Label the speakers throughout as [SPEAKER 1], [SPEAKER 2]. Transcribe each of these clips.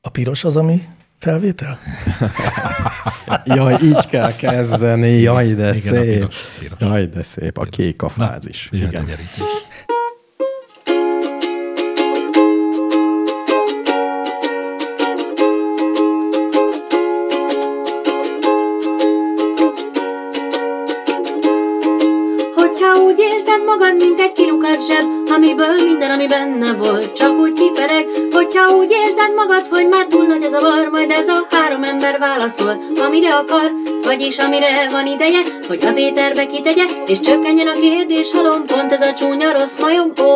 [SPEAKER 1] A piros az, ami felvétel?
[SPEAKER 2] Jaj, így kell kezdeni, jaj, de
[SPEAKER 3] Igen, a
[SPEAKER 2] szép.
[SPEAKER 3] piros, a piros.
[SPEAKER 2] Jaj, de szép, a kék a
[SPEAKER 3] Na,
[SPEAKER 2] fázis.
[SPEAKER 3] jöhet
[SPEAKER 2] Igen.
[SPEAKER 3] a nyerítés.
[SPEAKER 4] Hogyha úgy érzed magad, mint egy kilukat zseb, amiből minden, ami benne volt, csak úgy kipereg. Hogyha úgy érzed magad, hogy már túl nagy az a var, majd ez a három ember válaszol, amire akar, vagyis amire van ideje, hogy az éterbe kitegye, és csökkenjen a kérdés halom, pont ez a csúnya rossz majom, ó.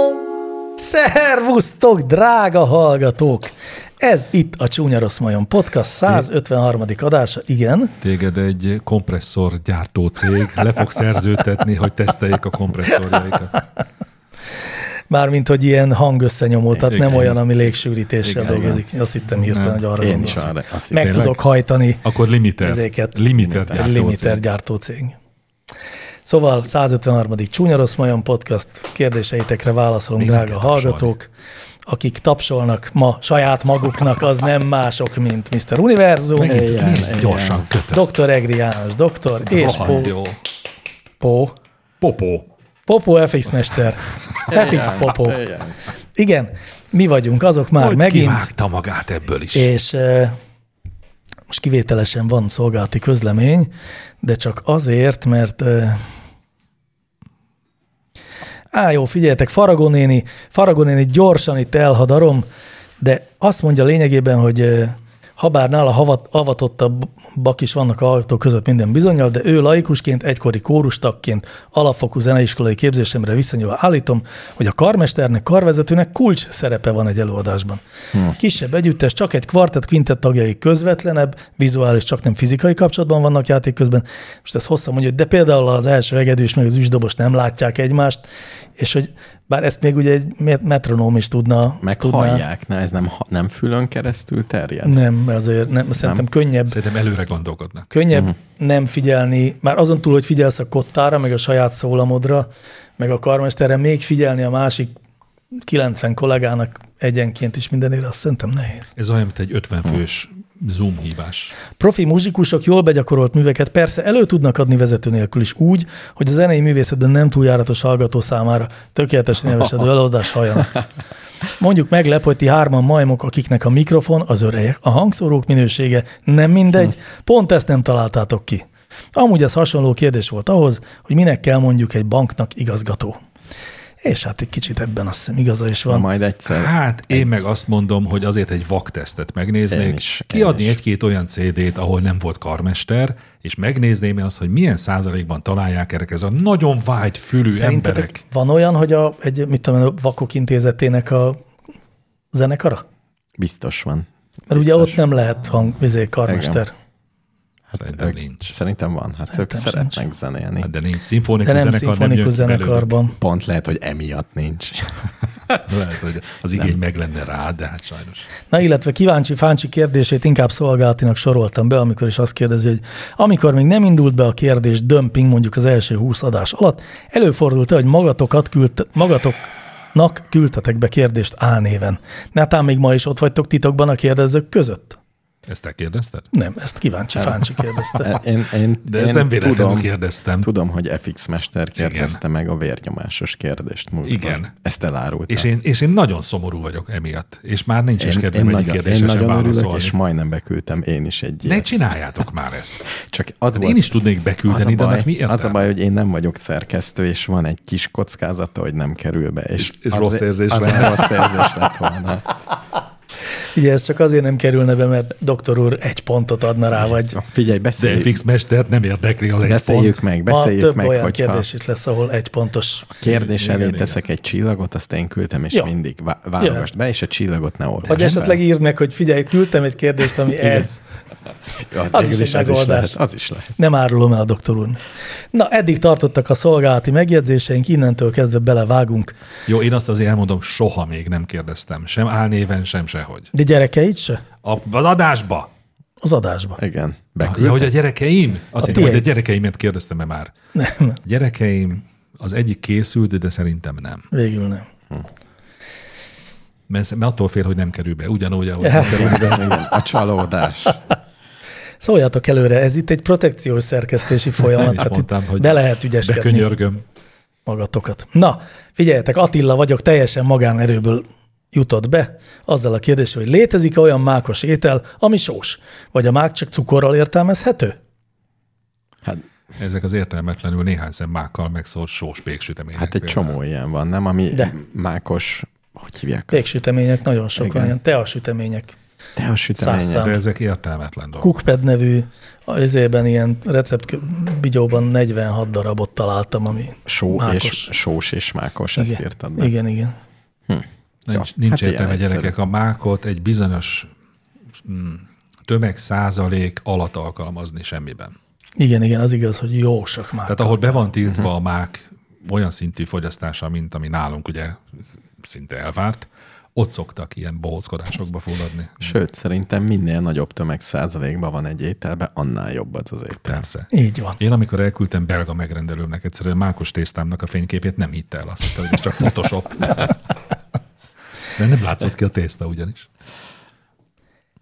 [SPEAKER 1] Szervusztok, drága hallgatók! Ez itt a Csúnya Rossz Majom Podcast 153. adása, igen.
[SPEAKER 3] Téged egy kompresszor gyártó cég le fog szerződtetni, hogy teszteljék a kompresszorjaikat.
[SPEAKER 1] Mármint, hogy ilyen hangösszenyomó, tehát nem
[SPEAKER 3] Igen.
[SPEAKER 1] olyan, ami légsűrítéssel
[SPEAKER 3] Igen,
[SPEAKER 1] dolgozik. Azt hittem hirtelen,
[SPEAKER 3] Nem.
[SPEAKER 1] hogy arra
[SPEAKER 2] Én
[SPEAKER 1] gondolsz.
[SPEAKER 2] is arra azt
[SPEAKER 1] Meg
[SPEAKER 2] hittem.
[SPEAKER 1] tudok hajtani
[SPEAKER 3] Akkor limiter.
[SPEAKER 1] ezeket.
[SPEAKER 3] Limiter gyártó
[SPEAKER 1] Egy limiter
[SPEAKER 3] cég.
[SPEAKER 1] gyártó cég. Szóval 153. Csúnya Rossz Majom Podcast. Kérdéseitekre válaszolunk,
[SPEAKER 3] Még
[SPEAKER 1] drága
[SPEAKER 3] meg kell tapsolni.
[SPEAKER 1] hallgatók. Akik tapsolnak ma saját maguknak, az nem mások, mint Mr. Univerzum.
[SPEAKER 2] Igen,
[SPEAKER 3] Milyen Gyorsan kötött.
[SPEAKER 1] Dr. Egri János, doktor és
[SPEAKER 3] Rohadt
[SPEAKER 1] Pó.
[SPEAKER 3] jó.
[SPEAKER 1] Pó.
[SPEAKER 3] Popó.
[SPEAKER 1] Popó FX mester. FX Popó.
[SPEAKER 3] Hát,
[SPEAKER 2] Igen.
[SPEAKER 1] Igen, mi vagyunk azok már
[SPEAKER 3] Hogy
[SPEAKER 1] megint,
[SPEAKER 3] kivágta magát ebből is.
[SPEAKER 1] és eh, most kivételesen van szolgálati közlemény, de csak azért, mert eh, Á, jó, figyeljetek, Faragonéni, Faragonéni gyorsan itt elhadarom, de azt mondja lényegében, hogy eh, habár nála havat, avatottabbak is vannak a hallgatók között minden bizonyal, de ő laikusként, egykori kórustagként, alapfokú zeneiskolai képzésemre viszonyulva állítom, hogy a karmesternek, karvezetőnek kulcs szerepe van egy előadásban.
[SPEAKER 2] Hm.
[SPEAKER 1] Hmm. Kisebb együttes, csak egy kvartett, kvintett tagjai közvetlenebb, vizuális, csak nem fizikai kapcsolatban vannak játék közben. Most ezt hosszan mondja, hogy de például az első hegedűs meg az üsdobos nem látják egymást, és hogy bár ezt még ugye egy met- metronóm is tudna.
[SPEAKER 2] Meg
[SPEAKER 1] tudná,
[SPEAKER 2] hallják, na ez nem, ha- nem fülön keresztül terjed?
[SPEAKER 1] Nem, azért nem, szerintem könnyebb,
[SPEAKER 3] Szerintem előre gondolkodnak.
[SPEAKER 1] könnyebb nem figyelni, már azon túl, hogy figyelsz a kottára, meg a saját szólamodra, meg a karmesterre, még figyelni a másik 90 kollégának egyenként is mindenére, azt szerintem nehéz.
[SPEAKER 3] Ez olyan, mint egy 50 fős Zoom hívás.
[SPEAKER 1] Profi muzsikusok jól begyakorolt műveket persze elő tudnak adni vezető nélkül is úgy, hogy a zenei művészetben nem túl járatos hallgató számára tökéletesen elvesedő előadást halljanak. Mondjuk meglep, hogy ti hárman majmok, akiknek a mikrofon, az örejek, a hangszórók minősége nem mindegy, pont ezt nem találtátok ki. Amúgy ez hasonló kérdés volt ahhoz, hogy minek kell mondjuk egy banknak igazgató. És hát egy kicsit ebben azt hiszem igaza is van.
[SPEAKER 2] Majd egyszer.
[SPEAKER 3] Hát én meg azt mondom, hogy azért egy vaktesztet megnéznék,
[SPEAKER 2] Én is,
[SPEAKER 3] én is,
[SPEAKER 2] én
[SPEAKER 3] kiadni
[SPEAKER 2] is.
[SPEAKER 3] egy-két olyan CD-t, ahol nem volt karmester, és megnézném én azt, hogy milyen százalékban találják erre ez a nagyon vágy fülű
[SPEAKER 1] Szerintetek
[SPEAKER 3] emberek.
[SPEAKER 1] Van olyan, hogy a, egy, mit tudom, én, a vakok intézetének a zenekara?
[SPEAKER 2] Biztos van.
[SPEAKER 1] Mert ugye
[SPEAKER 2] Biztos.
[SPEAKER 1] ott nem lehet hang, izé, karmester.
[SPEAKER 3] Szerintem
[SPEAKER 2] ők-
[SPEAKER 3] nincs.
[SPEAKER 2] Szerintem van, hát ők
[SPEAKER 1] Szerintem
[SPEAKER 2] szeretnek zenélni.
[SPEAKER 3] Hát de nincs szimfonikus
[SPEAKER 1] De nem
[SPEAKER 3] zenekar, nem jön
[SPEAKER 1] szimfonikus
[SPEAKER 3] ki belőle.
[SPEAKER 1] zenekarban.
[SPEAKER 2] Pont lehet, hogy emiatt nincs.
[SPEAKER 3] Lehet, hogy az igény meg lenne rá, de hát sajnos.
[SPEAKER 1] Na, illetve kíváncsi Fáncsi kérdését inkább szolgálatinak soroltam be, amikor is azt kérdezi, hogy amikor még nem indult be a kérdés dömping mondjuk az első 20 adás alatt, előfordult-e, hogy magatokat küldt, magatoknak küldtetek be kérdést álnéven? Netán még ma is ott vagytok titokban a kérdezők között?
[SPEAKER 3] Ezt te kérdezted?
[SPEAKER 1] Nem, ezt kíváncsi Fáncsi kérdezte.
[SPEAKER 2] E, Én, én,
[SPEAKER 3] De ezt
[SPEAKER 2] én
[SPEAKER 3] nem véletlenül
[SPEAKER 2] tudom,
[SPEAKER 3] kérdeztem.
[SPEAKER 2] Tudom, hogy FX Mester kérdezte meg a vérnyomásos kérdést múltban.
[SPEAKER 3] Igen.
[SPEAKER 2] Ezt elárulta.
[SPEAKER 3] És én, és én nagyon szomorú vagyok emiatt, és már nincs is kedvem egy
[SPEAKER 2] nagyon, én
[SPEAKER 3] kérdésre sem
[SPEAKER 2] nagyon örülök,
[SPEAKER 3] válaszolni.
[SPEAKER 2] és majdnem beküldtem én is egy
[SPEAKER 3] Ne
[SPEAKER 2] ilyet.
[SPEAKER 3] csináljátok már ezt.
[SPEAKER 2] Csak az
[SPEAKER 3] Hát
[SPEAKER 2] volt,
[SPEAKER 3] én is tudnék
[SPEAKER 2] az a,
[SPEAKER 3] beküldeni, de hát
[SPEAKER 2] baj,
[SPEAKER 3] ennek mi értelme?
[SPEAKER 2] az a baj, hogy én nem vagyok szerkesztő, és van egy kis kockázata, hogy nem kerül be. És,
[SPEAKER 3] és
[SPEAKER 2] az,
[SPEAKER 3] rossz érzés
[SPEAKER 2] az
[SPEAKER 3] lenne.
[SPEAKER 2] rossz érzés lett volna.
[SPEAKER 1] Ugye ez csak azért nem kerülne be, mert doktor úr egy pontot adna rá, vagy
[SPEAKER 2] Figyelj,
[SPEAKER 3] De
[SPEAKER 2] beszéljük,
[SPEAKER 3] fix mester nem érdekli az egy
[SPEAKER 2] beszéljük
[SPEAKER 3] pont.
[SPEAKER 2] meg,
[SPEAKER 1] ma
[SPEAKER 2] beszéljük
[SPEAKER 1] több
[SPEAKER 2] meg,
[SPEAKER 1] olyan
[SPEAKER 2] hogyha
[SPEAKER 1] kérdés is lesz, ahol egy pontos
[SPEAKER 2] kérdés
[SPEAKER 3] Igen,
[SPEAKER 2] elé
[SPEAKER 3] igen.
[SPEAKER 2] teszek egy csillagot, azt én küldtem, és
[SPEAKER 1] Ja.
[SPEAKER 2] mindig vá- válogasd be, és a csillagot ne olvasd
[SPEAKER 1] Vagy
[SPEAKER 2] be.
[SPEAKER 1] esetleg írd meg, hogy figyelj, küldtem egy kérdést, ami ez.
[SPEAKER 2] az,
[SPEAKER 1] az
[SPEAKER 2] végül
[SPEAKER 1] is
[SPEAKER 2] is
[SPEAKER 1] egy
[SPEAKER 2] az is
[SPEAKER 1] megoldás.
[SPEAKER 2] lehet. Az is lehet.
[SPEAKER 1] Nem árulom el a doktor úr. Na, eddig tartottak a szolgálati megjegyzéseink, innentől kezdve belevágunk.
[SPEAKER 3] Jó, én azt azért elmondom, soha még nem kérdeztem. Sem álnéven, sem sehogy.
[SPEAKER 1] De gyerekeid se?
[SPEAKER 3] A, az adásba.
[SPEAKER 1] Az adásba.
[SPEAKER 3] Ah,
[SPEAKER 2] Igen.
[SPEAKER 3] Ja, hogy
[SPEAKER 2] Beküldted?
[SPEAKER 3] a gyerekeim? Azt
[SPEAKER 1] A
[SPEAKER 3] hittem, hogy a
[SPEAKER 1] tiéd.
[SPEAKER 3] gyerekeimet kérdeztem-e már.
[SPEAKER 1] Nem,
[SPEAKER 3] Gyerekeim, az egyik készült, de szerintem nem.
[SPEAKER 1] végül nem.
[SPEAKER 3] mert, mert attól fél, hogy nem kerül be. Ugyanúgy, ahogy ezt
[SPEAKER 2] Igen, a csalódás.
[SPEAKER 1] Szóljatok előre, ez itt egy protekciós szerkesztési folyamat.
[SPEAKER 3] nem is
[SPEAKER 1] tehát itt
[SPEAKER 3] mondtam, hogy
[SPEAKER 1] be lehet ügyeskedni
[SPEAKER 3] bekönyörgöm.
[SPEAKER 1] magatokat. Na, figyeljetek, Attila vagyok, teljesen magánerőből jutott be azzal a kérdéssel, hogy létezik -e olyan mákos étel, ami sós? Vagy a mák csak cukorral értelmezhető?
[SPEAKER 2] Hát,
[SPEAKER 3] Ezek az értelmetlenül néhány szem mákkal megszólt sós péksütemények.
[SPEAKER 2] hát egy
[SPEAKER 3] például.
[SPEAKER 2] csomó ilyen van, nem? Ami
[SPEAKER 1] De.
[SPEAKER 2] De. mákos, hogy hívják azt?
[SPEAKER 1] Péksütemények nagyon sok van,
[SPEAKER 2] Igen.
[SPEAKER 1] ilyen teasütemények.
[SPEAKER 2] Te a
[SPEAKER 1] Száz
[SPEAKER 2] sütemények.
[SPEAKER 3] De ezek értelmetlen dolgok.
[SPEAKER 1] Cookpad nevű, ezében ilyen recept bigyóban 46 darabot találtam, ami
[SPEAKER 2] Só
[SPEAKER 1] mákos.
[SPEAKER 2] és, sós és mákos, ezt
[SPEAKER 1] igen,
[SPEAKER 2] írtad meg.
[SPEAKER 1] igen, igen.
[SPEAKER 3] Nincs,
[SPEAKER 2] Ja,
[SPEAKER 3] nincs
[SPEAKER 2] hát ilyen
[SPEAKER 3] értelme
[SPEAKER 2] egyszerű.
[SPEAKER 3] gyerekek, a mákot egy bizonyos mm, tömeg százalék alatt alkalmazni
[SPEAKER 2] Hát
[SPEAKER 3] semmiben.
[SPEAKER 1] Igen, igen, az igaz, hogy jósak már.
[SPEAKER 3] Tehát ahol be van
[SPEAKER 2] Mhm.
[SPEAKER 3] tiltva a mák olyan szintű fogyasztása, mint ami nálunk ugye szinte elvárt, ott szoktak ilyen bohóckodásokba fulladni.
[SPEAKER 2] Sőt, szerintem minél nagyobb tömeg százalékban van egy ételben, annál jobb az az étel.
[SPEAKER 3] Persze.
[SPEAKER 1] Így van.
[SPEAKER 3] Én amikor elküldtem belga megrendelőmnek egyszerűen mákos tésztámnak a fényképét, nem hitte el azt, hitte, hogy ez csak Photoshop. De nem látszott ki a tészta ugyanis.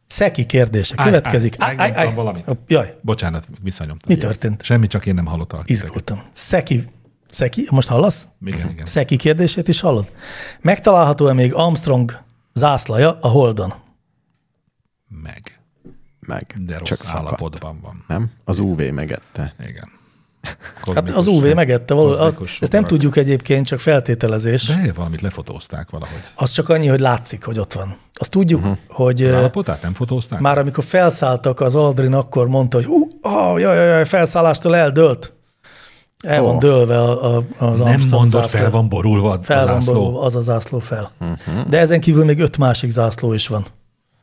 [SPEAKER 1] Szeki kérdése
[SPEAKER 3] Állj,
[SPEAKER 1] következik.
[SPEAKER 3] állj, megnyomtam valamit.
[SPEAKER 1] Hopp, Jaj,
[SPEAKER 3] Bocsánat, visszanyomtam.
[SPEAKER 1] mi történt?
[SPEAKER 3] Semmi, csak én nem hallottam.
[SPEAKER 1] Izgultam. Szeki, Szeki, most hallasz?
[SPEAKER 3] Igen, igen.
[SPEAKER 1] Szeki kérdését is hallod? Megtalálható-e még Armstrong zászlaja a Holdon?
[SPEAKER 3] Meg.
[SPEAKER 2] Meg.
[SPEAKER 3] De rossz
[SPEAKER 2] Csak
[SPEAKER 3] Csak
[SPEAKER 2] szakadt,
[SPEAKER 3] állapotban van.
[SPEAKER 2] Nem? Az UV megette.
[SPEAKER 3] Igen.
[SPEAKER 1] Hát
[SPEAKER 3] Kozmikus-
[SPEAKER 1] az UV megette való.
[SPEAKER 3] kozmikus
[SPEAKER 1] Ezt nem
[SPEAKER 3] sugarak.
[SPEAKER 1] tudjuk egyébként, csak feltételezés.
[SPEAKER 3] De valamit lefotózták valahogy.
[SPEAKER 1] Az csak annyi, hogy látszik, hogy ott van. Azt tudjuk, uh-huh. hogy
[SPEAKER 3] Mhm. Az
[SPEAKER 1] ö,
[SPEAKER 3] állapotát nem fotózták?
[SPEAKER 1] már amikor felszálltak, az Aldrin akkor mondta, hogy ú, ah, jaj, jaj, jaj, felszállástól eldőlt. El van
[SPEAKER 2] Ó.
[SPEAKER 1] dőlve a, a, az
[SPEAKER 3] Oh. nem
[SPEAKER 1] Armstrong
[SPEAKER 3] mondod,
[SPEAKER 1] zászló.
[SPEAKER 3] fel van borulva fel
[SPEAKER 1] Fel
[SPEAKER 3] az
[SPEAKER 1] van
[SPEAKER 3] zászló. Mhm.
[SPEAKER 1] borulva, az a zászló fel. Uh-huh. De ezen kívül még öt másik zászló is van.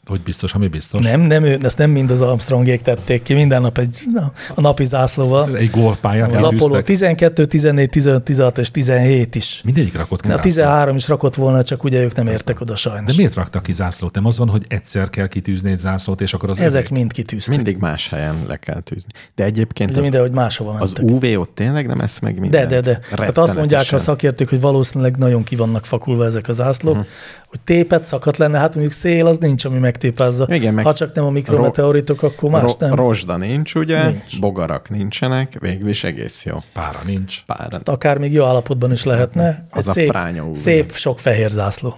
[SPEAKER 3] Hogy biztos, ami biztos.
[SPEAKER 1] Nem, nem, ő, ezt nem mind az Armstrongék tették ki, minden nap egy, na, a napi zászlóval.
[SPEAKER 3] Egy golfpályát
[SPEAKER 1] Az Apollo
[SPEAKER 3] kitűztek.
[SPEAKER 1] 12, 14, 15, 16 és 17 is.
[SPEAKER 3] Mindegyik rakott ki
[SPEAKER 1] A
[SPEAKER 3] zászlót.
[SPEAKER 1] 13 is rakott volna, csak ugye ők nem értek oda sajnos.
[SPEAKER 3] De miért raktak ki zászlót? Nem az van, hogy egyszer kell kitűzni egy zászlót, és akkor az
[SPEAKER 1] Ezek
[SPEAKER 3] övék?
[SPEAKER 1] mind kitűztek.
[SPEAKER 2] Mindig más helyen le kell tűzni. De egyébként
[SPEAKER 1] Ugye
[SPEAKER 2] az,
[SPEAKER 1] mindenhogy máshova
[SPEAKER 2] az
[SPEAKER 1] mentek.
[SPEAKER 2] UV ott tényleg nem esz meg
[SPEAKER 1] de,
[SPEAKER 2] mindent.
[SPEAKER 1] de, de. Hát azt mondják a
[SPEAKER 2] Rettenetesen.
[SPEAKER 1] szakértők, hogy valószínűleg nagyon ki vannak fakulva ezek az ászlók,
[SPEAKER 2] Mhm.
[SPEAKER 1] uh-huh. hogy tépet szakadt lenne, hát mondjuk szél az nincs, ami megtépázza.
[SPEAKER 2] Igen, meg
[SPEAKER 1] ha csak nem a mikrometeoritok, akkor más
[SPEAKER 2] Ro-
[SPEAKER 1] nem.
[SPEAKER 2] Rozsda nincs, ugye? Nincs. Bogarak nincsenek, végül is egész jó.
[SPEAKER 3] Pára nincs.
[SPEAKER 2] Pára.
[SPEAKER 1] Hát Akár még jó állapotban is lehetne.
[SPEAKER 2] Hát Az
[SPEAKER 1] Egy
[SPEAKER 2] a
[SPEAKER 1] szép,
[SPEAKER 2] fránya UV.
[SPEAKER 1] szép sok fehér zászló.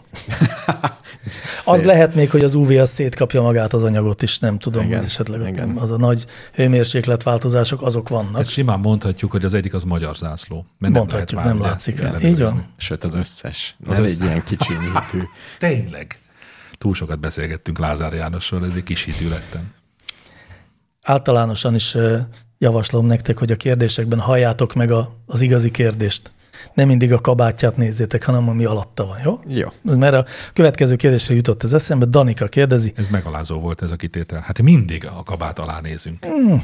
[SPEAKER 1] az lehet még, hogy az UV az szétkapja magát az anyagot is, nem tudom,
[SPEAKER 2] Igen,
[SPEAKER 1] hogy esetleg ott
[SPEAKER 2] igen.
[SPEAKER 1] nem. az a nagy hőmérsékletváltozások, azok vannak.
[SPEAKER 3] Hát simán mondhatjuk, hogy az egyik az magyar zászló. Mert
[SPEAKER 1] Mondhatjuk, nem
[SPEAKER 3] ugye
[SPEAKER 1] látszik rá.
[SPEAKER 3] ellenőrizni.
[SPEAKER 1] Így van.
[SPEAKER 2] Sőt, az összes. Az ne
[SPEAKER 3] összes.
[SPEAKER 2] egy ilyen kicsi hűtű.
[SPEAKER 3] Tényleg. Túl sokat beszélgettünk Lázár Jánosról, ezért kis hitű lettem.
[SPEAKER 1] általánosan is ö, javaslom nektek, hogy a kérdésekben halljátok meg a, az igazi kérdést. Nem mindig a kabátját nézzétek, hanem ami alatta van, jó?
[SPEAKER 2] Jó.
[SPEAKER 1] Mert a következő kérdésre jutott ez eszembe, Danika kérdezi,
[SPEAKER 3] Ez megalázó volt ez a kitétel. Hát mindig a kabát alá nézünk. Mm.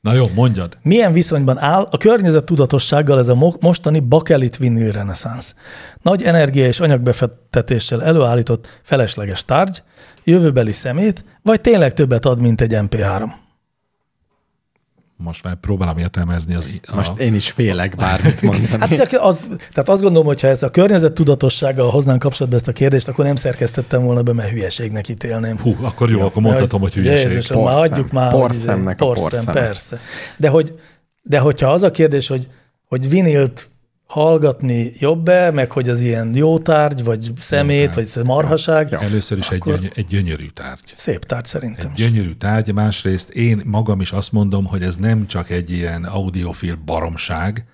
[SPEAKER 3] Na jó, mondjad.
[SPEAKER 1] milyen viszonyban áll a környezet tudatossággal ez a mo- mostani bakelit vinil reneszánsz? Nagy energia és anyagbefektetéssel előállított felesleges tárgy, jövőbeli szemét, vagy tényleg többet ad, mint egy MP3?
[SPEAKER 3] Most már próbálom értelmezni az... A...
[SPEAKER 2] Most én is félek bármit mondani.
[SPEAKER 1] Hát csak az, tehát azt gondolom, hogy ha ez a környezet tudatossággal hoznánk kapcsolatba ezt a kérdést, akkor nem szerkesztettem volna be, mert hülyeségnek ítélném.
[SPEAKER 3] Hú, akkor jó, jó, akkor mondhatom, hogy hülyeség.
[SPEAKER 1] Jézusom, már
[SPEAKER 2] Porszem.
[SPEAKER 1] adjuk már. hogy izé-
[SPEAKER 2] Porszemnek a porszeme.
[SPEAKER 1] persze. De, hogy, de hogyha az a kérdés, hogy, hogy vinilt hallgatni jobb-e, meg hogy az ilyen jó tárgy, vagy szemét, vagy marhaság,
[SPEAKER 3] Először is egy, gyönyör, egy gyönyörű tárgy.
[SPEAKER 1] szép tárgy szerintem.
[SPEAKER 3] Egy
[SPEAKER 1] is.
[SPEAKER 3] gyönyörű tárgy, másrészt én magam is azt mondom, hogy ez nem csak egy ilyen audiofil baromság,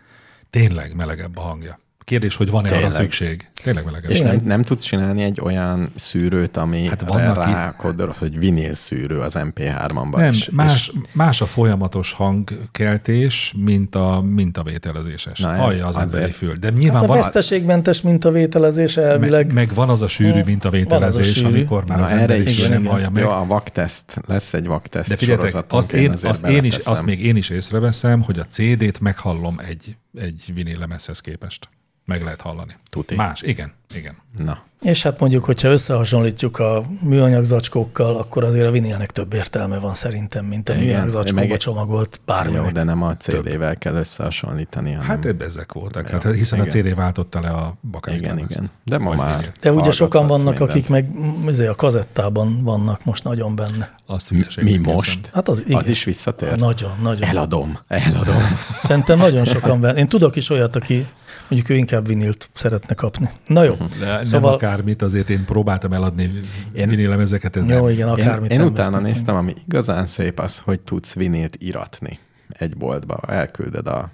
[SPEAKER 3] tényleg melegebb a hangja. Kérdés, hogy van-e arra
[SPEAKER 2] Tényleg.
[SPEAKER 3] szükség? Tényleg melegebb.
[SPEAKER 2] És
[SPEAKER 3] És
[SPEAKER 2] nem, nem tudsz csinálni egy olyan szűrőt, ami
[SPEAKER 3] Hát
[SPEAKER 2] hát
[SPEAKER 3] vannak
[SPEAKER 2] rá kodol, hogy vinil szűrő az MP3-ban.
[SPEAKER 3] nem,
[SPEAKER 2] és,
[SPEAKER 3] más,
[SPEAKER 2] És,
[SPEAKER 3] más a folyamatos hangkeltés, mint a mintavételezéses.
[SPEAKER 2] Na,
[SPEAKER 3] Hallja az
[SPEAKER 2] azért.
[SPEAKER 3] emberi fül. De nyilván
[SPEAKER 1] Hát a
[SPEAKER 3] van, a-
[SPEAKER 1] veszteségmentes mintavételezés elvileg
[SPEAKER 3] meg, meg van az a sűrű
[SPEAKER 1] van az a
[SPEAKER 3] mintavételezés,
[SPEAKER 1] sűrű.
[SPEAKER 3] amikor már
[SPEAKER 2] na
[SPEAKER 3] az ember
[SPEAKER 2] erre
[SPEAKER 3] is
[SPEAKER 2] is
[SPEAKER 3] nem hallja meg.
[SPEAKER 2] Jó, a vakteszt, lesz egy vakteszt
[SPEAKER 3] De figyeljetek,
[SPEAKER 2] sorozatunk,
[SPEAKER 3] azt, én,
[SPEAKER 2] azért
[SPEAKER 3] azt, én is, azt
[SPEAKER 2] beleteszem.
[SPEAKER 3] még én is észreveszem, hogy a CD-t meghallom egy, egy vinillemezhez képest. Meg lehet hallani.
[SPEAKER 2] Tuti.
[SPEAKER 3] Más, igen. Igen.
[SPEAKER 2] Na,
[SPEAKER 1] És hát mondjuk, hogyha összehasonlítjuk a műanyag zacskókkal, akkor azért a vinilnek több értelme van szerintem, mint a
[SPEAKER 2] Igen,
[SPEAKER 1] műanyag zacskóba
[SPEAKER 2] meg-
[SPEAKER 1] csomagolt
[SPEAKER 2] jó,
[SPEAKER 1] bárminek.
[SPEAKER 2] de nem a CD-vel kell összehasonlítani, hanem...
[SPEAKER 3] Hát ebb ezek voltak, hát hiszen a
[SPEAKER 2] Hmm. igen.
[SPEAKER 3] CD váltotta le a bakányban
[SPEAKER 2] igen,
[SPEAKER 3] ezt.
[SPEAKER 2] igen. De ma
[SPEAKER 3] Vagy
[SPEAKER 2] már...
[SPEAKER 3] igen.
[SPEAKER 1] De ugye sokan vannak,
[SPEAKER 2] hallgathatsz mindent.
[SPEAKER 1] akik meg m- izé, a kazettában vannak most nagyon benne.
[SPEAKER 3] Azt hülyeségnek
[SPEAKER 2] Mi
[SPEAKER 3] érzem.
[SPEAKER 2] most?
[SPEAKER 1] Hát az, igen.
[SPEAKER 2] Az is visszatér?
[SPEAKER 1] Nagyon, nagyon.
[SPEAKER 2] Eladom, eladom.
[SPEAKER 1] Szerintem nagyon sokan venn. Én tudok is olyat, aki mondjuk ő inkább vinilt szeretne kapni. Na jó.
[SPEAKER 2] Mhm.
[SPEAKER 3] De szóval...
[SPEAKER 1] Szóval-
[SPEAKER 3] nem akármit, azért én próbáltam eladni vinilemezeket, ez
[SPEAKER 1] Jó,
[SPEAKER 3] nem.
[SPEAKER 1] igen,
[SPEAKER 2] Én,
[SPEAKER 1] akármit
[SPEAKER 2] én
[SPEAKER 1] nem
[SPEAKER 2] utána
[SPEAKER 1] vesznek.
[SPEAKER 2] néztem, ami igazán szép az, hogy tudsz vinilt iratni egy boltba. Elküldöd a,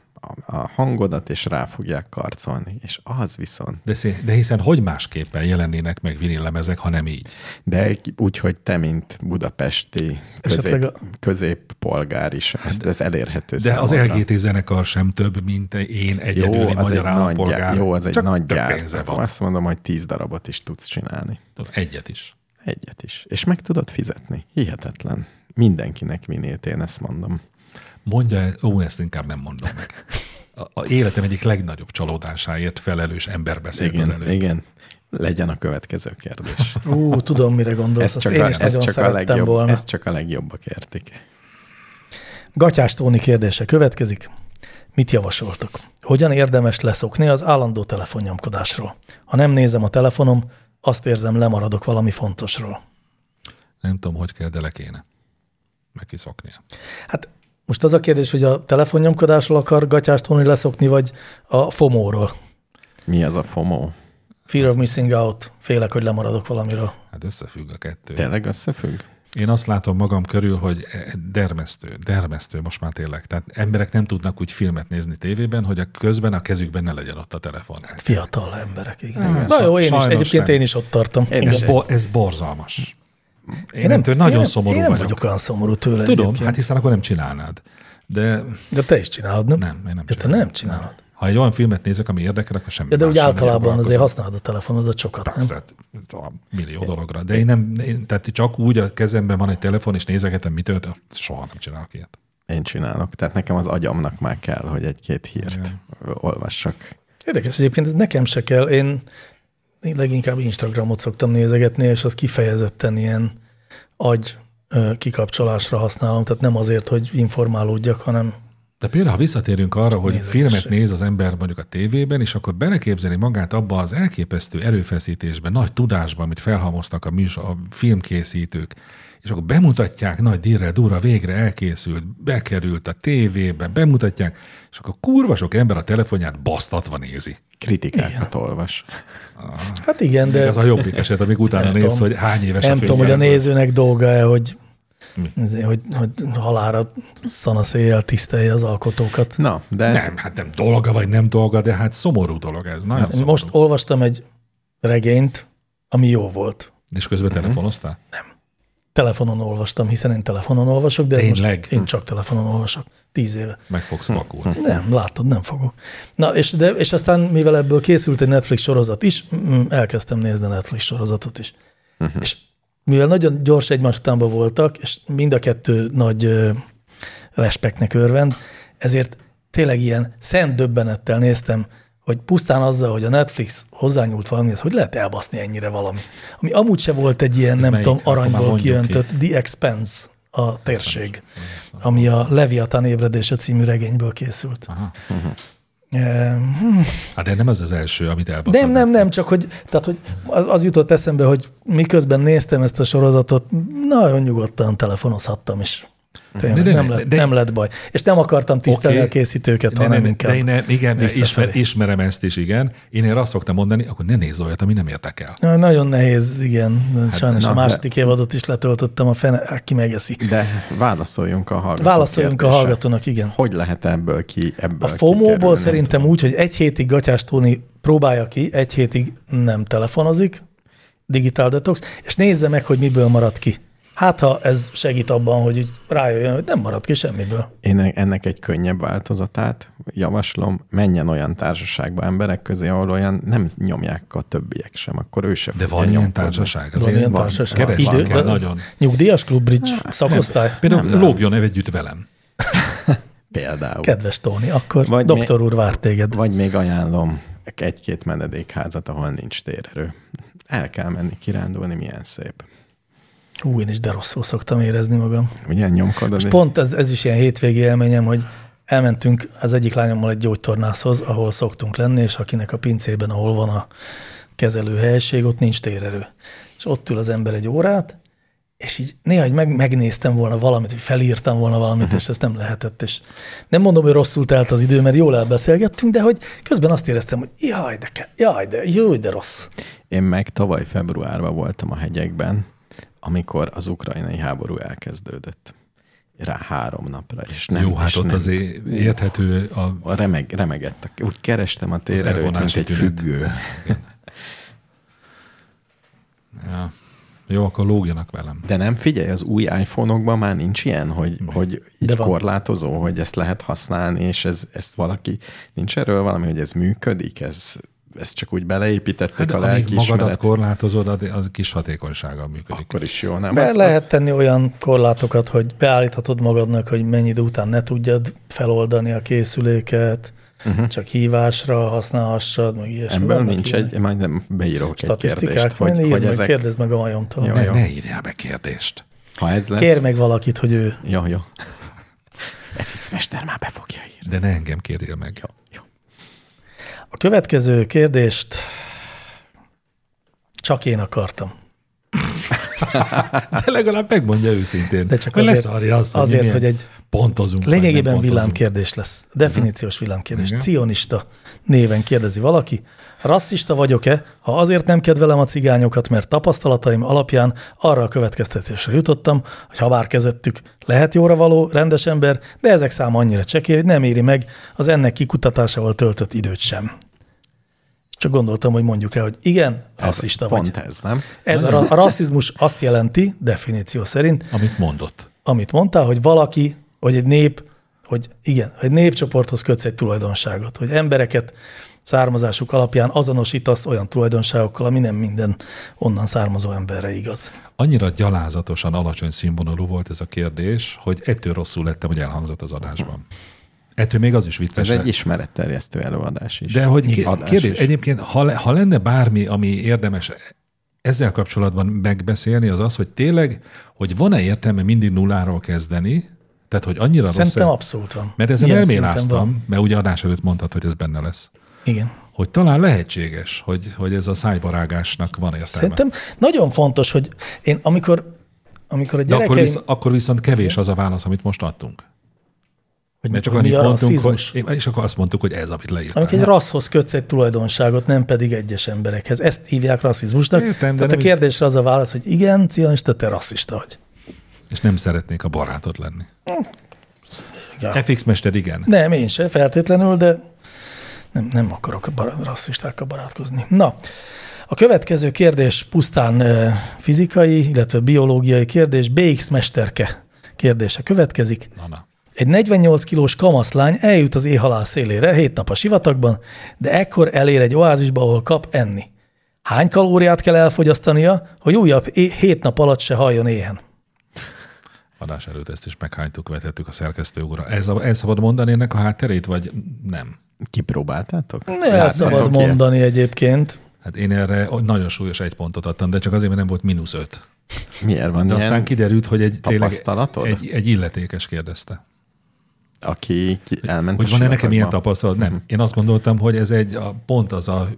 [SPEAKER 2] a, a hangodat, és rá fogják karcolni. És az viszont
[SPEAKER 3] De, szé- de hiszen hogy másképpen jelennének meg vinilemezek, ha nem így?
[SPEAKER 2] De egy- úgy, hogy te, mint budapesti
[SPEAKER 1] Esetleg
[SPEAKER 2] közép,
[SPEAKER 1] a-
[SPEAKER 2] középpolgár is, ez, ez elérhető
[SPEAKER 3] Hát De az
[SPEAKER 2] számodra.
[SPEAKER 3] LGT zenekar sem több, mint én egyedüli
[SPEAKER 2] jó, az egy
[SPEAKER 3] magyar
[SPEAKER 2] nagy
[SPEAKER 3] állampolgár.
[SPEAKER 2] gyár, jó, az egy
[SPEAKER 3] Csak
[SPEAKER 2] nagy Hát
[SPEAKER 3] több
[SPEAKER 2] gyár.
[SPEAKER 3] pénze
[SPEAKER 2] Akkor
[SPEAKER 3] van.
[SPEAKER 2] Azt mondom, hogy tíz darabot is tudsz csinálni.
[SPEAKER 3] Egyet is.
[SPEAKER 2] Egyet is. És meg tudod fizetni. Hihetetlen. Mindenkinek vinilt, én ezt mondom.
[SPEAKER 3] Mondja, ó, ezt inkább nem mondom meg. A, a életem egyik legnagyobb csalódásáért felelős ember beszélt az
[SPEAKER 2] Igen,
[SPEAKER 3] előbb.
[SPEAKER 2] igen. Legyen a következő kérdés.
[SPEAKER 1] Ú, tudom, mire gondolsz.
[SPEAKER 2] Ez
[SPEAKER 1] Ezt
[SPEAKER 2] csak,
[SPEAKER 1] én
[SPEAKER 2] a,
[SPEAKER 1] is
[SPEAKER 2] ez,
[SPEAKER 1] nagyon
[SPEAKER 2] csak a
[SPEAKER 1] szerettem
[SPEAKER 2] legjobb,
[SPEAKER 1] volna.
[SPEAKER 2] ez csak a legjobbak értik.
[SPEAKER 1] Gatyás Tóni kérdése következik. Mit javasoltok? Hogyan érdemes leszokni az állandó telefonnyomkodásról? Ha nem nézem a telefonom, azt érzem, lemaradok valami fontosról.
[SPEAKER 3] Nem tudom, hogy kell, de le kéne. Meg kiszoknia.
[SPEAKER 1] Hát most az a kérdés, hogy a telefonnyomkodásról akar Gatyás Tóni leszokni, vagy a FOMO-ról?
[SPEAKER 2] Mi az a FOMO?
[SPEAKER 1] Fear of missing out. Félek, hogy lemaradok valamiről.
[SPEAKER 3] Hát összefügg a kettő.
[SPEAKER 2] Tényleg összefügg?
[SPEAKER 3] Én azt látom magam körül, hogy e, dermesztő, dermesztő most már tényleg. Tehát emberek nem tudnak úgy filmet nézni tévében, hogy a közben a kezükben ne legyen ott a telefon.
[SPEAKER 1] Hát Fiatal emberek, igen.
[SPEAKER 3] Hát,
[SPEAKER 1] Na jó, én is.
[SPEAKER 3] sajnos
[SPEAKER 1] Egyébként
[SPEAKER 3] nem.
[SPEAKER 1] én is ott tartom.
[SPEAKER 2] Én
[SPEAKER 1] Igen.
[SPEAKER 2] is.
[SPEAKER 3] Ez, bo- ez borzalmas. Én,
[SPEAKER 1] Én
[SPEAKER 3] nem, nagyon
[SPEAKER 1] én nem-
[SPEAKER 3] szomorú
[SPEAKER 1] én nem vagyok.
[SPEAKER 3] vagyok
[SPEAKER 1] olyan szomorú tőle
[SPEAKER 3] Tudom,
[SPEAKER 1] egyébként.
[SPEAKER 3] hát hiszen akkor nem csinálnád. De
[SPEAKER 1] De te is csinálod, nem?
[SPEAKER 3] nem, én nem
[SPEAKER 1] De te nem csinálod.
[SPEAKER 3] Ha egy olyan filmet nézek, ami érdekel, akkor semmi
[SPEAKER 1] Ja, de úgy
[SPEAKER 3] mással nem
[SPEAKER 1] általában azért
[SPEAKER 3] foglalkozom.
[SPEAKER 1] használod a telefonodat sokat, nem?
[SPEAKER 3] Persze, a millió dologra. De én nem, én, tehát csak úgy a kezemben van egy telefon, és nézegetem, mi történt, soha nem csinálok ilyet.
[SPEAKER 2] Én csinálok. Tehát nekem az agyamnak már kell, hogy egy-két hírt olvassak.
[SPEAKER 1] Érdekes, egyébként ez nekem se kell. Én én leginkább Instagramot szoktam nézegetni, és az kifejezetten ilyen agy ö, kikapcsolásra használom, tehát nem azért, hogy informálódjak, hanem
[SPEAKER 3] De például, ha visszatérünk arra, hogy
[SPEAKER 1] nézem
[SPEAKER 3] filmet
[SPEAKER 1] is.
[SPEAKER 3] néz az ember mondjuk a tévében, és akkor beleképzeli magát abba az elképesztő erőfeszítésbe, nagy tudásba, amit felhalmoztak a, műs, a filmkészítők, és akkor bemutatják nagy dirre dura, végre elkészült, bekerült a tévébe, bemutatják, és akkor kurva sok ember a telefonját basztatva nézi.
[SPEAKER 2] Kritikákat olvas.
[SPEAKER 1] hát igen,
[SPEAKER 3] De
[SPEAKER 1] de
[SPEAKER 3] ez a jobbik eset, amíg utána
[SPEAKER 1] Nem
[SPEAKER 3] néz,
[SPEAKER 1] tudom.
[SPEAKER 3] hogy hány éves
[SPEAKER 1] nem
[SPEAKER 3] a
[SPEAKER 1] tudom, hogy a
[SPEAKER 3] főszereplő.
[SPEAKER 1] nézőnek dolga-e, hogy,
[SPEAKER 3] Mi?
[SPEAKER 1] azért, hogy, hogy halára szanaszéjjel tisztelje az alkotókat.
[SPEAKER 2] Na, de
[SPEAKER 3] Nem, hát nem dolga, vagy nem dolga, de hát szomorú dolog ez. Nagyon szomorú.
[SPEAKER 1] Hát, Most olvastam egy regényt, ami jó volt.
[SPEAKER 3] És közben
[SPEAKER 1] Mhm.
[SPEAKER 3] telefonoztál?
[SPEAKER 1] Telefonon olvastam, hiszen én telefonon olvasok, de ez
[SPEAKER 3] Tényleg?
[SPEAKER 1] most én csak telefonon olvasok. Tíz éve.
[SPEAKER 3] Meg fogsz
[SPEAKER 2] Hm.
[SPEAKER 3] vakulni.
[SPEAKER 1] Nem, látod, nem fogok. Na, és, de, és aztán, mivel ebből készült egy Netflix sorozat is, mm, elkezdtem nézni a Netflix sorozatot is.
[SPEAKER 3] Mhm.
[SPEAKER 1] Uh-huh. És mivel nagyon gyors egymás utánban voltak, és mind a kettő nagy ö, respektnek örvend, ezért tényleg ilyen szent döbbenettel néztem, hogy pusztán azzal, hogy a Netflix hozzányúlt valamihez, hogy lehet elbaszni ennyire valami. Ami amúgy se volt egy ilyen, nem
[SPEAKER 3] melyik?
[SPEAKER 1] tudom,
[SPEAKER 3] Akkor már
[SPEAKER 1] aranyból
[SPEAKER 3] mondjuk
[SPEAKER 1] kiöntött The Expense a térség, ami a Leviathan ébredése című regényből készült.
[SPEAKER 3] Aha.
[SPEAKER 1] Ehm,
[SPEAKER 3] Hát de nem ez az első, amit elbaszod.
[SPEAKER 1] Nem, nem, nem, csak hogy, tehát, hogy az az jutott eszembe, hogy miközben néztem ezt a sorozatot, nagyon nyugodtan telefonozhattam is. Tényleg,
[SPEAKER 3] De-
[SPEAKER 1] de,
[SPEAKER 3] de-
[SPEAKER 1] nem, lett,
[SPEAKER 3] de-
[SPEAKER 1] de, nem lett baj. És nem akartam tisztelni
[SPEAKER 3] Oké.
[SPEAKER 1] okay. a készítőket,
[SPEAKER 3] De,
[SPEAKER 1] hanem
[SPEAKER 3] nem,
[SPEAKER 1] inkább.
[SPEAKER 3] de én nem, igen,
[SPEAKER 1] visszafelé.
[SPEAKER 3] ismer, ismerem ezt is, igen. Én erre azt szoktam mondani, akkor ne nézz olyat, ami nem érdekel.
[SPEAKER 1] Nagyon nehéz, igen. Hát, Sajnos
[SPEAKER 2] na,
[SPEAKER 1] na, a
[SPEAKER 2] de-
[SPEAKER 1] második évadot is letöltöttem, a fene, hát, ki megeszi.
[SPEAKER 2] de válaszoljunk a hallgatók
[SPEAKER 1] Válaszoljunk a
[SPEAKER 2] kérdésre.
[SPEAKER 1] hallgatónak, igen.
[SPEAKER 2] Hogy lehet ebből ki,
[SPEAKER 1] A
[SPEAKER 2] ebből
[SPEAKER 1] FOMO-ból
[SPEAKER 2] kikerülni?
[SPEAKER 1] szerintem úgy, hogy egy hétig Gatyás Tóni próbálja ki, egy hétig nem telefonozik, digitál detox, és nézze meg, hogy miből marad ki. Hát, ha ez segít abban, hogy így rájöjjön, hogy nem marad ki semmiből.
[SPEAKER 2] Én e- ennek egy könnyebb változatát javaslom, menjen olyan társaságba emberek közé, ahol olyan nem nyomják a többiek sem, akkor ő se
[SPEAKER 3] De
[SPEAKER 2] fogja
[SPEAKER 3] van ilyen
[SPEAKER 2] nyomkodni.
[SPEAKER 3] társaság.
[SPEAKER 1] Van
[SPEAKER 3] azért
[SPEAKER 1] ilyen társaság.
[SPEAKER 3] Keresni
[SPEAKER 2] Idő-
[SPEAKER 3] kell
[SPEAKER 1] de-
[SPEAKER 3] nagyon.
[SPEAKER 1] Nyugdíjas klub, bridge, szakosztály.
[SPEAKER 3] Például lógjon ev együtt velem.
[SPEAKER 2] Például.
[SPEAKER 1] Kedves Tóni, akkor
[SPEAKER 2] Vagy
[SPEAKER 1] doktor úr vár téged.
[SPEAKER 2] Vagy még ajánlom egy-két menedékházat, ahol nincs térerő. El kell menni kirándulni, milyen szép.
[SPEAKER 1] Ú, én is de rosszul szoktam érezni magam.
[SPEAKER 2] Ugye nyomkodod?
[SPEAKER 1] És pont ez, ez is ilyen hétvégi élményem, hogy elmentünk az egyik lányommal egy gyógytornászhoz, ahol szoktunk lenni, és akinek a pincében, ahol van a kezelő helység, ott nincs térerő. És ott ül az ember egy órát, és így néha így meg, megnéztem volna valamit, hogy felírtam volna valamit, és ezt nem lehetett. És nem mondom, hogy rosszul telt az idő, mert jól elbeszélgettünk, de hogy közben azt éreztem, hogy jaj, de, ke- jaj, de, jó, de rossz.
[SPEAKER 2] Én meg tavaly februárban voltam a hegyekben, amikor az ukrajnai háború elkezdődött. Rá három napra, és nem.
[SPEAKER 3] Jó, hát
[SPEAKER 2] és
[SPEAKER 3] ott
[SPEAKER 2] nem.
[SPEAKER 3] azért érthető a
[SPEAKER 2] A remeg, remegett. a- Úgy kerestem a térerőt, mint
[SPEAKER 3] elvonási
[SPEAKER 2] egy
[SPEAKER 3] tünet.
[SPEAKER 2] függő.
[SPEAKER 3] Ja. Jó, akkor lógjanak velem.
[SPEAKER 2] De nem figyelj, az új iPhone-okban már nincs ilyen, hogy, hogy így
[SPEAKER 1] De van.
[SPEAKER 2] korlátozó, hogy ezt lehet használni, és ez, ezt valaki, nincs erről valami, hogy ez működik, ez, ezt csak úgy beleépítették
[SPEAKER 3] Hát De
[SPEAKER 2] a
[SPEAKER 3] amíg
[SPEAKER 2] lelki
[SPEAKER 3] magadat
[SPEAKER 2] ismeret,
[SPEAKER 3] korlátozod, az- az kis hatékonysággal működik.
[SPEAKER 2] akkor is jó, nem?
[SPEAKER 1] Be
[SPEAKER 2] Az-
[SPEAKER 1] lehet tenni olyan korlátokat, hogy beállíthatod magadnak, hogy mennyi idő után ne tudjad feloldani a készüléket, uh-huh. csak hívásra használhassad, meg
[SPEAKER 2] az,
[SPEAKER 1] ilyesmi.
[SPEAKER 2] ebből
[SPEAKER 1] Vannak
[SPEAKER 2] Mhm. nincs
[SPEAKER 1] ilyenek.
[SPEAKER 2] egy, majd nem beírok egy
[SPEAKER 1] statisztikák,
[SPEAKER 2] kérdést, hogy,
[SPEAKER 1] hogy,
[SPEAKER 2] hogy
[SPEAKER 1] meg,
[SPEAKER 2] ezek,
[SPEAKER 1] kérdezd meg a majomtól.
[SPEAKER 2] Jó,
[SPEAKER 3] Ne,
[SPEAKER 2] jó.
[SPEAKER 3] ne írjál be kérdést.
[SPEAKER 2] ha ez lesz,
[SPEAKER 1] Kér meg valakit, hogy ő
[SPEAKER 2] Jó, jó. Epic Mester már be fogja írni.
[SPEAKER 3] De ne engem kérjél meg.
[SPEAKER 2] Jó, jó.
[SPEAKER 1] A következő kérdést csak én akartam.
[SPEAKER 3] De legalább megmondja őszintén.
[SPEAKER 1] De csak
[SPEAKER 3] Hogy
[SPEAKER 1] azért-
[SPEAKER 3] leszarja azt,
[SPEAKER 1] azért,
[SPEAKER 3] milyen
[SPEAKER 1] hogy egy-
[SPEAKER 3] pontozunk. vagy nem
[SPEAKER 1] Lényegében
[SPEAKER 3] pontozunk.
[SPEAKER 1] villámkérdés lesz. Definíciós villámkérdés.
[SPEAKER 3] Igen.
[SPEAKER 1] Cionista néven kérdezi valaki. Rasszista vagyok-e, ha azért nem kedvelem a cigányokat, mert tapasztalataim alapján arra a következtetésre jutottam, hogy ha bár közöttük lehet jóra való, rendes ember, de ezek száma annyira csekély, hogy nem éri meg az ennek kikutatásával töltött időt sem. Csak gondoltam, hogy mondjuk el, hogy igen, rasszista
[SPEAKER 2] ez,
[SPEAKER 1] vagy.
[SPEAKER 2] Pont ez, nem?
[SPEAKER 1] Ez a, ra- a rasszizmus azt jelenti, definíció szerint,
[SPEAKER 3] Amit mondott.
[SPEAKER 1] amit mondtál, hogy valaki, vagy egy nép, hogy igen, egy népcsoporthoz kötsz egy tulajdonságot, hogy embereket származásuk alapján azonosítasz olyan tulajdonságokkal, ami nem minden onnan származó emberre igaz.
[SPEAKER 3] Annyira gyalázatosan alacsony színvonalú volt ez a kérdés, hogy ettől rosszul lettem, hogy elhangzott az adásban. Ettől még az is vicces
[SPEAKER 2] Ez egy
[SPEAKER 3] lett.
[SPEAKER 2] ismeretterjesztő előadás is.
[SPEAKER 3] De hogy ké-
[SPEAKER 2] Adás
[SPEAKER 3] kérdés,
[SPEAKER 2] is.
[SPEAKER 3] egyébként, ha, le, ha lenne bármi, ami érdemes ezzel kapcsolatban megbeszélni, az az, hogy tényleg, hogy van-e értelme mindig nulláról kezdeni, tehát, hogy annyira
[SPEAKER 1] Szerintem
[SPEAKER 3] rossz.
[SPEAKER 1] abszolút van.
[SPEAKER 3] Mert ezen
[SPEAKER 1] Ilyen szinten van.
[SPEAKER 3] elméláztam, mert ugye adás előtt mondtad, hogy ez benne lesz.
[SPEAKER 1] Igen.
[SPEAKER 3] Hogy talán lehetséges, hogy, hogy ez a szájvarágásnak van értelme.
[SPEAKER 1] Szerintem nagyon fontos, hogy én amikor, amikor a
[SPEAKER 3] De akkor,
[SPEAKER 1] gyerekeim...
[SPEAKER 3] visz, akkor viszont kevés az a válasz, amit most adtunk.
[SPEAKER 1] hogy
[SPEAKER 3] Mert csak
[SPEAKER 1] mi
[SPEAKER 3] annyit
[SPEAKER 1] a
[SPEAKER 3] mondtunk,
[SPEAKER 1] rasszizmus.
[SPEAKER 3] hogy, Hát- és akkor azt mondtuk, hogy ez, amit leírtál.
[SPEAKER 1] Amikor egy rasszhoz kötsz egy tulajdonságot, nem pedig egyes emberekhez. Ezt hívják rasszizmusnak.
[SPEAKER 3] Értem, de
[SPEAKER 1] Tehát a
[SPEAKER 3] nem így-
[SPEAKER 1] kérdésre az a válasz, hogy igen, cionista, te rasszista vagy.
[SPEAKER 3] És nem szeretnék a barátod lenni. Ja. FX mester, igen.
[SPEAKER 1] Nem, én se feltétlenül, de nem, nem akarok bar- rasszistákkal barátkozni. Na, a következő kérdés pusztán ö, fizikai, illetve biológiai kérdés. BX Mesterke kérdése következik.
[SPEAKER 3] Na, na.
[SPEAKER 1] Egy 48 kilós kamaszlány eljut az éhalál szélére, hét nap a sivatagban, de ekkor elér egy oázisba, ahol kap enni. Hány kalóriát kell elfogyasztania, hogy újabb é- hét nap alatt se halljon éhen?
[SPEAKER 3] Adás előtt ezt is meghánytuk, vetettük a szerkesztő úrra. Ez, a, ez szabad mondani ennek a hátterét, vagy nem?
[SPEAKER 2] Kipróbáltátok?
[SPEAKER 1] Ne el
[SPEAKER 2] Láttatok
[SPEAKER 1] szabad
[SPEAKER 2] ilyet?
[SPEAKER 1] mondani egyébként.
[SPEAKER 3] Hát én erre nagyon súlyos egy pontot adtam, de csak azért, mert nem volt mínusz öt. De
[SPEAKER 2] Miért van
[SPEAKER 3] Ilyen
[SPEAKER 2] ilyen,
[SPEAKER 3] aztán kiderült, hogy egy, tényleg
[SPEAKER 2] tapasztalatod?
[SPEAKER 3] egy, egy illetékes kérdezte.
[SPEAKER 2] aki ki- elment
[SPEAKER 3] Hogy
[SPEAKER 2] a
[SPEAKER 3] van-e nekem ilyen
[SPEAKER 2] sivatagba?
[SPEAKER 3] tapasztalat?
[SPEAKER 1] Mhm.
[SPEAKER 3] Nem. Én azt gondoltam, hogy ez egy a, pont az a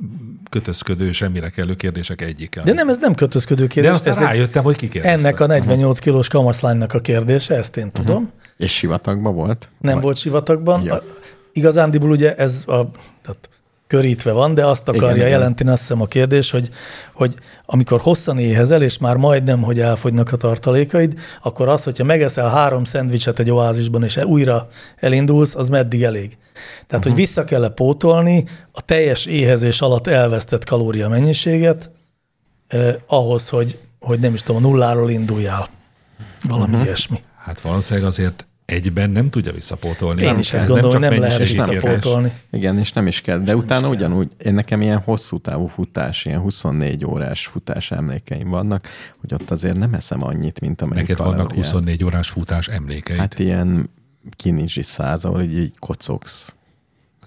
[SPEAKER 3] kötözködő, semmire kellő kérdések egyike.
[SPEAKER 1] De nem, ez nem kötözködő kérdés.
[SPEAKER 3] De aztán
[SPEAKER 1] ez egy-
[SPEAKER 3] rájöttem, hogy ki kérdezte.
[SPEAKER 1] Ennek a 48 kilós kamaszlánynak a kérdése, ezt én tudom. Uh-huh.
[SPEAKER 2] És sivatagban volt?
[SPEAKER 1] Nem volt sivatagban.
[SPEAKER 2] Ja.
[SPEAKER 1] Ja. Igazándiból ugye ez a, tehát körítve van, de azt akarja
[SPEAKER 2] Igen,
[SPEAKER 1] igen,
[SPEAKER 2] igen.
[SPEAKER 1] jelenteni azt hiszem a kérdés, hogy, hogy amikor hosszan éhezel, és már majdnem, hogy elfogynak a tartalékaid, akkor az, hogyha megeszel három szendvicset egy oázisban, és e- újra elindulsz, az meddig elég. Tehát,
[SPEAKER 2] Mhm.
[SPEAKER 1] uh-huh. hogy vissza kell -e pótolni a teljes éhezés alatt elvesztett kalória mennyiséget, eh, ahhoz, hogy, hogy nem is tudom, a nulláról induljál. Valami
[SPEAKER 2] Mhm.
[SPEAKER 1] uh-huh. ilyesmi.
[SPEAKER 3] Hát valószínűleg azért egyben nem tudja visszapótolni.
[SPEAKER 1] Én is
[SPEAKER 3] Ez
[SPEAKER 1] ezt gondolom,
[SPEAKER 3] csak
[SPEAKER 1] nem lehet
[SPEAKER 3] mennyiségi kérdés.
[SPEAKER 1] visszapótolni.
[SPEAKER 2] Igen, és nem is kell. De utána ugyanúgy, én nekem ilyen hosszú távú futás, ilyen 24 órás futás emlékeim vannak, hogy ott azért nem eszem annyit, mint amennyi
[SPEAKER 3] Neked vannak
[SPEAKER 2] kalóriát.
[SPEAKER 3] 24
[SPEAKER 1] Hát
[SPEAKER 3] órás futás emlékeid.
[SPEAKER 2] Hát ilyen kinizsi százal, így, így kocogsz.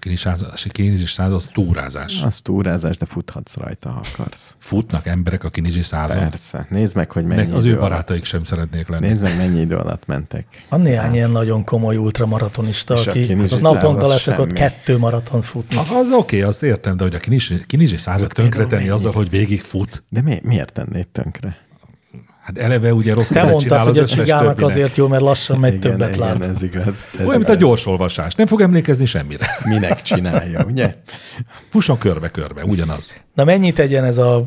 [SPEAKER 3] a Kézisázás, kézisázás az túrázás.
[SPEAKER 2] Az túrázás, de futhatsz rajta, ha akarsz.
[SPEAKER 3] Futnak emberek a kinizsisázon.
[SPEAKER 2] Persze. Nézd meg, hogy mennyi
[SPEAKER 3] Meg Szóval- az
[SPEAKER 2] idő
[SPEAKER 3] ő
[SPEAKER 2] alatt-
[SPEAKER 3] barátaik sem szeretnék lenni.
[SPEAKER 2] Nézd meg, mennyi idő alatt mentek.
[SPEAKER 1] Van Hát néhány ilyen nagyon komoly ultramaratonista,
[SPEAKER 2] Hát. És aki
[SPEAKER 1] aki
[SPEAKER 2] nincs
[SPEAKER 1] az
[SPEAKER 2] tisztában,
[SPEAKER 1] naponta
[SPEAKER 2] az
[SPEAKER 1] leszokott
[SPEAKER 2] semmi.
[SPEAKER 1] kettő maraton futni.
[SPEAKER 3] Ha- Az oké, azt értem, de hogy a kinizsi- kinizsisázat tönkretenni azzal, hogy végig fut,
[SPEAKER 2] De mi, miért tennéd tönkre?
[SPEAKER 3] hát eleve ugye rossz
[SPEAKER 1] Te
[SPEAKER 3] kedvet
[SPEAKER 1] mondtad,
[SPEAKER 3] csinál
[SPEAKER 1] hogy
[SPEAKER 3] az
[SPEAKER 1] a
[SPEAKER 3] összes
[SPEAKER 1] csigának
[SPEAKER 3] többinek.
[SPEAKER 1] azért jó, mert lassan megy,
[SPEAKER 2] Igen,
[SPEAKER 1] többet
[SPEAKER 2] igen,
[SPEAKER 1] lát.
[SPEAKER 2] ez igaz. Ez
[SPEAKER 3] Olyan, mint a
[SPEAKER 2] igaz.
[SPEAKER 3] gyorsolvasás. Nem fog emlékezni semmire.
[SPEAKER 2] Minek csinálja, ugye?
[SPEAKER 3] Fusson körbe-körbe, ugyanaz.
[SPEAKER 1] Na mennyit tegyen ez a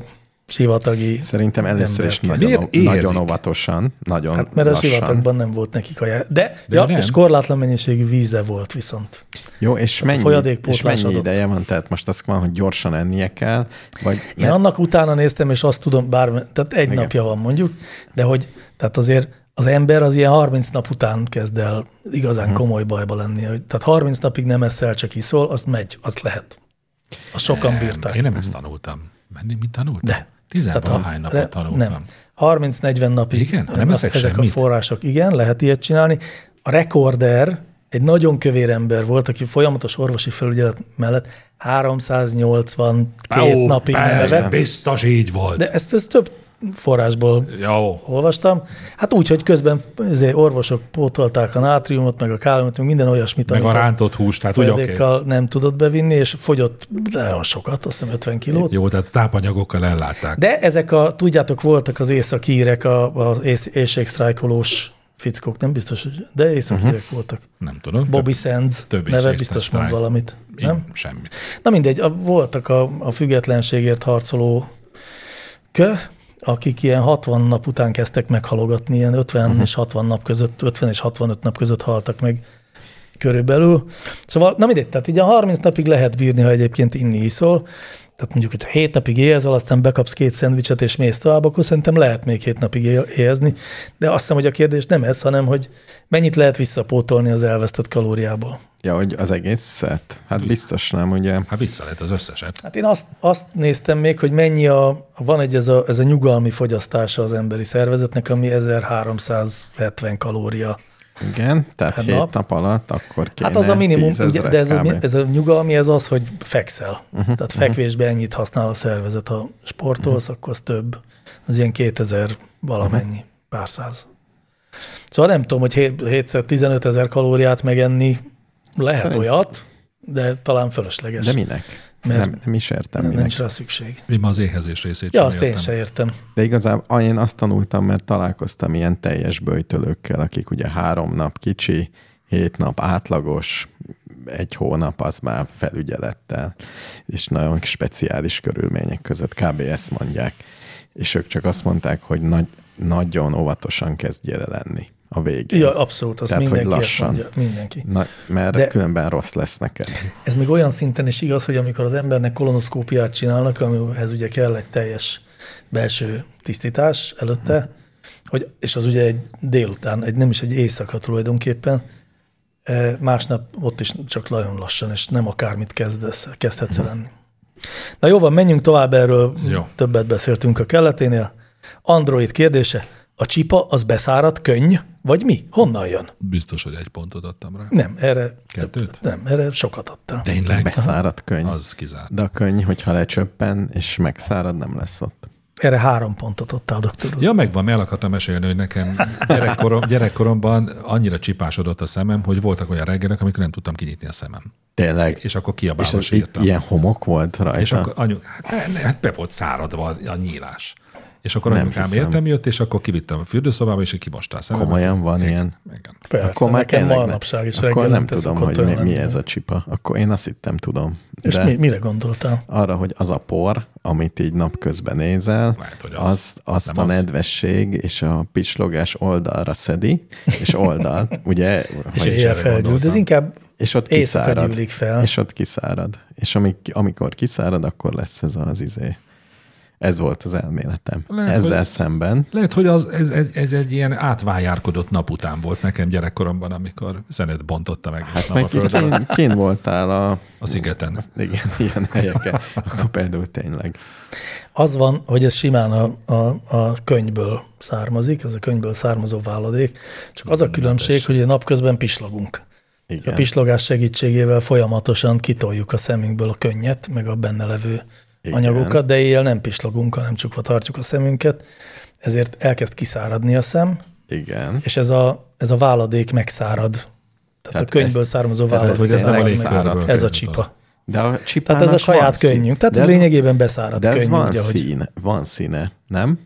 [SPEAKER 1] sivatagi?
[SPEAKER 2] Szerintem először is
[SPEAKER 1] Embert.
[SPEAKER 2] nagyon,
[SPEAKER 3] Miért
[SPEAKER 2] nagyon
[SPEAKER 3] éhezik?
[SPEAKER 2] óvatosan, nagyon hát,
[SPEAKER 1] Mert a
[SPEAKER 2] lassan.
[SPEAKER 1] sivatagban nem volt nekik ajánlás. De, de ja,
[SPEAKER 3] nem.
[SPEAKER 1] és korlátlan mennyiségű víze volt viszont.
[SPEAKER 2] Jó, és mennyi,
[SPEAKER 1] folyadékpótlás
[SPEAKER 2] és mennyi
[SPEAKER 1] adott.
[SPEAKER 2] ideje van? Tehát most azt van, hogy gyorsan ennie kell, vagy
[SPEAKER 1] Én
[SPEAKER 2] mert
[SPEAKER 1] annak utána néztem, és azt tudom, bár, tehát egy
[SPEAKER 2] Igen.
[SPEAKER 1] Igen. napja van mondjuk, de hogy tehát azért az ember az ilyen 30 nap után kezd el igazán
[SPEAKER 3] Mhm.
[SPEAKER 1] hmm. komoly bajba lenni. hogy- Tehát 30 napig nem eszel, csak iszol, azt megy, azt lehet. Azt sokan bírták.
[SPEAKER 3] Én nem ezt tanultam. Menni, mit tanultam?
[SPEAKER 1] De.
[SPEAKER 3] Tizenvalahány
[SPEAKER 1] a-
[SPEAKER 3] napot
[SPEAKER 1] re-
[SPEAKER 3] tanultam.
[SPEAKER 1] Nem. 30-40 napig.
[SPEAKER 3] Igen? Ha nem
[SPEAKER 1] Azt-
[SPEAKER 3] eszek
[SPEAKER 1] Ezek
[SPEAKER 3] semmit?
[SPEAKER 1] a források, igen, lehet ilyet csinálni. A rekorder egy nagyon kövér ember volt, aki folyamatos orvosi felügyelet mellett 382
[SPEAKER 3] Ó,
[SPEAKER 1] napig
[SPEAKER 3] persze,
[SPEAKER 1] nevet.
[SPEAKER 3] biztos így volt.
[SPEAKER 1] De ezt, ezt több forrásból
[SPEAKER 3] Jó.
[SPEAKER 1] olvastam. Hát úgy, hogy közben azért orvosok pótolták a nátriumot, meg a káliumot, meg minden olyasmit,
[SPEAKER 3] Meg a
[SPEAKER 1] amit
[SPEAKER 3] rántott hús, tehát úgy oké.
[SPEAKER 1] folyadékkal nem tudott bevinni, és fogyott nagyon sokat, azt hiszem 50 kilót.
[SPEAKER 3] Jó, tehát tápanyagokkal ellátták.
[SPEAKER 1] De ezek a, tudjátok, voltak az északírek, a- az ész, éjségsztrájkolós fickók, nem biztos, hogy- de északírek uh-huh. voltak.
[SPEAKER 3] nem tudom.
[SPEAKER 1] Bobby Sands
[SPEAKER 3] Mhm. több
[SPEAKER 1] neve
[SPEAKER 3] észak-
[SPEAKER 1] biztos mond
[SPEAKER 3] sztrájk.
[SPEAKER 1] valamit,
[SPEAKER 3] több-
[SPEAKER 1] nem?
[SPEAKER 3] Én, semmi.
[SPEAKER 1] Na mindegy, a, voltak a, a függetlenségért harcoló kö, akik ilyen 60 nap után kezdtek meghalogatni, ilyen 50 uh-huh. és 60 nap között, 50 és 65 nap között haltak meg körülbelül. Szóval, na mindegy, tehát így a 30 napig lehet bírni, ha egyébként inni iszol, tehát mondjuk, hogy 7 napig éhezel, aztán bekapsz két szendvicset és mész tovább, akkor szerintem lehet még 7 napig éhe- éhezni, de azt hiszem, hogy a kérdés nem ez, hanem, hogy mennyit lehet visszapótolni az elvesztett kalóriából.
[SPEAKER 2] ja, hogy az egészet? Hát biztos nem, ugye?
[SPEAKER 3] Hát vissza lett az összeset.
[SPEAKER 1] Hát én azt, azt néztem még, hogy mennyi a, van egy ez a, ez a nyugalmi fogyasztása az emberi szervezetnek, ami 1370 kalória.
[SPEAKER 2] Igen, tehát
[SPEAKER 1] Per
[SPEAKER 2] hét nap.
[SPEAKER 1] Hát nap.
[SPEAKER 2] alatt akkor kéne
[SPEAKER 1] Hát az a minimum, ugye, de ez a,
[SPEAKER 2] kb.
[SPEAKER 1] ez a nyugalmi, ez az, hogy fekszel. Uh-huh, Tehát fekvésben uh-huh. ennyit használ a szervezet. Ha sportolsz, uh-huh. akkor az több. Az ilyen 2000 valamennyi, uh-huh. pár száz. Szóval nem tudom, hogy 7 15 ezer kalóriát megenni lehet
[SPEAKER 2] Szerint-
[SPEAKER 1] Szerint. olyat, de talán fölösleges.
[SPEAKER 2] De minek?
[SPEAKER 1] Mert-
[SPEAKER 2] nem, nem is értem
[SPEAKER 1] Nem,
[SPEAKER 2] minek.
[SPEAKER 1] nincs rá szükség.
[SPEAKER 3] Én ma az éhezés részét
[SPEAKER 1] Ja,
[SPEAKER 3] sem
[SPEAKER 1] azt én
[SPEAKER 3] értem.
[SPEAKER 1] se értem.
[SPEAKER 2] De igazából én azt tanultam, mert találkoztam ilyen teljes böjtölőkkel, akik ugye három nap kicsi, hét nap átlagos, egy hónap az már felügyelettel, és nagyon speciális körülmények között kb. ezt mondják. És ők csak azt mondták, hogy nagy, nagyon óvatosan kezdj el lenni a végén.
[SPEAKER 1] Ja, abszolút, azt
[SPEAKER 2] Tehát, hogy
[SPEAKER 1] mindenki ezt
[SPEAKER 2] lassan.
[SPEAKER 1] mondja. Mindenki.
[SPEAKER 2] Na, mert De...
[SPEAKER 1] De-
[SPEAKER 2] különben rossz lesz neked.
[SPEAKER 1] Ez még olyan szinten is igaz, hogy amikor az embernek kolonoszkópiát csinálnak, amihez ugye kell egy teljes belső tisztítás előtte,
[SPEAKER 2] Hmm.
[SPEAKER 1] hogy, és az ugye egy délután, egy nem is egy éjszaka tulajdonképpen, e, másnap ott is csak nagyon lassan, és nem akármit kezdesz, kezdhetsz
[SPEAKER 2] Hmm.
[SPEAKER 1] el enni. Na jó van, menjünk tovább, erről
[SPEAKER 3] Jó.
[SPEAKER 1] jó. többet beszéltünk a kelleténél. Android kérdése, a csipa az beszáradt könny, vagy mi? Honnan jön?
[SPEAKER 3] Biztos, hogy egy pontot adtam rá.
[SPEAKER 1] Nem, erre
[SPEAKER 3] Kettőt?
[SPEAKER 1] Nem, erre sokat adtál.
[SPEAKER 3] Tényleg?
[SPEAKER 2] Beszárad könyv. Az.
[SPEAKER 3] Az kizárt.
[SPEAKER 2] De a könyv, hogyha lecsöppen és megszárad, nem lesz ott.
[SPEAKER 1] Erre három pontot adtál, doktor úr.
[SPEAKER 3] Ja, megvan, mert el akartam mesélni, hogy nekem gyerekkorom, gyerekkoromban annyira csipásodott a szemem, hogy voltak olyan reggelek, amikor nem tudtam kinyitni a szemem.
[SPEAKER 2] Tényleg.
[SPEAKER 3] És akkor kiabálva
[SPEAKER 2] és itt
[SPEAKER 3] sírtam.
[SPEAKER 2] ilyen homok volt rajta.
[SPEAKER 3] És akkor anyu, hát, hát be volt száradva a nyílás. És akkor
[SPEAKER 2] Nem
[SPEAKER 3] anyukám
[SPEAKER 2] hiszem.
[SPEAKER 3] értem jött, és akkor kivittem a fürdőszobába, és így kimostál a szememet.
[SPEAKER 2] Komolyan van ilyen.
[SPEAKER 3] Igen.
[SPEAKER 1] Persze,
[SPEAKER 2] akkor már
[SPEAKER 1] nekem
[SPEAKER 2] tényleg
[SPEAKER 1] manapság is
[SPEAKER 2] Akkor nem
[SPEAKER 1] reggelente
[SPEAKER 2] tudom,
[SPEAKER 1] szokott
[SPEAKER 2] hogy mi,
[SPEAKER 1] olyan
[SPEAKER 2] mi
[SPEAKER 1] lenni.
[SPEAKER 2] ez a csipa. Akkor én azt hittem tudom. De
[SPEAKER 1] És mi, mire gondoltál?
[SPEAKER 2] arra, hogy az a por, amit így napközben nézel,
[SPEAKER 3] Lehet, hogy
[SPEAKER 2] az,
[SPEAKER 3] az.
[SPEAKER 2] az, azt a
[SPEAKER 3] Nem az.
[SPEAKER 2] nedvesség és a pislogás oldalra szedi, és oldalt, ugye?
[SPEAKER 1] És
[SPEAKER 2] hogy-
[SPEAKER 1] éjjel felgyújt, de ez inkább
[SPEAKER 2] és ott
[SPEAKER 1] éjszaka
[SPEAKER 2] kiszárad.
[SPEAKER 1] gyűlik fel.
[SPEAKER 2] És ott kiszárad. És amik, amikor kiszárad, akkor lesz ez az izé. Ez volt az elméletem.
[SPEAKER 3] Lehet,
[SPEAKER 2] Ezzel
[SPEAKER 3] hogy-
[SPEAKER 2] szemben
[SPEAKER 3] Lehet, hogy az, ez, ez, ez, egy ilyen átvájárkodott nap után volt nekem gyerekkoromban, amikor zenét bontotta meg hát nap a
[SPEAKER 2] meg Hát,
[SPEAKER 3] földön,
[SPEAKER 2] kén, kén voltál a
[SPEAKER 3] a szigeten.
[SPEAKER 2] igen, ilyen helyeken, akkor például tényleg.
[SPEAKER 1] Az van, hogy ez simán a, a, a könyvből származik, ez a könyvből származó váladék, csak az a különbség, hogy napközben pislogunk. A
[SPEAKER 2] Igen.
[SPEAKER 1] pislogás segítségével folyamatosan kitoljuk a szemünkből a könnyet, meg a benne levő
[SPEAKER 2] Igen.
[SPEAKER 1] anyagokat, de éjjel nem pislogunk, hanem csukva tartjuk a szemünket, ezért elkezd kiszáradni a szem,
[SPEAKER 2] Igen.
[SPEAKER 1] és ez a, ez a váladék megszárad. Tehát,
[SPEAKER 2] Tehát
[SPEAKER 1] a könyvből
[SPEAKER 2] ezt-
[SPEAKER 1] származó
[SPEAKER 2] tehát
[SPEAKER 1] váladék.
[SPEAKER 3] ez nem a
[SPEAKER 1] megszárad.
[SPEAKER 2] légkörből
[SPEAKER 1] Ez a
[SPEAKER 3] került
[SPEAKER 1] csipa.
[SPEAKER 3] oda.
[SPEAKER 2] De a
[SPEAKER 1] Tehát ez a
[SPEAKER 2] csipának van
[SPEAKER 1] saját
[SPEAKER 2] szín-
[SPEAKER 1] könnyünk. Tehát
[SPEAKER 2] de
[SPEAKER 1] ez
[SPEAKER 2] ez-
[SPEAKER 1] lényegében beszárad
[SPEAKER 2] De ez
[SPEAKER 1] könnyünk,
[SPEAKER 2] van
[SPEAKER 1] ugye, hogy Hát
[SPEAKER 2] szín, van színe, nem?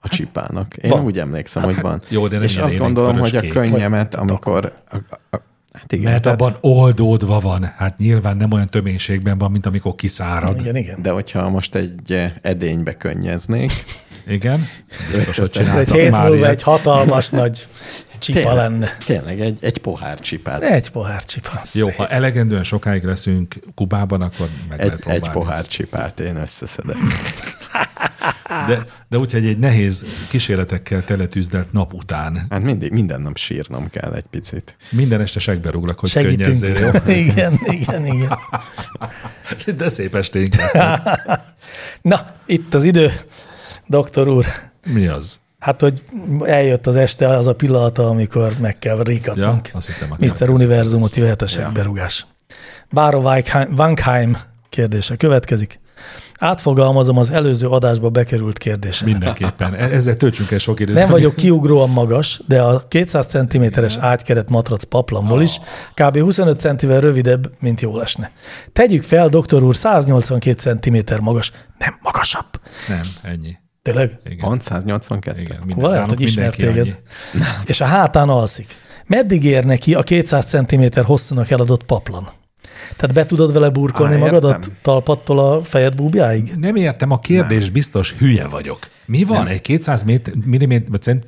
[SPEAKER 2] A csipának. Én
[SPEAKER 1] van. Hát
[SPEAKER 2] van. úgy emlékszem, hogy van.
[SPEAKER 3] jó, de nem
[SPEAKER 2] És
[SPEAKER 3] ilyen
[SPEAKER 2] azt
[SPEAKER 3] élénk
[SPEAKER 2] gondolom,
[SPEAKER 3] vörös
[SPEAKER 2] hogy a
[SPEAKER 3] kék.
[SPEAKER 2] könnyemet, amikor... A, a, a, hát igen,
[SPEAKER 3] Mert
[SPEAKER 2] tehát-
[SPEAKER 3] abban oldódva van. Hát nyilván nem olyan töménységben van, mint amikor kiszárad. Igen.
[SPEAKER 1] Igen, igen.
[SPEAKER 2] De hogyha most egy eh, edénybe könnyeznék,
[SPEAKER 3] Igen. Biztos, hogy
[SPEAKER 2] Összeszedett.
[SPEAKER 1] Egy
[SPEAKER 3] csináltak
[SPEAKER 1] hét
[SPEAKER 3] már
[SPEAKER 1] múlva
[SPEAKER 3] ilyet.
[SPEAKER 1] egy hatalmas nagy csipa lenne.
[SPEAKER 2] hát tényleg egy, egy pohár csipát.
[SPEAKER 1] Egy pohár csipa.
[SPEAKER 3] Jó, ha elegendően sokáig leszünk Kubában, akkor meg
[SPEAKER 2] Egy,
[SPEAKER 3] lehet próbálni.
[SPEAKER 2] egy pohár csipát én összeszedek.
[SPEAKER 3] De, de úgyhogy egy nehéz kísérletekkel teletűzdelt nap után
[SPEAKER 2] Hát mindig, minden nap sírnom kell egy picit.
[SPEAKER 3] minden este segbe rúglak, hogy
[SPEAKER 1] Segítünk.
[SPEAKER 3] könnyezzél.
[SPEAKER 1] Igen, igen, igen.
[SPEAKER 3] De szép esténk lesz.
[SPEAKER 1] Na, itt az idő, doktor úr.
[SPEAKER 3] Mi az?
[SPEAKER 1] Hát, hogy eljött az este az a pillanata, amikor meg kell
[SPEAKER 3] Ja,
[SPEAKER 1] rikatnunk.
[SPEAKER 3] azt hittem, a
[SPEAKER 1] Mr. Univerzumot jöhet a segberugás. Báró Weichheim- Wankheim kérdése következik. Átfogalmazom az előző adásba bekerült kérdésemet.
[SPEAKER 3] Mindenképpen. E- Ezzel töltsünk el sok időt.
[SPEAKER 1] Nem vagyok kiugróan magas, de a 200 cm-es ágykeret matrac paplamból is
[SPEAKER 3] Ah.
[SPEAKER 1] kb. 25 centivel rövidebb, mint jól esne. Tegyük fel, doktor úr, 182 cm magas, nem magasabb.
[SPEAKER 3] Nem, ennyi.
[SPEAKER 1] Tényleg?
[SPEAKER 3] Igen.
[SPEAKER 2] Pont 182?
[SPEAKER 3] Igen,
[SPEAKER 2] Igen.
[SPEAKER 3] minden,
[SPEAKER 1] Akkor lehet,
[SPEAKER 3] nálunk
[SPEAKER 1] hogy ismert
[SPEAKER 3] mindenki
[SPEAKER 1] téged. És a hátán alszik. Meddig ér neki a 200 cm hosszúnak eladott paplan? Tehát be tudod vele burkolni
[SPEAKER 2] Á,
[SPEAKER 1] Á,
[SPEAKER 2] értem.
[SPEAKER 1] magadat talpattól a fejed búbjáig?
[SPEAKER 3] annyi. Nem értem, a kérdés nem. biztos hülye vagyok. Mi van? Nem. Egy 200 méter, milliméter, vagy cent,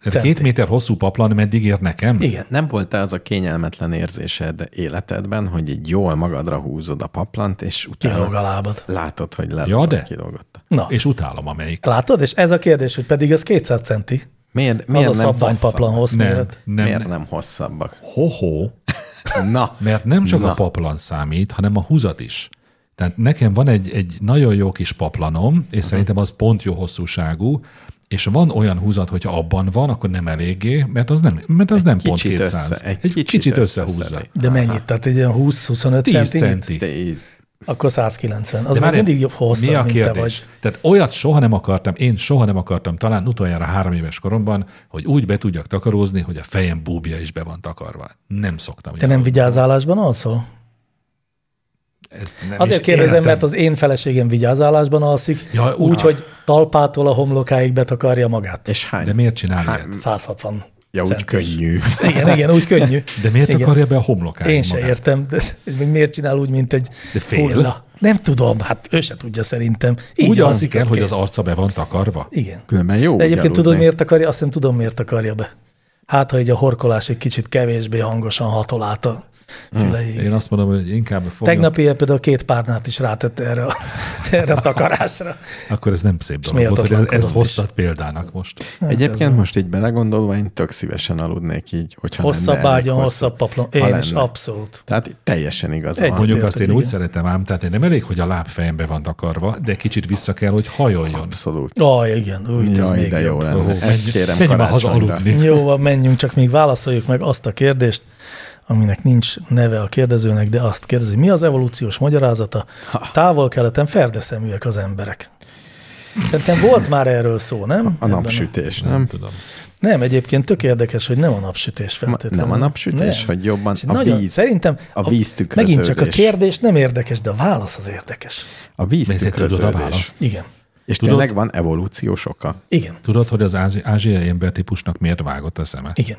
[SPEAKER 3] centi. két
[SPEAKER 1] Centi.
[SPEAKER 3] méter hosszú paplan meddig ér nekem?
[SPEAKER 1] Igen.
[SPEAKER 2] Nem volt az a kényelmetlen érzésed életedben, hogy így jól magadra húzod a paplant, és
[SPEAKER 1] Kilóg
[SPEAKER 2] utána
[SPEAKER 1] a lábad.
[SPEAKER 2] látod, hogy le
[SPEAKER 3] Ja, de.
[SPEAKER 2] kilógotta.
[SPEAKER 1] Na, és
[SPEAKER 3] És utálom amelyik.
[SPEAKER 1] látod? És ez a kérdés, hogy pedig az 200 centi.
[SPEAKER 2] Miért,
[SPEAKER 1] Az
[SPEAKER 2] miért
[SPEAKER 1] a
[SPEAKER 2] nem
[SPEAKER 1] szabványpaplan
[SPEAKER 2] hosszabbak?
[SPEAKER 1] hossz
[SPEAKER 3] Nem,
[SPEAKER 1] méret.
[SPEAKER 2] Miért
[SPEAKER 3] nem.
[SPEAKER 2] nem hosszabbak?
[SPEAKER 3] Hoho,
[SPEAKER 2] Na,
[SPEAKER 3] mert nem csak Na. a paplan számít, hanem a húzat is. Tehát nekem van egy, egy nagyon jó kis paplanom,
[SPEAKER 2] Mhm.
[SPEAKER 3] és szerintem az pont jó hosszúságú, és van olyan húzat, hogyha abban van, akkor nem eléggé, mert az nem, mert az nem pont
[SPEAKER 2] kicsit
[SPEAKER 3] 200.
[SPEAKER 2] össze- egy
[SPEAKER 3] egy kicsit,
[SPEAKER 2] kicsit
[SPEAKER 3] kicsit összehúzza.
[SPEAKER 2] összeszedi.
[SPEAKER 1] De mennyit? Tehát egy ilyen 20-25
[SPEAKER 3] 10
[SPEAKER 1] centi?
[SPEAKER 3] centi.
[SPEAKER 2] de így
[SPEAKER 1] Akkor 190. Az már
[SPEAKER 3] De várjál,
[SPEAKER 1] mindig jobb hosszabb,
[SPEAKER 3] mi a
[SPEAKER 1] mint te
[SPEAKER 3] kérdés?
[SPEAKER 1] vagy.
[SPEAKER 3] Tehát olyat soha nem akartam, én soha nem akartam, talán utoljára három éves koromban, hogy úgy be tudjak takarózni, hogy a fejem búbja is be van takarva. Nem szoktam.
[SPEAKER 1] Te nem vigyázálásban alszol?
[SPEAKER 3] Ezt nem
[SPEAKER 1] Azért
[SPEAKER 3] is
[SPEAKER 1] kérdezem,
[SPEAKER 3] értem.
[SPEAKER 1] mert az én feleségem vigyázálásban alszik,
[SPEAKER 3] Ja,
[SPEAKER 1] úgy,
[SPEAKER 3] úgy.
[SPEAKER 1] hogy talpától a homlokáig betakarja magát.
[SPEAKER 2] És hány?
[SPEAKER 3] De miért csinál
[SPEAKER 2] Hát
[SPEAKER 3] ilyet?
[SPEAKER 1] 160.
[SPEAKER 2] ja, úgy
[SPEAKER 1] centis. Hát
[SPEAKER 2] könnyű.
[SPEAKER 1] Igen, igen, úgy könnyű.
[SPEAKER 3] De miért
[SPEAKER 1] Igen.
[SPEAKER 3] Igen. akarja be a homlokát?
[SPEAKER 1] Én se értem, de, és még miért csinál úgy, mint egy
[SPEAKER 3] De fél?
[SPEAKER 1] Nem tudom, hát ő se tudja szerintem. Így
[SPEAKER 3] Úgy
[SPEAKER 1] van,
[SPEAKER 3] alszik el,
[SPEAKER 1] azt
[SPEAKER 3] hogy
[SPEAKER 1] kész.
[SPEAKER 3] az arca be van takarva?
[SPEAKER 1] Igen.
[SPEAKER 2] Különben jó
[SPEAKER 1] De
[SPEAKER 2] úgy
[SPEAKER 1] egyébként tudod,
[SPEAKER 2] aludni.
[SPEAKER 1] miért takarja? Azt hiszem tudom, miért takarja be. Hát, ha így a horkolás egy kicsit kevésbé hangosan hatol át a füleig.
[SPEAKER 3] Hm. Én azt mondom, hogy inkább fogja,
[SPEAKER 1] Tegnap ilyen például két párnát is rátett erre a, erre a takarásra.
[SPEAKER 3] akkor ez nem szép dolog volt, hogy
[SPEAKER 1] méltatlankodott
[SPEAKER 3] ezt
[SPEAKER 1] is. Hát
[SPEAKER 3] hoztad példának most.
[SPEAKER 2] Egyébként most így belegondolva, én tök szívesen aludnék így, hogyha
[SPEAKER 1] Hosszabb
[SPEAKER 2] lenne elég
[SPEAKER 1] ágyon,
[SPEAKER 2] hosszú.
[SPEAKER 1] hosszabb paplon.
[SPEAKER 2] Ha
[SPEAKER 1] Én is,
[SPEAKER 2] lenne.
[SPEAKER 1] abszolút.
[SPEAKER 2] Tehát teljesen igaz
[SPEAKER 1] Egy-
[SPEAKER 2] van.
[SPEAKER 3] Mondjuk
[SPEAKER 1] Érted,
[SPEAKER 3] azt én
[SPEAKER 1] igen.
[SPEAKER 3] úgy szeretem ám, tehát én nem elég, hogy a lábfejembe van takarva, de kicsit vissza kell, hogy hajoljon.
[SPEAKER 2] Abszolút.
[SPEAKER 1] Aj, igen, úgy, ez
[SPEAKER 2] Jaj,
[SPEAKER 1] még
[SPEAKER 2] de jó
[SPEAKER 1] jobb.
[SPEAKER 2] lenne.
[SPEAKER 3] Ó,
[SPEAKER 2] Ezt
[SPEAKER 3] menj-
[SPEAKER 2] kérem
[SPEAKER 3] menj már haza
[SPEAKER 2] karácsonyra.
[SPEAKER 3] aludni.
[SPEAKER 1] Jó, van, menjünk, csak még válaszoljuk meg azt a kérdést, aminek nincs neve a kérdezőnek, de azt kérdezi, mi az evolúciós magyarázata? Távol-keleten ferdeszeműek az emberek. Szerintem volt már erről szó, nem?
[SPEAKER 2] A
[SPEAKER 1] Ebben
[SPEAKER 2] napsütés,
[SPEAKER 3] Nem
[SPEAKER 2] nem?
[SPEAKER 3] tudom.
[SPEAKER 1] Nem, egyébként tök érdekes, hogy nem a napsütés feltétlenül.
[SPEAKER 2] Nem a napsütés,
[SPEAKER 1] Nem.
[SPEAKER 2] hogy jobban
[SPEAKER 1] És
[SPEAKER 2] a
[SPEAKER 1] nagyon,
[SPEAKER 2] víz,
[SPEAKER 1] Szerintem
[SPEAKER 2] a víz tükröződés.
[SPEAKER 1] Megint csak a kérdés nem érdekes, de a válasz az érdekes.
[SPEAKER 2] a víz
[SPEAKER 3] Mert te tudod a
[SPEAKER 2] tükröződés.
[SPEAKER 3] választ.
[SPEAKER 1] Igen.
[SPEAKER 2] És
[SPEAKER 3] Tudod-
[SPEAKER 2] tényleg van evolúciós oka.
[SPEAKER 1] Igen.
[SPEAKER 3] Tudod, hogy az ázi- ázsiai embertípusnak miért vágott a szeme?
[SPEAKER 1] Igen.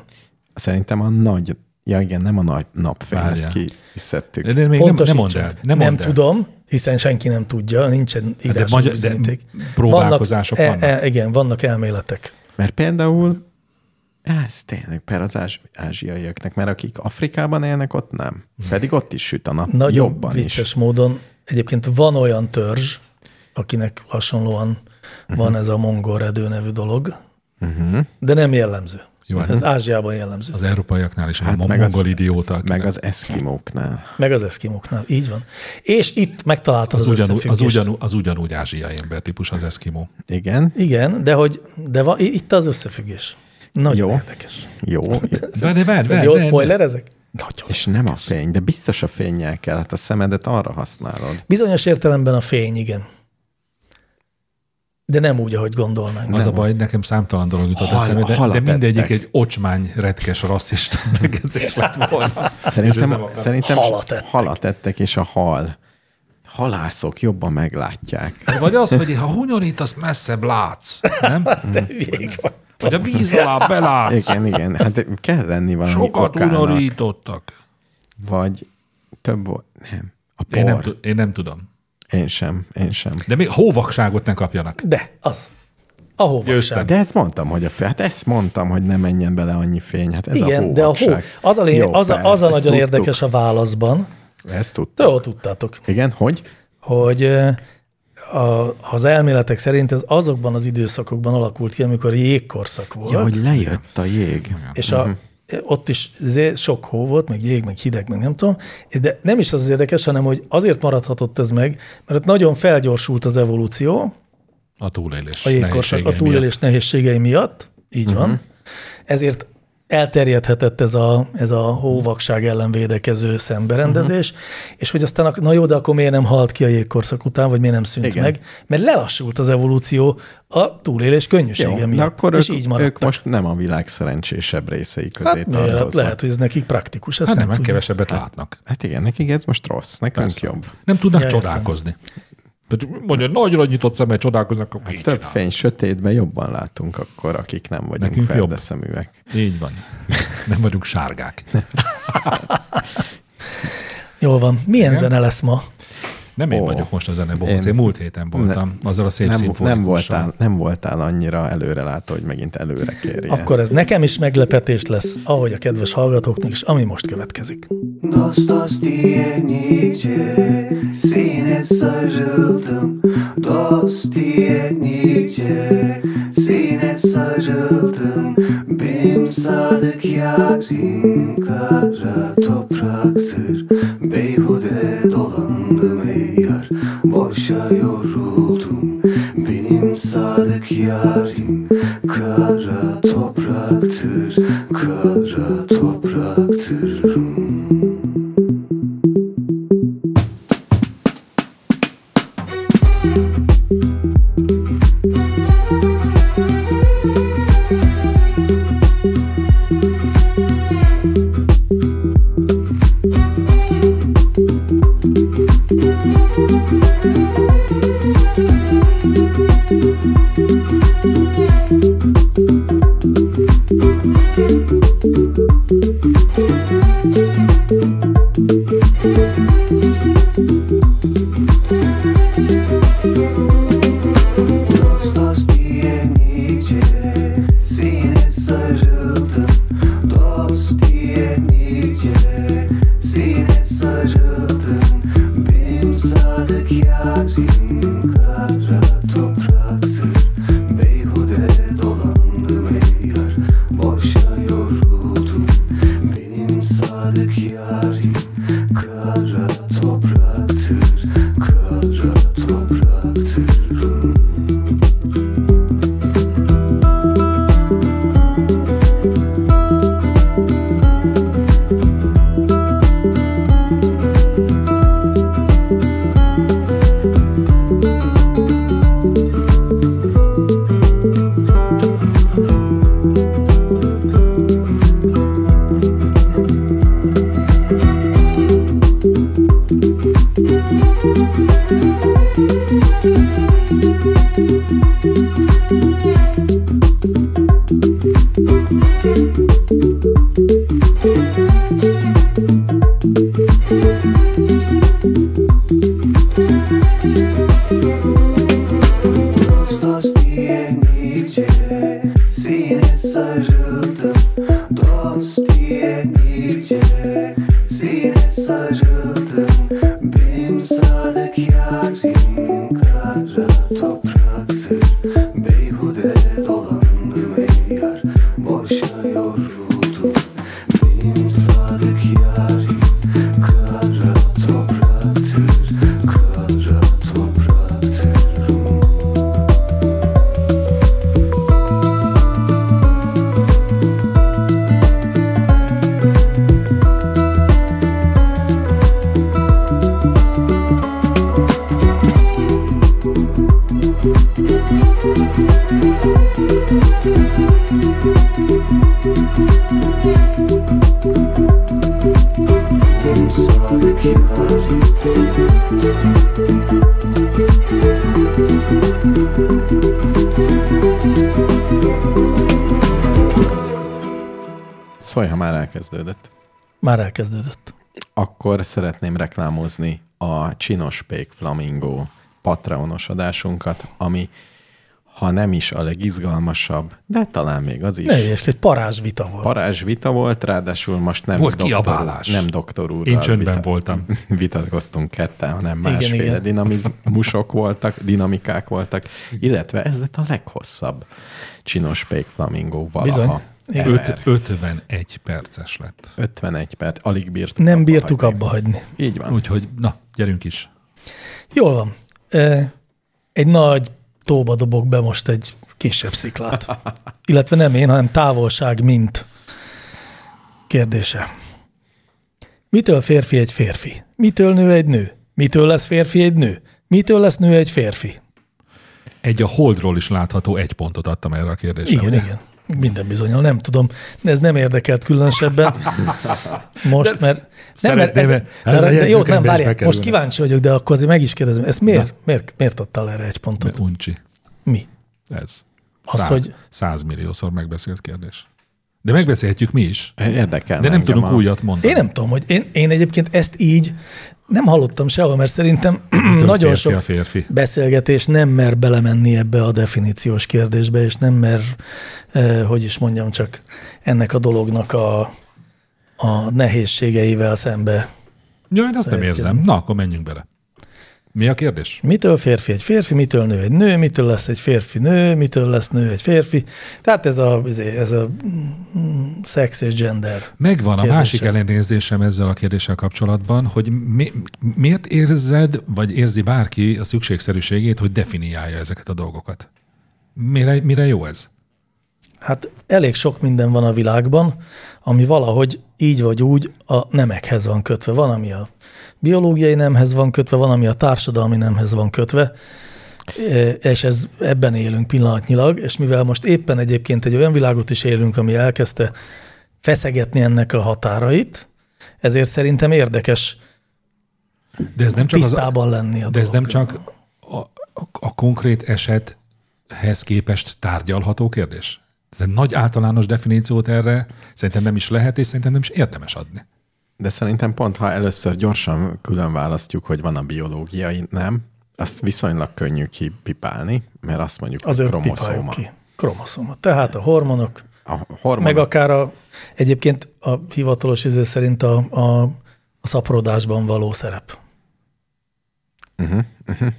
[SPEAKER 2] Szerintem a nagy, ja igen, nem a nagy napfény,
[SPEAKER 3] Várjál.
[SPEAKER 2] ezt kiszettük.
[SPEAKER 3] De még nem, nem
[SPEAKER 1] Pontosítsunk.
[SPEAKER 3] mondd el. Nem,
[SPEAKER 1] nem
[SPEAKER 3] mondd el. Hát
[SPEAKER 1] tudom, hiszen senki nem tudja, nincsen
[SPEAKER 3] De,
[SPEAKER 1] írásos
[SPEAKER 3] magyar, de
[SPEAKER 1] bizonyíték.
[SPEAKER 3] próbálkozások vannak.
[SPEAKER 1] vannak. E, e, igen, vannak elméletek.
[SPEAKER 2] Mert például, ez tényleg per az ázs, ázsiaiaknak, mert akik Afrikában élnek, ott nem. Pedig ott is süt a nap,
[SPEAKER 1] Nagyon
[SPEAKER 2] jobban
[SPEAKER 1] vicces
[SPEAKER 2] is.
[SPEAKER 1] módon. Egyébként van olyan törzs, akinek hasonlóan
[SPEAKER 3] Mhm.
[SPEAKER 1] uh-huh. van ez a mongol redő nevű dolog, uh-huh. de nem jellemző.
[SPEAKER 3] Jó,
[SPEAKER 1] Jó,
[SPEAKER 3] hát
[SPEAKER 1] ez Ázsiában jellemző.
[SPEAKER 3] Az európaiaknál is,
[SPEAKER 2] Hát
[SPEAKER 3] hát a
[SPEAKER 2] meg az-
[SPEAKER 3] mongol idióta. akinek-
[SPEAKER 2] Meg az eszkimóknál.
[SPEAKER 1] Meg az eszkimóknál, így van. És itt megtaláltad
[SPEAKER 3] az,
[SPEAKER 1] az,
[SPEAKER 3] ugyanúgy, az,
[SPEAKER 1] összefüggést.
[SPEAKER 3] ugyanúgy, az ugyanúgy ázsiai embertípus, az eszkimó.
[SPEAKER 2] Igen,
[SPEAKER 1] Igen, de hogy de va, i- itt az összefüggés. Nagyon
[SPEAKER 2] Jó.
[SPEAKER 1] Jó. érdekes.
[SPEAKER 2] jó.
[SPEAKER 3] De, de várj,
[SPEAKER 1] Várj,
[SPEAKER 3] várj,
[SPEAKER 1] Jó,
[SPEAKER 3] ne, ne.
[SPEAKER 1] spoiler ezek? Nagyon
[SPEAKER 2] És nem a fény, de biztos a fényjel kell, hát a szemedet arra használod.
[SPEAKER 1] Bizonyos értelemben a fény, igen. De nem úgy, ahogy gondolnánk.
[SPEAKER 2] Hát,
[SPEAKER 3] Az a baj, nekem számtalan dolog jutott
[SPEAKER 2] Hal-
[SPEAKER 3] eszembe, de, de
[SPEAKER 2] halat
[SPEAKER 3] mindegyik
[SPEAKER 2] ettek.
[SPEAKER 3] egy ocsmány, retkes, rasszista megjegyzés lett volna. És ez
[SPEAKER 2] Szerintem,
[SPEAKER 3] nem a-
[SPEAKER 2] szerintem
[SPEAKER 1] Halat ettek.
[SPEAKER 2] halat ettek, és a hal. Halászok jobban meglátják.
[SPEAKER 3] Vagy az, hogy ha hunyorítasz, messzebb látsz, nem?
[SPEAKER 1] Végig van.
[SPEAKER 3] Vagy a víz alá belátsz.
[SPEAKER 2] Igen, igen. Hát kell lenni valami
[SPEAKER 3] Sokat
[SPEAKER 2] okának,
[SPEAKER 3] hunyorítottak.
[SPEAKER 2] Vagy több volt. Nem. A por.
[SPEAKER 3] Én nem, tud- én nem tudom.
[SPEAKER 2] én sem, én sem.
[SPEAKER 3] De még hóvakságot ne kapjanak.
[SPEAKER 1] De, az. Ahova
[SPEAKER 3] Győztem.
[SPEAKER 1] sem.
[SPEAKER 2] De ezt mondtam, hogy a fény, hát ezt mondtam, hogy ne menjen bele annyi fény. Hát ez
[SPEAKER 1] Igen,
[SPEAKER 2] a
[SPEAKER 1] de a hó,
[SPEAKER 2] hóvakság.
[SPEAKER 1] az a, lény,
[SPEAKER 2] Jó,
[SPEAKER 1] az a,
[SPEAKER 2] persze,
[SPEAKER 1] az a
[SPEAKER 2] ezt
[SPEAKER 1] nagyon
[SPEAKER 2] tudtuk.
[SPEAKER 1] érdekes a válaszban,
[SPEAKER 2] Ezt
[SPEAKER 1] de
[SPEAKER 2] tudtam.
[SPEAKER 1] ott tudtátok,
[SPEAKER 2] Igen, hogy?
[SPEAKER 1] hogy ö, a, az elméletek szerint ez azokban az időszakokban alakult ki, amikor jégkorszak volt,
[SPEAKER 2] Ja, hogy Mhm. lejött a jég.
[SPEAKER 1] és a, ott is zé- sok hó volt, meg jég, meg hideg, meg nem tudom, de nem is az az érdekes, hanem hogy azért maradhatott ez meg, mert ott nagyon felgyorsult az evolúció,
[SPEAKER 3] A túlélés
[SPEAKER 1] a jégkorszak, a
[SPEAKER 3] nehézségei
[SPEAKER 1] túlélés
[SPEAKER 3] miatt. Hát
[SPEAKER 1] nehézségei miatt, így uh-huh.
[SPEAKER 2] Mhm.
[SPEAKER 1] van. Ezért elterjedhetett ez a, ez a hóvakság ellen védekező szemberendezés,
[SPEAKER 2] Mhm.
[SPEAKER 1] uh-huh. és hogy aztán, ak- na jó, de akkor miért nem halt ki a jégkorszak után, vagy miért nem szűnt Igen.
[SPEAKER 2] Igen.
[SPEAKER 1] meg? Mert lelassult az evolúció a túlélés könnyűsége
[SPEAKER 2] Jó, de
[SPEAKER 1] miatt,
[SPEAKER 2] akkor
[SPEAKER 1] és
[SPEAKER 2] ők,
[SPEAKER 1] így
[SPEAKER 2] ők
[SPEAKER 1] maradtak.
[SPEAKER 2] most nem a világ szerencsésebb részei közé
[SPEAKER 1] Hát miért?
[SPEAKER 2] tartoznak.
[SPEAKER 1] Lehet, hogy ez nekik praktikus, ezt
[SPEAKER 3] Hát
[SPEAKER 1] hát nem
[SPEAKER 3] nem, mert
[SPEAKER 1] tudjuk.
[SPEAKER 3] kevesebbet látnak.
[SPEAKER 2] Hát igen, nekik ez most rossz, nekünk
[SPEAKER 3] Persze.
[SPEAKER 2] Persze. jobb.
[SPEAKER 3] Nem tudnak
[SPEAKER 1] Ja, értem.
[SPEAKER 3] csodálkozni. Tehát Mondja, nagyra nyitott szemmel csodálkoznak, akkor így
[SPEAKER 2] Több
[SPEAKER 3] csinál.
[SPEAKER 2] fény sötétben jobban látunk akkor, akik nem vagyunk
[SPEAKER 3] Nekünk
[SPEAKER 2] Nekünk
[SPEAKER 3] jobb.
[SPEAKER 2] ferdeszeműek.
[SPEAKER 3] Így van. Nem vagyunk sárgák.
[SPEAKER 1] Jól van. Milyen
[SPEAKER 3] Igen.
[SPEAKER 1] zene lesz ma?
[SPEAKER 3] Nem én
[SPEAKER 2] Ó.
[SPEAKER 3] vagyok most a zenebohóc, én
[SPEAKER 2] Én-
[SPEAKER 3] múlt héten voltam, azzal a szép
[SPEAKER 2] Nem, nem,
[SPEAKER 3] szimfonikussal.
[SPEAKER 2] voltál, nem voltál annyira előrelátó, hogy megint előre kérje.
[SPEAKER 1] Akkor ez nekem is meglepetés lesz, ahogy a kedves hallgatóknak is, ami most következik.
[SPEAKER 2] Szólj, ha már elkezdődött.
[SPEAKER 1] Már elkezdődött.
[SPEAKER 2] Akkor szeretném reklámozni a Csinos Pék Flamingo Patreonos adásunkat, ami ha nem is a legizgalmasabb, de talán még az is.
[SPEAKER 1] Ne és egy parázs vita volt.
[SPEAKER 2] Parázs vita volt, ráadásul most nem
[SPEAKER 3] Volt
[SPEAKER 2] doktor,
[SPEAKER 3] kiabálás.
[SPEAKER 2] Nem doktor úrral
[SPEAKER 3] Én csöndben voltam.
[SPEAKER 2] Vitatkoztunk ketten, hanem
[SPEAKER 1] Igen,
[SPEAKER 2] másféle
[SPEAKER 1] igen.
[SPEAKER 2] dinamizmusok voltak, dinamikák voltak, illetve ez lett a leghosszabb Csinos Pék Flamingo valaha.
[SPEAKER 1] Bizony.
[SPEAKER 2] ever.
[SPEAKER 3] Öt- 51 perces lett.
[SPEAKER 2] 51 perc, alig bírtuk.
[SPEAKER 1] Nem
[SPEAKER 2] abba
[SPEAKER 1] bírtuk
[SPEAKER 2] hagyni.
[SPEAKER 1] abba hagyni.
[SPEAKER 2] Így van.
[SPEAKER 3] Úgyhogy, na, gyerünk is.
[SPEAKER 1] Jól van. Ö, Egy nagy tóba dobok be most egy kisebb sziklát. Illetve nem én, hanem távolság mint kérdése. Mitől férfi egy férfi? Mitől nő egy nő? Mitől lesz férfi egy nő? Mitől lesz nő egy férfi?
[SPEAKER 3] Egy a Holdról is látható egy pontot adtam erre a kérdésre.
[SPEAKER 1] Igen,
[SPEAKER 3] ugye?
[SPEAKER 1] igen. Minden bizonyal, nem tudom. Ez nem érdekelt különösebben. Most, mert... Nem, mert
[SPEAKER 3] szeretném,
[SPEAKER 1] ez,
[SPEAKER 3] mert ez
[SPEAKER 1] de, de
[SPEAKER 3] a
[SPEAKER 1] jó, nem,
[SPEAKER 3] jegyzőkönyvbe is
[SPEAKER 1] várjál, most
[SPEAKER 3] bekerülne.
[SPEAKER 1] kíváncsi vagyok, de akkor azért meg is kérdezem, ezt miért, miért, miért adtál erre egy pontot?
[SPEAKER 3] Mert Uncsi.
[SPEAKER 1] Mi?
[SPEAKER 3] Ez.
[SPEAKER 1] Az, hogy-
[SPEAKER 3] Százmilliószor megbeszélt kérdés. De megbeszélhetjük mi is.
[SPEAKER 2] Érdekel.
[SPEAKER 3] De nem
[SPEAKER 2] engem
[SPEAKER 3] tudunk
[SPEAKER 2] a-
[SPEAKER 3] újat mondani.
[SPEAKER 1] Én nem tudom, hogy én, én egyébként ezt így nem hallottam sehol, mert szerintem nagyon
[SPEAKER 3] férfi a
[SPEAKER 1] sok
[SPEAKER 3] férfi?
[SPEAKER 1] beszélgetés nem mer belemenni ebbe a definíciós kérdésbe, és nem mer, eh, hogy is mondjam, csak ennek a dolognak a, a nehézségeivel szembe.
[SPEAKER 3] Jó, én azt nem
[SPEAKER 1] Ez
[SPEAKER 3] érzem.
[SPEAKER 1] kérdés.
[SPEAKER 3] Na, akkor menjünk bele. Mi a kérdés?
[SPEAKER 1] Mitől férfi egy férfi, mitől nő egy nő, mitől lesz egy férfi nő, mitől lesz nő egy férfi. Tehát ez a, izé, ez a mm, szex és gender.
[SPEAKER 3] Megvan
[SPEAKER 1] Kérdése.
[SPEAKER 3] a másik ellenérzésem ezzel a kérdéssel kapcsolatban, hogy mi, miért érzed, vagy érzi bárki a szükségszerűségét, hogy definiálja ezeket a dolgokat? Mire, mire jó ez?
[SPEAKER 1] Hát elég sok minden van a világban, ami valahogy így vagy úgy a nemekhez van kötve. Van, ami a biológiai nemhez van kötve, van, ami a társadalmi nemhez van kötve, e, és ez, ebben élünk pillanatnyilag, és mivel most éppen egyébként egy olyan világot is élünk, ami elkezdte feszegetni ennek a határait, ezért szerintem érdekes
[SPEAKER 3] De ez nem csak, az,
[SPEAKER 1] tisztában lenni a
[SPEAKER 3] de ez nem
[SPEAKER 1] dologgal.
[SPEAKER 3] csak a, a, a konkrét esethez képest tárgyalható kérdés. Ez egy nagy általános definíciót erre szerintem nem is lehet, és szerintem nem is érdemes adni.
[SPEAKER 2] De szerintem pont, ha először gyorsan külön választjuk, hogy van a biológiai, nem, azt viszonylag könnyű kipipálni, mert azt mondjuk,
[SPEAKER 1] az
[SPEAKER 2] hogy
[SPEAKER 1] ők
[SPEAKER 2] kromoszóma.
[SPEAKER 1] pipáljuk ki. Kromoszóma. Tehát a hormonok,
[SPEAKER 2] A hormonok,
[SPEAKER 1] Meg akár a, egyébként a hivatalos izé szerint a, a, a szaporodásban való szerep. Uh-huh, uh-huh.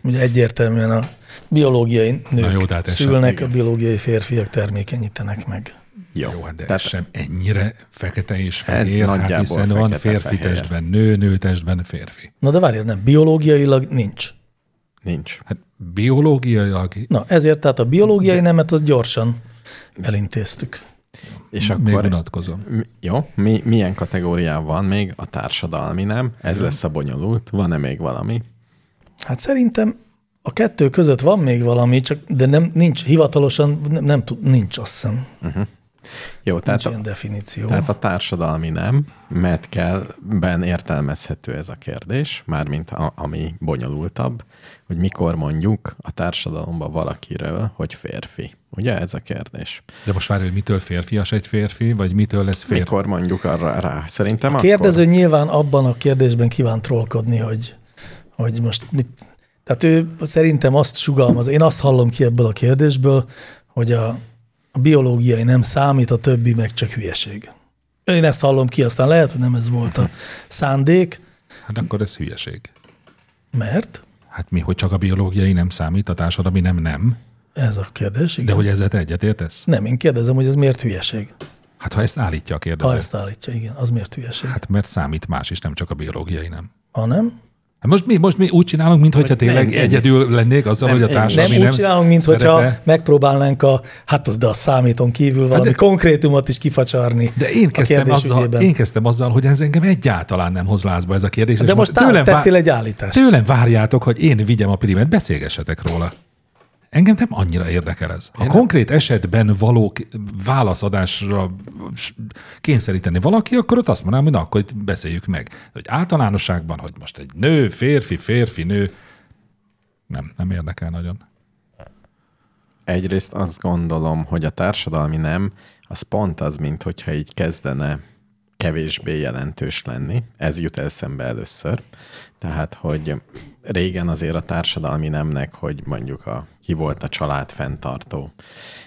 [SPEAKER 1] Ugye egyértelműen a biológiai nők
[SPEAKER 3] jó,
[SPEAKER 1] jó,
[SPEAKER 3] de hát ez sem,
[SPEAKER 1] szülnek,
[SPEAKER 2] igen.
[SPEAKER 1] a biológiai férfiak termékenyítenek meg.
[SPEAKER 2] jó,
[SPEAKER 3] Jó, hát de
[SPEAKER 2] tehát
[SPEAKER 3] ez sem ennyire fekete és fehér, hát
[SPEAKER 2] nagyjából
[SPEAKER 3] hiszen van
[SPEAKER 2] fekete-fehér.
[SPEAKER 3] férfi testben nő, nő testben férfi.
[SPEAKER 1] Na de várjál, nem, biológiailag nincs.
[SPEAKER 2] nincs.
[SPEAKER 3] Hát biológiailag
[SPEAKER 1] Na ezért tehát a biológiai nemet az gyorsan elintéztük.
[SPEAKER 2] És
[SPEAKER 3] még
[SPEAKER 2] akkor,
[SPEAKER 3] unatkozom.
[SPEAKER 2] mi- jó, mi, milyen kategóriában van még? A társadalmi, nem? Ez lesz a bonyolult. Van-e még valami?
[SPEAKER 1] Hát szerintem a kettő között van még valami, csak de nem nincs hivatalosan, nem, nem tud, nincs azt hiszem.
[SPEAKER 2] Jó,
[SPEAKER 1] Nincs
[SPEAKER 2] tehát a,
[SPEAKER 1] ilyen definíció.
[SPEAKER 2] Tehát a társadalmi nem, mert kell, ben értelmezhető ez a kérdés, mármint a, ami bonyolultabb, hogy mikor mondjuk a társadalomban valakiről, hogy férfi. Ugye ez a kérdés?
[SPEAKER 3] De most várj, hogy mitől férfias egy férfi, vagy mitől lesz férfi?
[SPEAKER 2] Mikor mondjuk arra rá? Szerintem a
[SPEAKER 1] kérdező nyilván abban a kérdésben kíván trollkodni, hogy, hogy most mit... Tehát ő szerintem azt sugalmaz, én azt hallom ki ebből a kérdésből, hogy a, a biológiai nem számít, a többi meg csak hülyeség. Én ezt hallom ki, aztán lehet, hogy nem ez volt a szándék,
[SPEAKER 3] Hát akkor ez hülyeség.
[SPEAKER 1] mert
[SPEAKER 3] Hát mi, hogy csak a biológiai nem számít, a társadalmi nem nem,
[SPEAKER 1] ez a kérdés, igen.
[SPEAKER 3] de hogy ezzel te egyetértesz?
[SPEAKER 1] Nem, én kérdezem, hogy ez miért hülyeség.
[SPEAKER 3] Hát ha ezt állítja a
[SPEAKER 1] Ha
[SPEAKER 3] kérdező,
[SPEAKER 1] ezt állítja, igen, az miért hülyeség.
[SPEAKER 3] hát mert számít más is, nem csak a biológiai nem.
[SPEAKER 1] Ha nem,
[SPEAKER 3] Hát most mi, most mi úgy csinálunk, mintha tényleg
[SPEAKER 2] nem,
[SPEAKER 3] egyedül lennék azzal,
[SPEAKER 2] nem,
[SPEAKER 3] hogy a
[SPEAKER 2] nem.
[SPEAKER 1] nem
[SPEAKER 3] társadalmi nem,
[SPEAKER 1] úgy csinálunk, mint hogyha
[SPEAKER 3] szerepe-
[SPEAKER 1] megpróbálnánk a, hát az de a számíton kívül valami
[SPEAKER 3] Hát de-
[SPEAKER 1] konkrétumot is kifacsarni.
[SPEAKER 3] De én
[SPEAKER 1] a
[SPEAKER 3] kezdtem,
[SPEAKER 1] kérdés
[SPEAKER 3] azzal,
[SPEAKER 1] ügyében.
[SPEAKER 3] én kezdtem azzal, hogy ez engem egyáltalán nem hoz lázba ez a kérdés. és
[SPEAKER 1] De most, most
[SPEAKER 3] vá-
[SPEAKER 1] tettél egy állítást.
[SPEAKER 3] tőlem várjátok, hogy én vigyem a primet, beszélgessetek róla. Engem nem annyira érdekel ez. Ha
[SPEAKER 2] Én nem.
[SPEAKER 3] konkrét esetben való k- válaszadásra s- kényszeríteni valaki, akkor ott azt mondanám, hogy na, akkor itt beszéljük meg. De Hogy általánosságban, hogy most egy nő, férfi, férfi, nő, nem, nem érdekel nagyon.
[SPEAKER 2] Egyrészt azt gondolom, hogy a társadalmi nem, az pont az, mint hogyha így kezdene kevésbé jelentős lenni. Ez jut eszembe először. Tehát, hogy régen azért a társadalmi nemnek, hogy mondjuk a, ki volt a család fenntartó,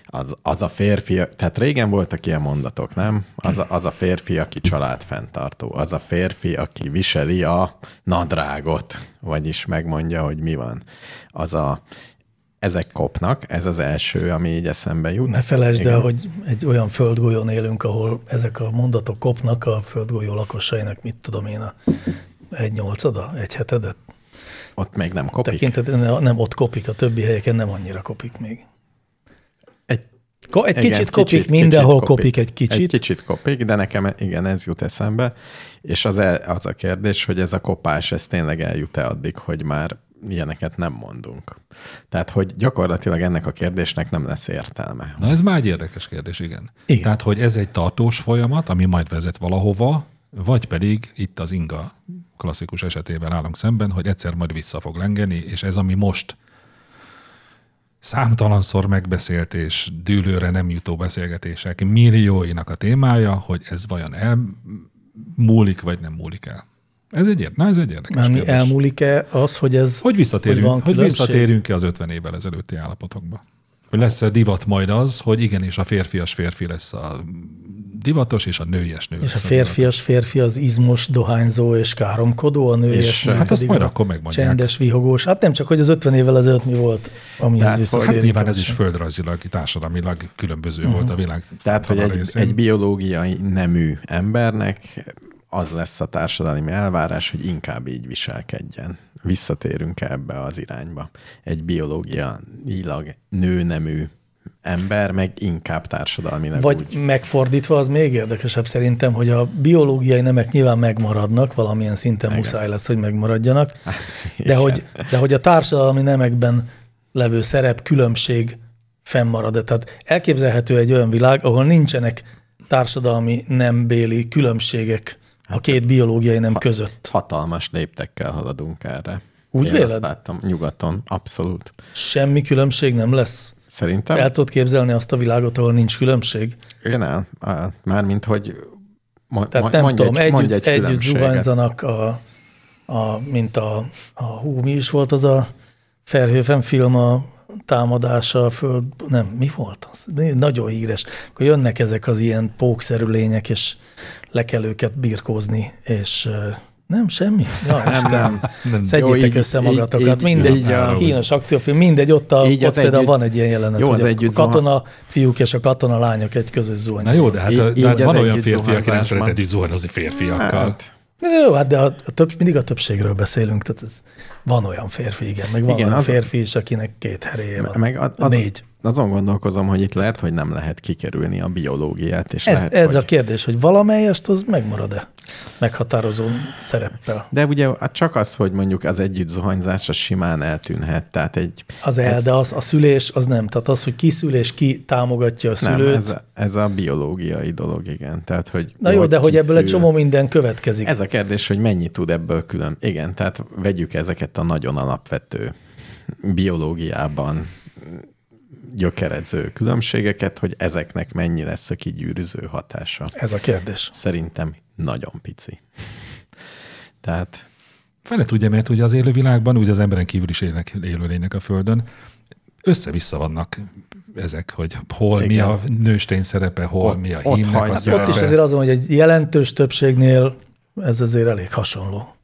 [SPEAKER 2] az, az a férfi, tehát régen voltak ilyen mondatok, nem? Az a, az a férfi, aki család fenntartó, az a férfi, aki viseli a nadrágot, vagyis megmondja, hogy mi van. Az a ezek kopnak, ez az első, ami így eszembe jut.
[SPEAKER 1] Ne felejtsd
[SPEAKER 2] Igen.
[SPEAKER 1] el, hogy egy olyan földgolyón élünk, ahol ezek a mondatok kopnak a földgolyó lakosainak, mit tudom én, a egy nyolcada, egy hetedet.
[SPEAKER 2] Ott még nem kopik.
[SPEAKER 1] Tekintet, nem ott kopik, a többi helyeken nem annyira kopik még.
[SPEAKER 2] Egy,
[SPEAKER 1] Ko- egy kicsit kopik, mindenhol kopik egy kicsit.
[SPEAKER 2] Egy kicsit kopik, de nekem igen, ez jut eszembe. És az, el- az a kérdés, hogy ez a kopás, ez tényleg eljut-e addig, hogy már ilyeneket nem mondunk. Tehát, hogy gyakorlatilag ennek a kérdésnek nem lesz értelme.
[SPEAKER 3] Na ez már egy érdekes kérdés, igen.
[SPEAKER 1] Igen.
[SPEAKER 3] Tehát, hogy ez egy tartós folyamat, ami majd vezet valahova, vagy pedig itt az inga klasszikus esetében állunk szemben, hogy egyszer majd vissza fog lengeni, és ez, ami most számtalanszor megbeszélt és dűlőre nem jutó beszélgetések millióinak a témája, hogy ez vajon elmúlik, vagy nem múlik el. Ez egy, ér- na, ez egy érdekes
[SPEAKER 1] Már mi
[SPEAKER 3] kérdés.
[SPEAKER 1] elmúlik-e az, hogy ez...
[SPEAKER 3] Hogy visszatérünk,
[SPEAKER 1] Hogy
[SPEAKER 3] hogy
[SPEAKER 1] van
[SPEAKER 3] hogy
[SPEAKER 1] különbség?
[SPEAKER 3] visszatérünk-e az 50 évvel ezelőtti állapotokba? Hogy lesz-e divat majd az, hogy igenis a férfias férfi lesz a divatos, és a nőies nő
[SPEAKER 1] És a
[SPEAKER 3] lesz
[SPEAKER 1] férfias férfi az izmos, dohányzó és káromkodó, a női
[SPEAKER 2] És,
[SPEAKER 1] és nő
[SPEAKER 2] hát
[SPEAKER 1] pedig
[SPEAKER 3] azt majd
[SPEAKER 1] a
[SPEAKER 3] akkor megmondják.
[SPEAKER 1] Csendes, vihogós. Hát nem csak, hogy az 50 évvel ezelőtt mi volt, amihez
[SPEAKER 2] Tehát,
[SPEAKER 1] visszatérünk.
[SPEAKER 2] hogy-
[SPEAKER 3] Hát nyilván ez is földrajzilag, társadalmilag különböző volt a világ.
[SPEAKER 2] Mhm. Tehát, hogy
[SPEAKER 3] számtalan
[SPEAKER 2] egy,
[SPEAKER 3] részén.
[SPEAKER 2] egy biológiai nemű embernek az lesz a társadalmi elvárás, hogy inkább így viselkedjen. Visszatérünk ebbe az irányba. Egy biológiailag nőnemű ember meg inkább társadalmilag
[SPEAKER 1] Vagy
[SPEAKER 2] úgy.
[SPEAKER 1] megfordítva, az még érdekesebb szerintem, hogy a biológiai nemek nyilván megmaradnak, valamilyen szinten Igen. muszáj lesz, hogy megmaradjanak, de
[SPEAKER 2] Igen.
[SPEAKER 1] hogy, de hogy a társadalmi nemekben levő szerep különbség fennmarad. Tehát elképzelhető egy olyan világ, ahol nincsenek társadalmi nembéli különbségek a két biológiai nem között.
[SPEAKER 2] Hatalmas léptekkel haladunk erre.
[SPEAKER 1] Úgy
[SPEAKER 2] Én
[SPEAKER 1] véled?
[SPEAKER 2] Azt láttam nyugaton, abszolút.
[SPEAKER 1] Semmi különbség nem lesz.
[SPEAKER 2] Szerintem?
[SPEAKER 1] El tudod képzelni azt a világot, ahol nincs különbség?
[SPEAKER 2] Igen, el. Á, Mármint, hogy mo-
[SPEAKER 1] Tehát
[SPEAKER 2] mo-
[SPEAKER 1] nem
[SPEAKER 2] mondj
[SPEAKER 1] tudom,
[SPEAKER 2] egy,
[SPEAKER 1] együtt,
[SPEAKER 2] mondj egy
[SPEAKER 1] együtt
[SPEAKER 2] különbséget.
[SPEAKER 1] zuhanyzanak, a, a, mint a, a hú, mi is volt az a Ferhőfen film a támadása a föld, nem, mi volt az? Nagyon híres. Akkor jönnek ezek az ilyen pókszerű lények, és le kell őket birkózni, és ö, nem, semmi? Ja,
[SPEAKER 2] Nem, nem.
[SPEAKER 3] Nem.
[SPEAKER 2] Jó,
[SPEAKER 1] Szedjétek
[SPEAKER 2] így-
[SPEAKER 1] össze
[SPEAKER 2] így-
[SPEAKER 1] magatokat,
[SPEAKER 2] így-
[SPEAKER 1] mindegy,
[SPEAKER 2] így a-
[SPEAKER 1] kínos akciófilm, mindegy, ott, a,
[SPEAKER 2] Így
[SPEAKER 1] ott
[SPEAKER 2] az
[SPEAKER 1] például
[SPEAKER 2] együtt-
[SPEAKER 1] van egy ilyen jelenet,
[SPEAKER 2] jó,
[SPEAKER 1] hogy
[SPEAKER 2] az
[SPEAKER 1] a
[SPEAKER 2] együtt zuhan-
[SPEAKER 1] katona fiúk és a katona lányok egy közös zuhany.
[SPEAKER 3] Na jó, de hát
[SPEAKER 2] Így-
[SPEAKER 3] de
[SPEAKER 2] így
[SPEAKER 3] hát
[SPEAKER 2] az
[SPEAKER 3] van olyan
[SPEAKER 2] együtt
[SPEAKER 3] férfi, aki nem
[SPEAKER 2] zuhanyzásban.
[SPEAKER 3] szeret együtt zuhanyozni férfiakkal. Hát.
[SPEAKER 2] Hát,
[SPEAKER 1] Na Jó, hát de a, a több, mindig a többségről beszélünk, tehát ez, van olyan férfi, igen, meg van
[SPEAKER 2] Igen,
[SPEAKER 1] igen, olyan
[SPEAKER 2] az-
[SPEAKER 1] az férfi is, akinek két heréje van.
[SPEAKER 2] Meg a- az,
[SPEAKER 1] Négy.
[SPEAKER 2] Azon gondolkozom, hogy itt lehet, hogy nem lehet kikerülni a biológiát, és
[SPEAKER 1] Ez,
[SPEAKER 2] lehet,
[SPEAKER 1] ez
[SPEAKER 2] hogy...
[SPEAKER 1] a kérdés, hogy valamelyest az megmarad-e meghatározó szereppel?
[SPEAKER 2] De ugye hát csak az, hogy mondjuk az együtt zuhanyzás az simán eltűnhet, tehát egy...
[SPEAKER 1] Az el,
[SPEAKER 2] ez,
[SPEAKER 1] de az, a szülés az nem. Tehát az, hogy ki szül és ki támogatja a
[SPEAKER 2] nem,
[SPEAKER 1] szülőt.
[SPEAKER 2] ez, a- ez a biológiai dolog, igen. Tehát, hogy
[SPEAKER 1] Na jó, de hogy ebből egy
[SPEAKER 2] kiszül.
[SPEAKER 1] csomó minden következik.
[SPEAKER 2] Ez a kérdés, hogy mennyi tud ebből külön. Igen, tehát vegyük ezeket a nagyon alapvető biológiában gyökeredző különbségeket, hogy ezeknek mennyi lesz a kigyűrűző hatása.
[SPEAKER 1] ez a kérdés.
[SPEAKER 2] Szerintem nagyon pici. Tehát
[SPEAKER 3] Fele tudja, mert ugye az élővilágban, ugye az emberen kívül is élnek élőlények a Földön, össze-vissza vannak ezek, hogy hol
[SPEAKER 2] Igen.
[SPEAKER 3] Igen. mi a nőstény szerepe, hol
[SPEAKER 2] Ott-
[SPEAKER 3] ott, mi a
[SPEAKER 2] ott
[SPEAKER 3] hímnek a
[SPEAKER 2] hajt-
[SPEAKER 3] szerepe.
[SPEAKER 1] Ott is azért azon, hogy egy jelentős többségnél ez azért elég hasonló.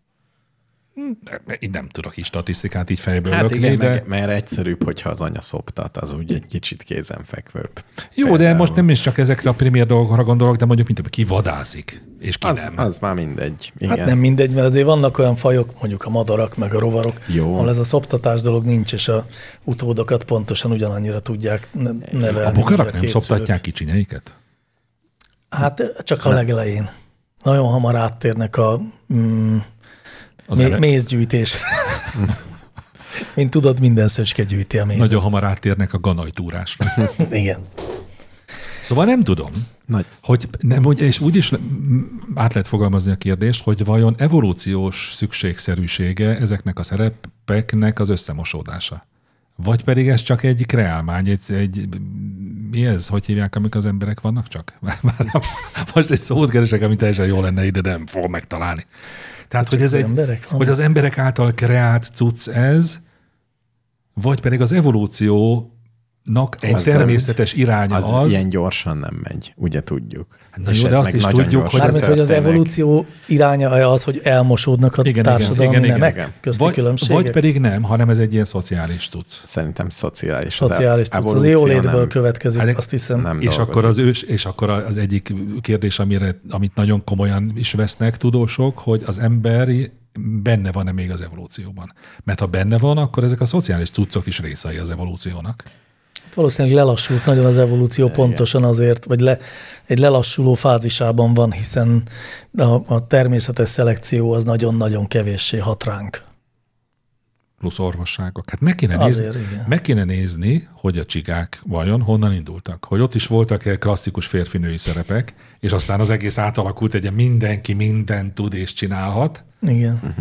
[SPEAKER 3] Én nem tudok is statisztikát így fejből
[SPEAKER 2] hát
[SPEAKER 3] lökni,
[SPEAKER 2] igen,
[SPEAKER 3] de...
[SPEAKER 2] meg, mert egyszerűbb, hogyha az anya szoptat, az úgy egy kicsit kézenfekvőbb.
[SPEAKER 3] Jó, de most nem is csak ezekre a primér dolgokra gondolok, de mondjuk, mint ki vadászik, és ki az,
[SPEAKER 2] Az,
[SPEAKER 3] nem. Az.
[SPEAKER 2] az már mindegy. Igen.
[SPEAKER 1] Hát nem mindegy, mert azért vannak olyan fajok, mondjuk a madarak, meg a rovarok,
[SPEAKER 2] Jó.
[SPEAKER 1] ahol ez a szoptatás dolog nincs, és a utódokat pontosan ugyanannyira tudják ne- nevelni.
[SPEAKER 3] A
[SPEAKER 1] mint
[SPEAKER 3] bokarak nem
[SPEAKER 1] két
[SPEAKER 3] szoptatják
[SPEAKER 1] szülők.
[SPEAKER 3] kicsinyeiket?
[SPEAKER 1] Hát csak a legelején. Nagyon hamar áttérnek a mm,
[SPEAKER 3] Az
[SPEAKER 1] mé-
[SPEAKER 3] ele-
[SPEAKER 1] mézgyűjtésre. Mint tudod, minden szöcske gyűjti a mézet.
[SPEAKER 3] Nagyon hamar áttérnek a ganajtúrásra.
[SPEAKER 1] Igen.
[SPEAKER 3] Szóval nem tudom,
[SPEAKER 2] Nagy.
[SPEAKER 3] hogy nem, hogy- és úgy is le- m- át lehet fogalmazni a kérdést, hogy vajon evolúciós szükségszerűsége ezeknek a szerepeknek az összemosódása. Vagy pedig ez csak egy kreálmány, egy, egy mi ez, hogy hívják, amik az emberek vannak csak? Már, már most egy szót keresek, ami teljesen jó lenne ide, de nem fogom megtalálni. Tehát, hogy, ez
[SPEAKER 1] az
[SPEAKER 3] egy,
[SPEAKER 1] emberek vannak.
[SPEAKER 3] hogy az emberek által kreált cucc ez, vagy pedig az evolúciónak egy
[SPEAKER 2] Az nem-
[SPEAKER 3] természetes iránya
[SPEAKER 2] Az,
[SPEAKER 3] az,
[SPEAKER 2] az ilyen gyorsan nem megy, ugye tudjuk.
[SPEAKER 1] Hát
[SPEAKER 3] na jó, de
[SPEAKER 2] ez
[SPEAKER 3] azt
[SPEAKER 2] meg
[SPEAKER 3] is
[SPEAKER 2] nagyon
[SPEAKER 3] tudjuk,
[SPEAKER 2] gyorsan
[SPEAKER 3] hogy ez
[SPEAKER 1] Mármint, hogy az
[SPEAKER 2] történik.
[SPEAKER 1] evolúció iránya az, hogy elmosódnak a
[SPEAKER 3] Igen, igen,
[SPEAKER 1] igen, társadalmi
[SPEAKER 3] igen,
[SPEAKER 1] igen,
[SPEAKER 3] igen,
[SPEAKER 1] nemek
[SPEAKER 2] igen.
[SPEAKER 1] közti
[SPEAKER 3] Vagy,
[SPEAKER 1] különbségek.
[SPEAKER 3] vagy pedig nem, hanem ez egy ilyen szociális cucc.
[SPEAKER 2] Szerintem szociális.
[SPEAKER 1] Szociális cucc, az
[SPEAKER 2] evolúció
[SPEAKER 1] jólétből
[SPEAKER 2] nem-
[SPEAKER 1] következik,
[SPEAKER 3] Hát,
[SPEAKER 1] azt hiszem.
[SPEAKER 2] Nem
[SPEAKER 3] És
[SPEAKER 2] dolgozik.
[SPEAKER 3] akkor, az ős, és akkor az egyik kérdés, amire, amit nagyon komolyan is vesznek tudósok, hogy az emberi benne van-e még az evolúcióban. Mert ha benne van, akkor ezek a szociális cuccok is részei az evolúciónak.
[SPEAKER 1] Hát Valószínűleg lelassult nagyon az evolúció Igen. pontosan azért, vagy le, egy lelassuló fázisában van, hiszen a, a természetes szelekció az nagyon-nagyon kevéssé hat ránk.
[SPEAKER 3] Plusz orvosságok. Hát meg kéne,
[SPEAKER 1] Azért,
[SPEAKER 3] nézni,
[SPEAKER 1] igen.
[SPEAKER 3] meg kéne nézni, hogy a csigák vajon honnan indultak. Hogy ott is voltak-e klasszikus férfinői szerepek, és aztán az egész átalakult, egy ilyen mindenki mindent tud és csinálhat.
[SPEAKER 1] Igen.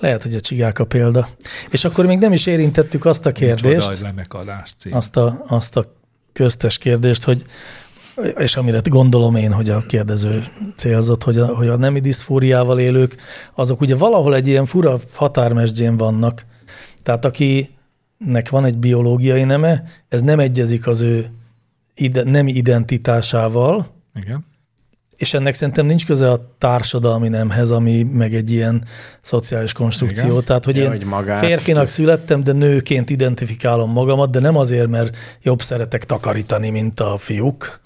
[SPEAKER 1] Lehet, hogy a csigák a példa. És akkor még nem is érintettük azt a
[SPEAKER 3] Csoda,
[SPEAKER 1] kérdést,
[SPEAKER 3] hogy lemekadás cím.
[SPEAKER 1] azt a, azt a köztes kérdést, hogy és amire gondolom én, hogy a kérdező célzott, hogy a, hogy a nemi diszfóriával élők, azok ugye valahol egy ilyen fura határmesdjén vannak. Tehát akinek van egy biológiai neme, ez nem egyezik az ő ide, nem identitásával,
[SPEAKER 3] Igen.
[SPEAKER 1] és ennek szerintem nincs köze a társadalmi nemhez, ami meg egy ilyen szociális konstrukció.
[SPEAKER 3] Igen.
[SPEAKER 1] Igen. Tehát, hogy
[SPEAKER 2] Ja,
[SPEAKER 1] én
[SPEAKER 2] hogy magát-
[SPEAKER 1] férfinak születtem, de nőként identifikálom magamat, de nem azért, mert jobb szeretek takarítani, mint a fiúk.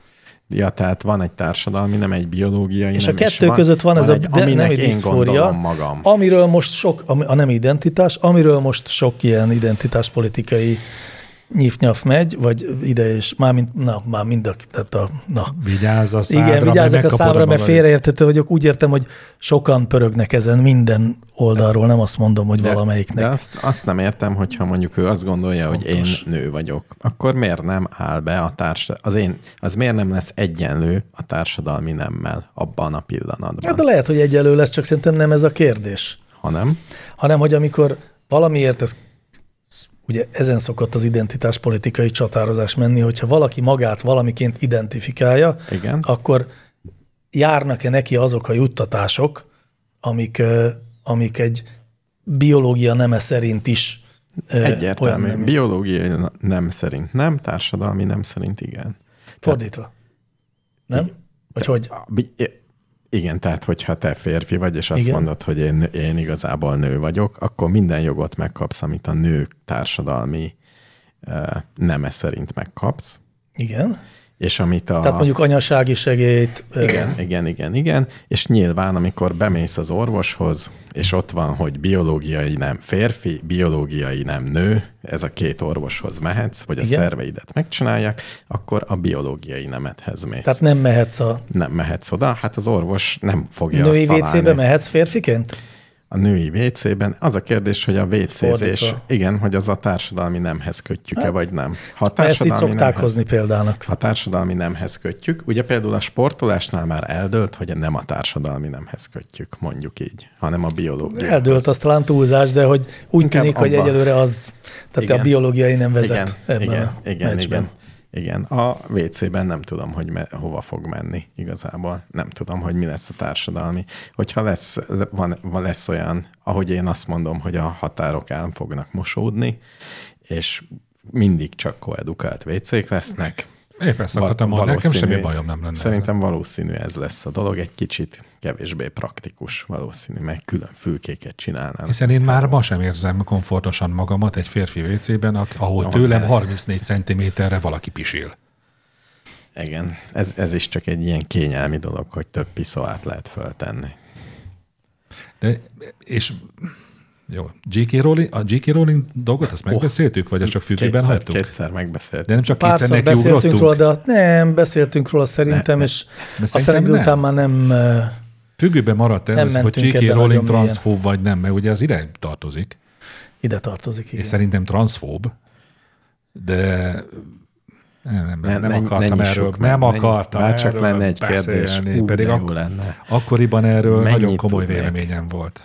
[SPEAKER 2] Ja, tehát van egy társadalmi, nem egy biológiai.
[SPEAKER 1] És
[SPEAKER 2] nem
[SPEAKER 1] a
[SPEAKER 2] is
[SPEAKER 1] kettő
[SPEAKER 2] van,
[SPEAKER 1] között van, ez
[SPEAKER 2] van
[SPEAKER 1] a
[SPEAKER 2] egy,
[SPEAKER 1] de-
[SPEAKER 2] aminek
[SPEAKER 1] nemi
[SPEAKER 2] én
[SPEAKER 1] diszfória,
[SPEAKER 2] gondolom magam.
[SPEAKER 1] amiről most sok, ami- a nem identitás, amiről most sok ilyen identitáspolitikai nyif megy, vagy ide és már, mind, na, már mind a, tehát a, na,
[SPEAKER 3] Vigyázz a szádra,
[SPEAKER 1] Igen, vigyázzak
[SPEAKER 3] mert
[SPEAKER 1] a
[SPEAKER 3] megkapod
[SPEAKER 1] számra, mert
[SPEAKER 3] magadat.
[SPEAKER 1] félreértető vagyok. Úgy értem, hogy sokan pörögnek ezen minden oldalról, nem azt mondom, hogy valamelyiknek.
[SPEAKER 2] De azt, azt nem értem, hogyha mondjuk ő azt gondolja,
[SPEAKER 1] Fontos.
[SPEAKER 2] hogy én nő vagyok, akkor miért nem áll be a társadalmi, az én, az miért nem lesz egyenlő a társadalmi nemmel abban a pillanatban,
[SPEAKER 1] Hát de lehet, hogy egyelő lesz, csak szerintem nem ez a kérdés.
[SPEAKER 2] hanem
[SPEAKER 1] Hanem, hogy amikor valamiért ez ugye ezen szokott az identitáspolitikai csatározás menni, hogyha valaki magát valamiként identifikálja,
[SPEAKER 2] Igen.
[SPEAKER 1] akkor járnak-e neki azok a juttatások, amik, ö, amik egy biológia neme szerint is ö, olyan
[SPEAKER 2] egyértelmű.
[SPEAKER 1] nemű.
[SPEAKER 2] Biológiai nem szerint nem, társadalmi nem szerint igen.
[SPEAKER 1] Fordítva. Nem? Vagy hogy?
[SPEAKER 2] A bi- i- Igen, tehát hogyha te férfi vagy, és azt
[SPEAKER 1] Igen.
[SPEAKER 2] igen. mondod, hogy én, én igazából nő vagyok, akkor minden jogot megkapsz, amit a nők társadalmi uh, neme szerint megkapsz,
[SPEAKER 1] Igen.
[SPEAKER 2] és amit a...
[SPEAKER 1] Tehát mondjuk anyasági segélyt. ö,
[SPEAKER 2] Igen, igen, igen, igen. És nyilván, amikor bemész az orvoshoz, és ott van, hogy biológiai nem férfi, biológiai nem nő, ez a két orvoshoz mehetsz, vagy a
[SPEAKER 1] Igen.
[SPEAKER 2] szerveidet megcsinálják, akkor a biológiai nemethez mész.
[SPEAKER 1] Tehát
[SPEAKER 2] Tehát
[SPEAKER 1] nem mehetsz a
[SPEAKER 2] nem mehetsz oda, hát az orvos nem fogja
[SPEAKER 1] női
[SPEAKER 2] azt találni.
[SPEAKER 1] WC-be, mehetsz férfiként?
[SPEAKER 2] A női WC-ben. Az a kérdés, hogy a WC-zés,
[SPEAKER 1] Fordítva.
[SPEAKER 2] igen, hogy az a társadalmi nemhez kötjük-e, hát, vagy nem. Ha a
[SPEAKER 1] Mert ezt itt
[SPEAKER 2] társadalmi
[SPEAKER 1] szokták
[SPEAKER 2] nemhez-
[SPEAKER 1] hozni példának.
[SPEAKER 2] ha a társadalmi nemhez kötjük, ugye például a sportolásnál már eldőlt, hogy nem a társadalmi nemhez kötjük, mondjuk így, hanem a biológia.
[SPEAKER 1] Eldőlt az talán túlzás, de hogy úgy
[SPEAKER 2] Inkább
[SPEAKER 1] tűnik, hogy
[SPEAKER 2] abban.
[SPEAKER 1] egyelőre az, tehát
[SPEAKER 2] Igen.
[SPEAKER 1] a biológiai nem vezet
[SPEAKER 2] igen,
[SPEAKER 1] ebben
[SPEAKER 2] igen,
[SPEAKER 1] a
[SPEAKER 2] igen,
[SPEAKER 1] meccsben.
[SPEAKER 2] igen, igen. A WC-ben nem tudom, hogy me- hova fog menni igazából. Nem tudom, hogy mi lesz a társadalmi. Hogyha lesz, van, van, lesz olyan, ahogy én azt mondom, hogy a határok el fognak mosódni, és mindig csak koedukált WC-k lesznek,
[SPEAKER 3] Épp ezt akartam
[SPEAKER 2] Val-
[SPEAKER 3] mondani, nekem
[SPEAKER 2] valószínű-
[SPEAKER 3] semmi bajom nem lenne.
[SPEAKER 2] Szerintem valószínű ez lesz a dolog, egy kicsit kevésbé praktikus valószínű, meg külön fülkéket csinálnának.
[SPEAKER 3] Hiszen én már ma sem érzem komfortosan magamat egy férfi WC-ben, ak- ahol
[SPEAKER 2] Ahol
[SPEAKER 3] tőlem
[SPEAKER 2] nem.
[SPEAKER 3] 34 centiméterre valaki pisil.
[SPEAKER 2] Igen, ez, ez is csak egy ilyen kényelmi dolog, hogy több piszoát lehet föltenni.
[SPEAKER 3] De, és jó, J.K. Rowling, a J.K. Rowling dolgot azt megbeszéltük, vagy azt csak függőben
[SPEAKER 2] Kétszer,
[SPEAKER 3] hagytuk?
[SPEAKER 2] kétszer megbeszélt.
[SPEAKER 3] De nem csak kétszer
[SPEAKER 1] Párszor
[SPEAKER 3] neki
[SPEAKER 1] beszéltünk
[SPEAKER 3] ugrottunk?
[SPEAKER 1] róla, de nem, beszéltünk róla szerintem, és aztán
[SPEAKER 3] szerintem
[SPEAKER 1] egy idő
[SPEAKER 3] nem.
[SPEAKER 1] után már nem... ö,
[SPEAKER 3] Függőben maradt el,
[SPEAKER 1] Nem
[SPEAKER 3] az, hogy
[SPEAKER 1] mentünk
[SPEAKER 3] J.K.
[SPEAKER 1] ebbe
[SPEAKER 3] Rowling
[SPEAKER 1] nagyon mélyen.
[SPEAKER 3] transzfób vagy nem, mert ugye az ide tartozik.
[SPEAKER 1] ide tartozik. Igen.
[SPEAKER 3] és szerintem transzfób, de nem, nem, nem, nem akartam
[SPEAKER 2] nyissuk
[SPEAKER 3] erről,
[SPEAKER 2] meg,
[SPEAKER 3] nem
[SPEAKER 2] ne-
[SPEAKER 3] akartam
[SPEAKER 2] Bár csak
[SPEAKER 3] erről
[SPEAKER 2] lenne egy kérdés,
[SPEAKER 3] beszélni,
[SPEAKER 2] ú, pedig
[SPEAKER 3] pedig ak-
[SPEAKER 2] jó lenne.
[SPEAKER 3] akkoriban erről
[SPEAKER 2] Mennyit
[SPEAKER 3] nagyon komoly
[SPEAKER 2] tudnék?
[SPEAKER 3] véleményem volt.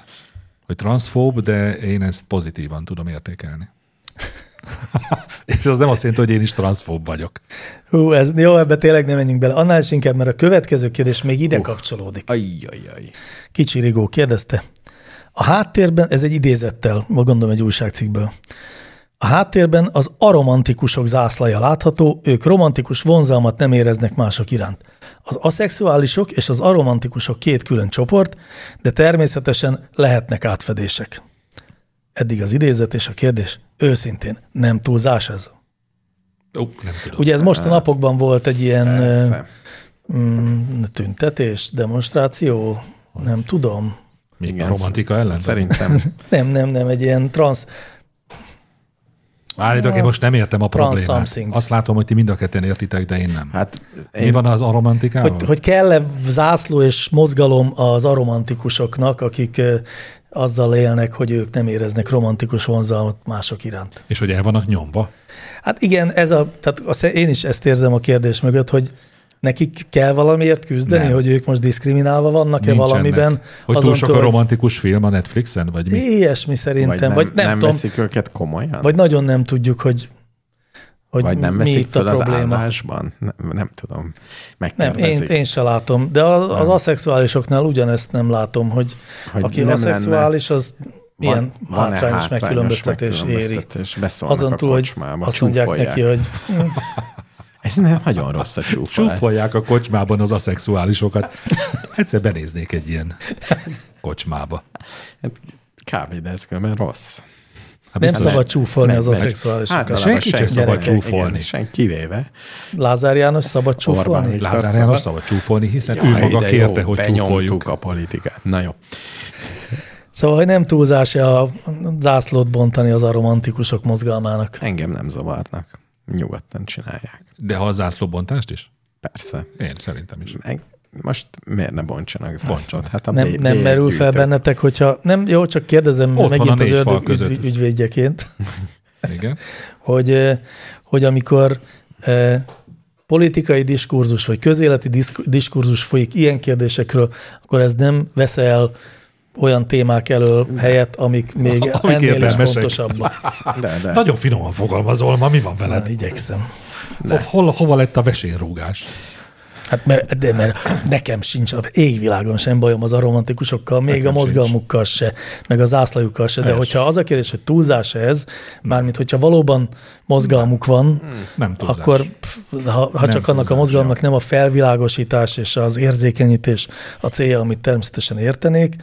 [SPEAKER 3] Hogy transzfób, de én ezt pozitívan tudom értékelni. És az nem azt jelenti, hogy én is transzfób vagyok.
[SPEAKER 1] Hú, ez, jó, ebbe tényleg nem menjünk bele. Annál is inkább, mert a következő kérdés még ide kapcsolódik.
[SPEAKER 2] Ajjajaj.
[SPEAKER 1] Kicsi Rigó kérdezte. A háttérben, ez egy idézettel, ma gondolom egy újságcikkből. A háttérben az aromantikusok zászlaja látható, ők romantikus vonzalmat nem éreznek mások iránt. Az aszexuálisok és az aromantikusok két külön csoport, de természetesen lehetnek átfedések. Eddig az idézet és a kérdés őszintén nem túlzás ez.
[SPEAKER 3] Ó, nem tudom.
[SPEAKER 1] Ugye ez most a napokban volt egy ilyen ö,
[SPEAKER 2] Persze.
[SPEAKER 1] mm, tüntetés, demonstráció, nem tudom.
[SPEAKER 3] Még
[SPEAKER 2] igen,
[SPEAKER 3] a romantika ellen?
[SPEAKER 2] Szerintem
[SPEAKER 1] Nem, nem, nem, egy ilyen transz,
[SPEAKER 3] Várjátok, én most nem értem a
[SPEAKER 1] Trans
[SPEAKER 3] problémát.
[SPEAKER 1] something.
[SPEAKER 3] Azt látom, hogy ti mind a ketten értitek, de én nem. Hát,
[SPEAKER 2] Hát
[SPEAKER 3] Mi
[SPEAKER 2] én,
[SPEAKER 3] van az aromantikával?
[SPEAKER 1] Hogy, hogy kell-e zászló és mozgalom az aromantikusoknak, akik ö, azzal élnek, hogy ők nem éreznek romantikus vonzalmat mások iránt.
[SPEAKER 3] És hogy el vannak nyomva?
[SPEAKER 1] Hát igen, ez a, tehát azt én is ezt érzem a kérdés mögött, hogy nekik kell valamiért küzdeni,
[SPEAKER 3] Nem.
[SPEAKER 1] hogy ők most diszkriminálva vannak-e
[SPEAKER 3] Nincsenek.
[SPEAKER 1] valamiben.
[SPEAKER 3] Hogy túl sok a
[SPEAKER 1] hogy
[SPEAKER 3] romantikus film a Netflixen, vagy mi?
[SPEAKER 1] Ilyesmi
[SPEAKER 2] vagy
[SPEAKER 1] szerintem,
[SPEAKER 2] nem,
[SPEAKER 1] vagy nem,
[SPEAKER 2] nem
[SPEAKER 1] tudom,
[SPEAKER 2] veszik őket komolyan?
[SPEAKER 1] vagy nagyon nem tudjuk, hogy, hogy
[SPEAKER 2] vagy nem
[SPEAKER 1] mi
[SPEAKER 2] veszik
[SPEAKER 1] itt a
[SPEAKER 2] föl az
[SPEAKER 1] probléma.
[SPEAKER 2] állásban? Nem, nem tudom.
[SPEAKER 1] Nem, én,
[SPEAKER 2] Megtervezik.
[SPEAKER 1] én se látom, de az, az aszexuálisoknál ugyanezt nem látom, hogy, hogy
[SPEAKER 2] Hogy
[SPEAKER 1] aki
[SPEAKER 2] nem lenne-
[SPEAKER 1] aszexuális, az
[SPEAKER 2] Van-
[SPEAKER 1] milyen
[SPEAKER 2] van-e
[SPEAKER 1] hátrányos megkülönböztetés éri.
[SPEAKER 2] megkülönböztetés? Beszólnak
[SPEAKER 1] Azon
[SPEAKER 2] a
[SPEAKER 1] túl, hogy
[SPEAKER 2] kocsmába,
[SPEAKER 1] azt mondják
[SPEAKER 2] csúfolják.
[SPEAKER 1] neki, hogy
[SPEAKER 2] Ez nem nagyon rossz a csúfolás.
[SPEAKER 3] Csúfolják a kocsmában az aszexuálisokat. Egyszer benéznék egy ilyen kocsmába.
[SPEAKER 2] Hát Kb. de ez különben rossz.
[SPEAKER 3] Hát
[SPEAKER 1] nem
[SPEAKER 3] biztos-
[SPEAKER 1] szabad csúfolni az
[SPEAKER 2] Mert hát
[SPEAKER 1] aszexuálisokat.
[SPEAKER 2] általában
[SPEAKER 3] Senkit sem szabad
[SPEAKER 2] gyerekek,
[SPEAKER 3] csúfolni.
[SPEAKER 2] igen, Sen kivéve.
[SPEAKER 1] Lázár János szabad csúfolni? Hát
[SPEAKER 2] Viktor
[SPEAKER 3] Lázár
[SPEAKER 2] szabad.
[SPEAKER 3] János szabad csúfolni, hiszen ő
[SPEAKER 2] Jaj,
[SPEAKER 3] maga
[SPEAKER 2] de
[SPEAKER 3] kérte,
[SPEAKER 2] jó,
[SPEAKER 3] hogy
[SPEAKER 2] benyomtuk
[SPEAKER 3] csúfoljuk.
[SPEAKER 2] a politikát. Na jó.
[SPEAKER 1] Szóval, hogy nem túlzás-e a zászlót bontani az aromantikusok mozgalmának.
[SPEAKER 2] Engem nem zavarnak. Nyugodtan csinálják.
[SPEAKER 3] De ha a zászlóbontást is?
[SPEAKER 2] Persze.
[SPEAKER 3] Én szerintem is.
[SPEAKER 2] Meg- Most miért ne bontsanak zászlót? Hát a
[SPEAKER 1] Nem,
[SPEAKER 2] bé-
[SPEAKER 1] nem merül fel
[SPEAKER 2] bérgyűjtők.
[SPEAKER 1] bennetek, hogyha... Nem, jó, csak kérdezem
[SPEAKER 3] van a
[SPEAKER 1] megint az
[SPEAKER 3] négy fal
[SPEAKER 1] ördög
[SPEAKER 3] között.
[SPEAKER 1] ügy, ügyvédjeként.
[SPEAKER 3] Igen.
[SPEAKER 1] hogy, eh, hogy amikor eh, politikai diskurzus vagy közéleti diszk- diskurzus folyik ilyen kérdésekről, akkor ez nem vesz el olyan témák elől helyet, amik még
[SPEAKER 3] Amik
[SPEAKER 1] amik ennél is
[SPEAKER 3] érdemesek.
[SPEAKER 1] fontosabbak.
[SPEAKER 2] De, de.
[SPEAKER 3] Nagyon finoman fogalmazol ma, mi van
[SPEAKER 1] Hát,
[SPEAKER 3] veled?
[SPEAKER 1] igyekszem.
[SPEAKER 3] Hol, hova lett a vesérrúgás?
[SPEAKER 1] Hát mert, de mert nekem sincs a égvilágon sem bajom az aromantikusokkal, még a mozgalmukkal se, meg az zászlajukkal se, de hogyha az a kérdés, hogy túlzás -e ez, mármint hogyha valóban mozgalmuk van,
[SPEAKER 3] Nem tudás.
[SPEAKER 1] Akkor pff, ha, ha csak annak a
[SPEAKER 3] túlzás,
[SPEAKER 1] mozgalomnak nem a felvilágosítás és az érzékenyítés a célja, amit természetesen értenék,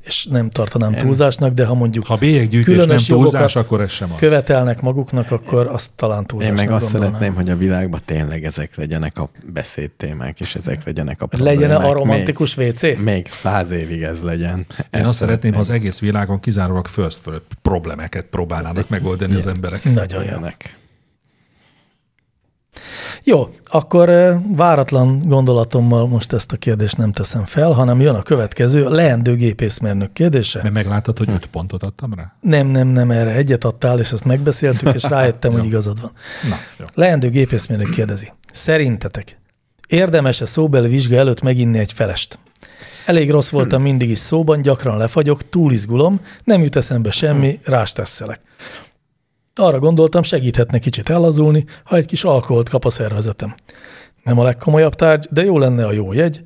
[SPEAKER 1] és nem tartanám túlzásnak, de ha mondjuk
[SPEAKER 3] ha bélyeggyűjtés nem
[SPEAKER 1] különös
[SPEAKER 3] túlzás,
[SPEAKER 1] jogokat
[SPEAKER 3] akkor ez sem az.
[SPEAKER 1] követelnek maguknak, akkor azt talán
[SPEAKER 2] Én
[SPEAKER 1] túlzásnak
[SPEAKER 2] meg azt
[SPEAKER 1] gondolnám.
[SPEAKER 2] szeretném, hogy a világban tényleg ezek legyenek a beszédtémák, és ezek legyenek
[SPEAKER 3] Hát
[SPEAKER 2] a problémák.
[SPEAKER 1] Legyen a
[SPEAKER 2] Még-
[SPEAKER 1] romantikus WC?
[SPEAKER 2] Még száz évig ez legyen.
[SPEAKER 3] Én azt szeretném, ha az egész világon kizárólag first world problémeket próbálnának megoldani az emberek.
[SPEAKER 1] Nagyon jó.
[SPEAKER 2] Olyanek.
[SPEAKER 1] Jó, akkor ö, váratlan gondolatommal most ezt a kérdést nem teszem fel, hanem jön a következő, a leendő gépészmérnök kérdése.
[SPEAKER 3] Mert megláttad, hogy öt pontot adtam rá?
[SPEAKER 1] Nem, nem, nem, erre egyet adtál, és ezt megbeszéltük, és rájöttem, hogy igazad van.
[SPEAKER 3] Na, jó.
[SPEAKER 1] Leendő gépészmérnök kérdezi. Szerintetek érdemes-e szóbeli vizsga előtt meginni egy felest? Elég rossz voltam
[SPEAKER 3] Hmm.
[SPEAKER 1] mindig is szóban, gyakran lefagyok, túlizgulom, nem jut eszembe
[SPEAKER 3] Hmm.
[SPEAKER 1] semmi, rástesszelek. Arra gondoltam, segíthetne kicsit ellazulni, ha egy kis alkoholt kap a szervezetem. Nem a legkomolyabb tárgy, de jó lenne a jó jegy,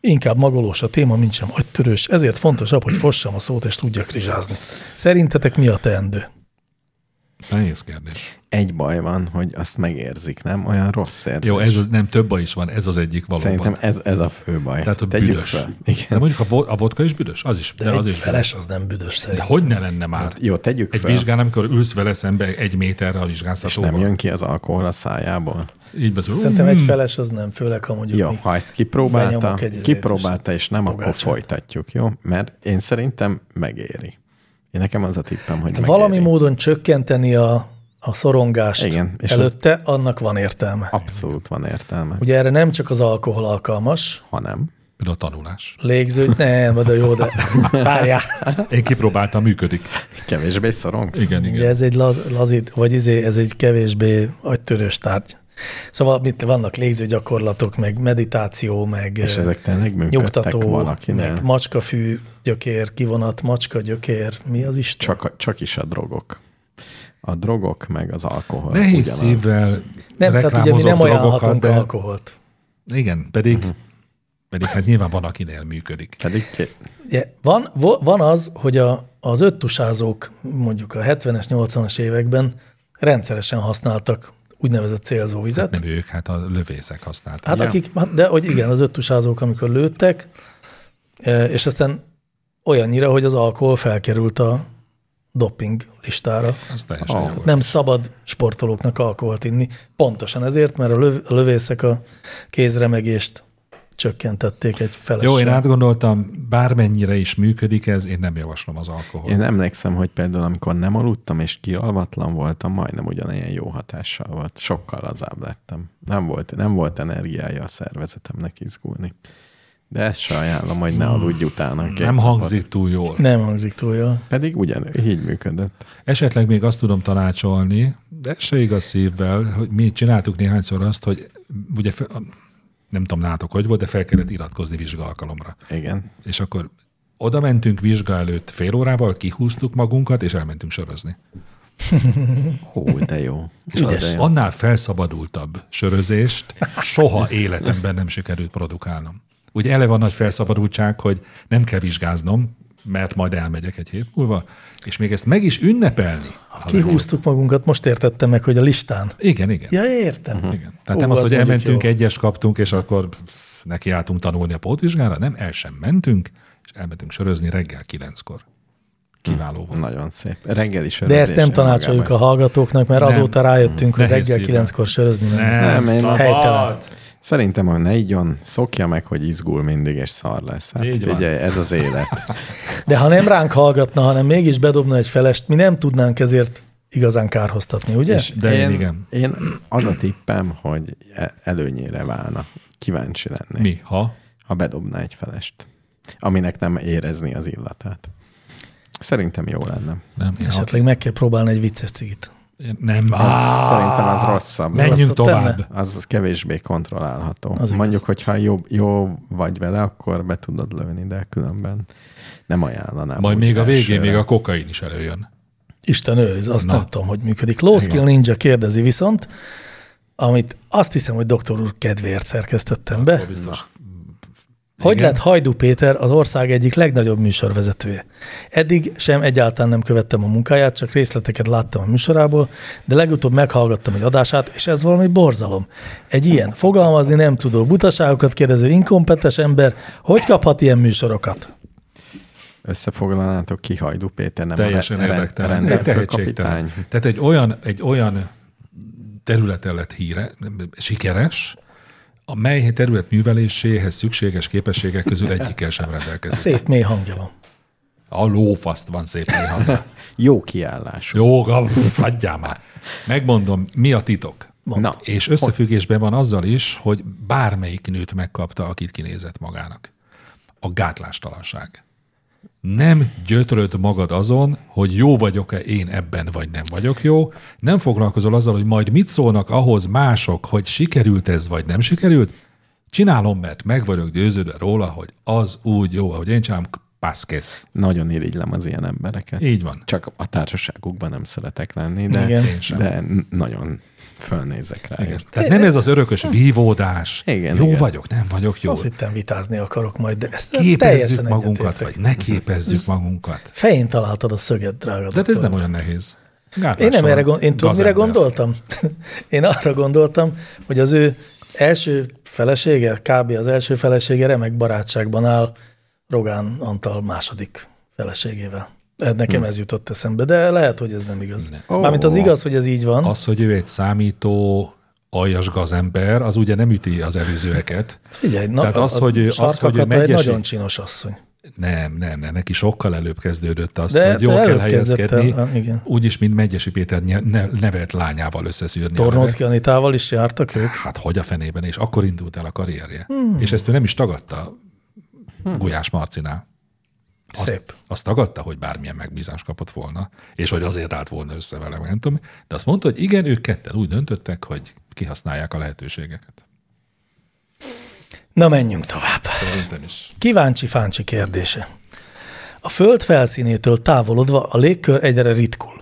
[SPEAKER 1] Inkább magolós a téma, mint sem agytörős, ezért fontosabb, hogy fossam a szót és tudjak rizsázni. Szerintetek mi a teendő?
[SPEAKER 3] Nehéz kérdés.
[SPEAKER 2] Egy baj van, hogy azt megérzik, nem? Olyan rossz érzés.
[SPEAKER 3] Jó, ez az, nem több baj is van, ez az egyik valóban.
[SPEAKER 2] Szerintem ez, ez a fő baj.
[SPEAKER 3] Tehát a
[SPEAKER 2] Tegyük
[SPEAKER 3] büdös.
[SPEAKER 2] fel.
[SPEAKER 3] De
[SPEAKER 2] Igen.
[SPEAKER 3] mondjuk a, vo- a vodka is büdös? Az is. De,
[SPEAKER 1] De
[SPEAKER 3] az
[SPEAKER 1] egy
[SPEAKER 3] is
[SPEAKER 1] feles Hát, az nem büdös
[SPEAKER 3] De
[SPEAKER 1] szerintem.
[SPEAKER 3] hogy ne lenne már?
[SPEAKER 2] Jó, tegyük
[SPEAKER 3] Egy
[SPEAKER 2] fel.
[SPEAKER 3] vizsgán, amikor ülsz vele szembe egy méterre a vizsgáztatóval.
[SPEAKER 2] Nem jön ki az alkohol a szájából.
[SPEAKER 3] Így Mm, bezúl.
[SPEAKER 1] Szerintem egy feles az nem, főleg ha mondjuk
[SPEAKER 2] Jó,
[SPEAKER 3] hát
[SPEAKER 1] mi-
[SPEAKER 2] ha ezt kipróbálta,
[SPEAKER 1] Benyomok egy izét,
[SPEAKER 2] kipróbálta és nem, akkor
[SPEAKER 1] pogácsát.
[SPEAKER 2] folytatjuk, jó? Mert én szerintem megéri. Én nekem az a tippem, hogy
[SPEAKER 1] Hát
[SPEAKER 2] megéri.
[SPEAKER 1] valami módon csökkenteni a, a szorongást
[SPEAKER 2] Igen, és az-
[SPEAKER 1] előtte, annak van értelme.
[SPEAKER 2] Abszolút van értelme.
[SPEAKER 1] Ugye erre nem csak az alkohol alkalmas,
[SPEAKER 2] Ha nem,
[SPEAKER 3] Például a tanulás.
[SPEAKER 1] Légző, nem, de jó, de várjál.
[SPEAKER 3] Én kipróbáltam, működik.
[SPEAKER 2] Kevésbé szorong.
[SPEAKER 3] Igen,
[SPEAKER 1] Hát, Ugye
[SPEAKER 3] igen.
[SPEAKER 1] ez egy laz, lazít, vagy izé, ez egy kevésbé agytörős tárgy. Szóval mit vannak légző gyakorlatok, meg meditáció, meg
[SPEAKER 2] És
[SPEAKER 1] eh,
[SPEAKER 2] ezek tényleg működtek
[SPEAKER 1] nyugtató, meg
[SPEAKER 2] valakinél.
[SPEAKER 1] macskafű gyökér, kivonat, macska gyökér, mi az is?
[SPEAKER 2] Csak, a- csak is a drogok. A drogok meg az alkohol.
[SPEAKER 3] Nehéz
[SPEAKER 2] ugyanaz.
[SPEAKER 3] szívvel
[SPEAKER 1] nem, tehát ugye mi nem
[SPEAKER 3] reklámozott drogokat,
[SPEAKER 1] ajánlhatunk
[SPEAKER 3] de-
[SPEAKER 1] alkoholt.
[SPEAKER 3] Igen, pedig,
[SPEAKER 1] Mhm.
[SPEAKER 3] uh-huh. pedig hát nyilván van, akinél működik.
[SPEAKER 2] Pedig ké-
[SPEAKER 1] Ugye, van, vo- van az, hogy a, az öttusázók mondjuk a 70-es, 80-as években rendszeresen használtak úgynevezett célzóvizet.
[SPEAKER 3] Nem ők, hát a lövészek használták.
[SPEAKER 1] Hát
[SPEAKER 2] Ja.
[SPEAKER 1] akik, hát de hogy igen, az öttusázók, amikor lőttek, eh, és aztán olyannyira, hogy az alkohol felkerült a doping listára.
[SPEAKER 3] Az teljesen
[SPEAKER 2] Ah.
[SPEAKER 3] jogos.
[SPEAKER 1] Nem szabad sportolóknak alkoholt inni. Pontosan ezért, mert a, löv, a lövészek a kézremegést csökkentették egy felesre.
[SPEAKER 3] Jó, én átgondoltam, bármennyire is működik ez, én nem javaslom az alkoholt.
[SPEAKER 2] én emlékszem, hogy például amikor nem aludtam és kialvatlan voltam, majdnem ugyanilyen jó hatással volt. Sokkal lazább lettem. Nem volt, nem volt energiája a szervezetemnek izgulni. De ezt se ajánlom, hogy ne aludj utána. két
[SPEAKER 3] Hmm. Nem
[SPEAKER 2] napot.
[SPEAKER 3] hangzik túl jól.
[SPEAKER 1] Nem hangzik túl jól.
[SPEAKER 2] Pedig ugyan, így működött.
[SPEAKER 3] Esetleg még azt tudom tanácsolni, de ez se igaz szívvel, hogy mi csináltuk néhányszor azt, hogy ugye fe- nem tudom nátok, hogy volt, de fel kellett iratkozni vizsgaalkalomra.
[SPEAKER 2] Igen.
[SPEAKER 3] És akkor oda mentünk vizsga előtt fél órával, kihúztuk magunkat, és elmentünk sörözni.
[SPEAKER 2] Hú, de jó.
[SPEAKER 3] Ügyes. Annál felszabadultabb sörözést soha életemben nem sikerült produkálnom. Ugye eleve van nagy felszabadultság, hogy nem kell vizsgáznom, mert majd elmegyek egy hét múlva, és még ezt meg is ünnepelni. Ha
[SPEAKER 1] Kihúztuk magunkat, most értettem meg, hogy a listán.
[SPEAKER 3] Igen, igen.
[SPEAKER 1] Ja, értem.
[SPEAKER 3] igen. Tehát
[SPEAKER 1] Ú,
[SPEAKER 3] nem az,
[SPEAKER 1] az
[SPEAKER 3] hogy
[SPEAKER 1] mondjuk
[SPEAKER 3] elmentünk,
[SPEAKER 1] jó.
[SPEAKER 3] egyes kaptunk, és akkor pff, nekiálltunk tanulni a pótvizsgára, nem, el sem mentünk, és elmentünk sörözni reggel kilenckor. Kiváló volt.
[SPEAKER 2] Nagyon szép. Reggel is
[SPEAKER 1] De ezt nem tanácsoljuk a hallgatóknak, mert
[SPEAKER 3] Nem. Mhm.
[SPEAKER 1] nem. azóta rájöttünk, hogy
[SPEAKER 3] Nehéz
[SPEAKER 1] reggel
[SPEAKER 3] szívvel.
[SPEAKER 1] kilenckor sörözni nem.
[SPEAKER 2] Nem, én-
[SPEAKER 3] szabad.
[SPEAKER 1] Helytelen.
[SPEAKER 2] Szerintem, hogy ne igyon, szokja meg, hogy izgul mindig, és szar lesz. Hát
[SPEAKER 3] Így van.
[SPEAKER 2] figyelj, ez az élet.
[SPEAKER 1] De ha nem ránk hallgatna, hanem mégis bedobna egy felest, mi nem tudnánk ezért igazán kárhoztatni, ugye? És
[SPEAKER 3] De én, én igen.
[SPEAKER 2] én az a tippem, hogy e- előnyére válna. Kíváncsi lennék,
[SPEAKER 3] Mi? Ha?
[SPEAKER 2] ha bedobná egy felest, aminek nem érezni az illatát. Szerintem jó lenne.
[SPEAKER 3] Nem, én hat.
[SPEAKER 1] Esetleg meg kell próbálni egy vicces cigit.
[SPEAKER 3] Én nem.
[SPEAKER 2] Az,
[SPEAKER 3] Á,
[SPEAKER 2] szerintem az rosszabb.
[SPEAKER 3] Ah, menjünk
[SPEAKER 1] rosszabb
[SPEAKER 3] tovább.
[SPEAKER 1] tenne?
[SPEAKER 2] Az, az kevésbé kontrollálható.
[SPEAKER 1] Az
[SPEAKER 2] Az
[SPEAKER 1] igaz.
[SPEAKER 2] Mondjuk, hogyha jó, jó vagy vele, akkor be tudod lőni, de különben nem ajánlanám.
[SPEAKER 3] Majd
[SPEAKER 2] úgy
[SPEAKER 3] még a végén
[SPEAKER 2] elsőre.
[SPEAKER 3] még a kokain is előjön.
[SPEAKER 1] Isten őriz, azt
[SPEAKER 3] Na.
[SPEAKER 1] Na. nem tudom, hogy működik. Low Skill Ninja kérdezi viszont, amit azt hiszem, hogy doktor úr kedvéért szerkesztettem be.
[SPEAKER 3] Biztos.
[SPEAKER 1] Hogy
[SPEAKER 3] Igen.
[SPEAKER 1] lett Hajdú Péter az ország egyik legnagyobb műsorvezetője? Eddig sem egyáltalán nem követtem a munkáját, csak részleteket láttam a műsorából, de legutóbb meghallgattam egy adását, és ez valami borzalom. Egy ilyen fogalmazni nem tudó butaságokat kérdező inkompetens ember, hogy kaphat ilyen műsorokat?
[SPEAKER 2] Összefoglalnátok ki Hajdú Péter, nem
[SPEAKER 3] Teljesen
[SPEAKER 2] a re-
[SPEAKER 3] érdektelen.
[SPEAKER 2] rendőr
[SPEAKER 3] Egy tehetségtelen.
[SPEAKER 2] kapitány.
[SPEAKER 3] Tehát egy olyan, egy olyan területen lett híre, sikeres, amely terület műveléséhez szükséges képességek közül egyikkel sem rendelkezik.
[SPEAKER 1] Szép mély hangja van.
[SPEAKER 3] A lófaszt van szép néha.
[SPEAKER 2] Jó kiállás.
[SPEAKER 3] Jóga, hagyjál már. Megmondom, mi a titok.
[SPEAKER 2] Na,
[SPEAKER 3] És összefüggésben van azzal is, hogy bármelyik nőt megkapta, akit kinézett magának. A gátlástalanság. Nem gyötröd magad azon, hogy jó vagyok-e én ebben, vagy nem vagyok jó. Nem foglalkozol azzal, hogy majd mit szólnak ahhoz mások, hogy sikerült ez, vagy nem sikerült. Csinálom, mert meg vagyok győződve róla, hogy az úgy jó, ahogy én csinálom, pászkész.
[SPEAKER 2] nagyon irigylem az ilyen embereket.
[SPEAKER 3] Így van.
[SPEAKER 2] Csak a társaságukban nem szeretek lenni, de,
[SPEAKER 1] Igen.
[SPEAKER 3] Én sem.
[SPEAKER 2] de n- nagyon fölnézek rá.
[SPEAKER 3] Igen. Tehát nem ez az örökös vívódás.
[SPEAKER 2] Igen,
[SPEAKER 3] jó
[SPEAKER 2] igen.
[SPEAKER 3] vagyok, nem vagyok jó.
[SPEAKER 1] Hm. Azt hittem vitázni akarok majd, de ezt teljesen
[SPEAKER 3] Képezzük magunkat,
[SPEAKER 1] egyetértek.
[SPEAKER 3] vagy ne képezzük magunkat.
[SPEAKER 1] Fején találtad a szöget, drága
[SPEAKER 3] De hát ez
[SPEAKER 1] doktor.
[SPEAKER 3] nem olyan szóval nehéz.
[SPEAKER 1] Én nem
[SPEAKER 3] Gátlástalan
[SPEAKER 1] erre gondoltam. Én tudom, mire
[SPEAKER 3] gazember.
[SPEAKER 1] gondoltam? Én arra gondoltam, hogy az ő első felesége, kb. az első felesége remek barátságban áll Rogán Antal második feleségével. Eh,
[SPEAKER 3] Hm.
[SPEAKER 1] Nekem ez jutott eszembe, de lehet, hogy ez nem igaz.
[SPEAKER 2] Ó.
[SPEAKER 1] Mármint az igaz, hogy ez így van.
[SPEAKER 3] Az, hogy ő egy számító, aljas gazember, az ugye nem üti az előzőeket.
[SPEAKER 1] Figyelj, na,
[SPEAKER 3] tehát az, hogy ő- az,
[SPEAKER 1] Sarka
[SPEAKER 3] hogy ő
[SPEAKER 1] Kata egy
[SPEAKER 3] megyesi-
[SPEAKER 1] nagyon csinos asszony.
[SPEAKER 3] Nem, nem, nem, neki sokkal előbb kezdődött az,
[SPEAKER 1] De
[SPEAKER 3] hogy jól
[SPEAKER 1] te
[SPEAKER 3] kell
[SPEAKER 1] előbb kezdett
[SPEAKER 3] helyezkedni.
[SPEAKER 1] el, ah, igen.
[SPEAKER 3] Úgyis, mint Megyesi Péter nye- ne- nevelt lányával összeszűrni. a nevet.
[SPEAKER 1] Tornócki Anitával is jártak ők.
[SPEAKER 3] Hát hogy a fenében, és akkor indult el a karrierje. Hmm. És ezt ő nem is tagadta. hmm. Gulyás Marcinál. Azt,
[SPEAKER 1] Szép.
[SPEAKER 3] azt tagadta, hogy bármilyen megbízást kapott volna, és hogy azért állt volna össze velem, nem tudom. De azt mondta, hogy igen, ők ketten úgy döntöttek, hogy kihasználják a lehetőségeket.
[SPEAKER 1] Na menjünk tovább.
[SPEAKER 3] Szerintem is.
[SPEAKER 1] Kíváncsi fáncsi kérdése. A föld felszínétől távolodva a légkör egyre ritkul.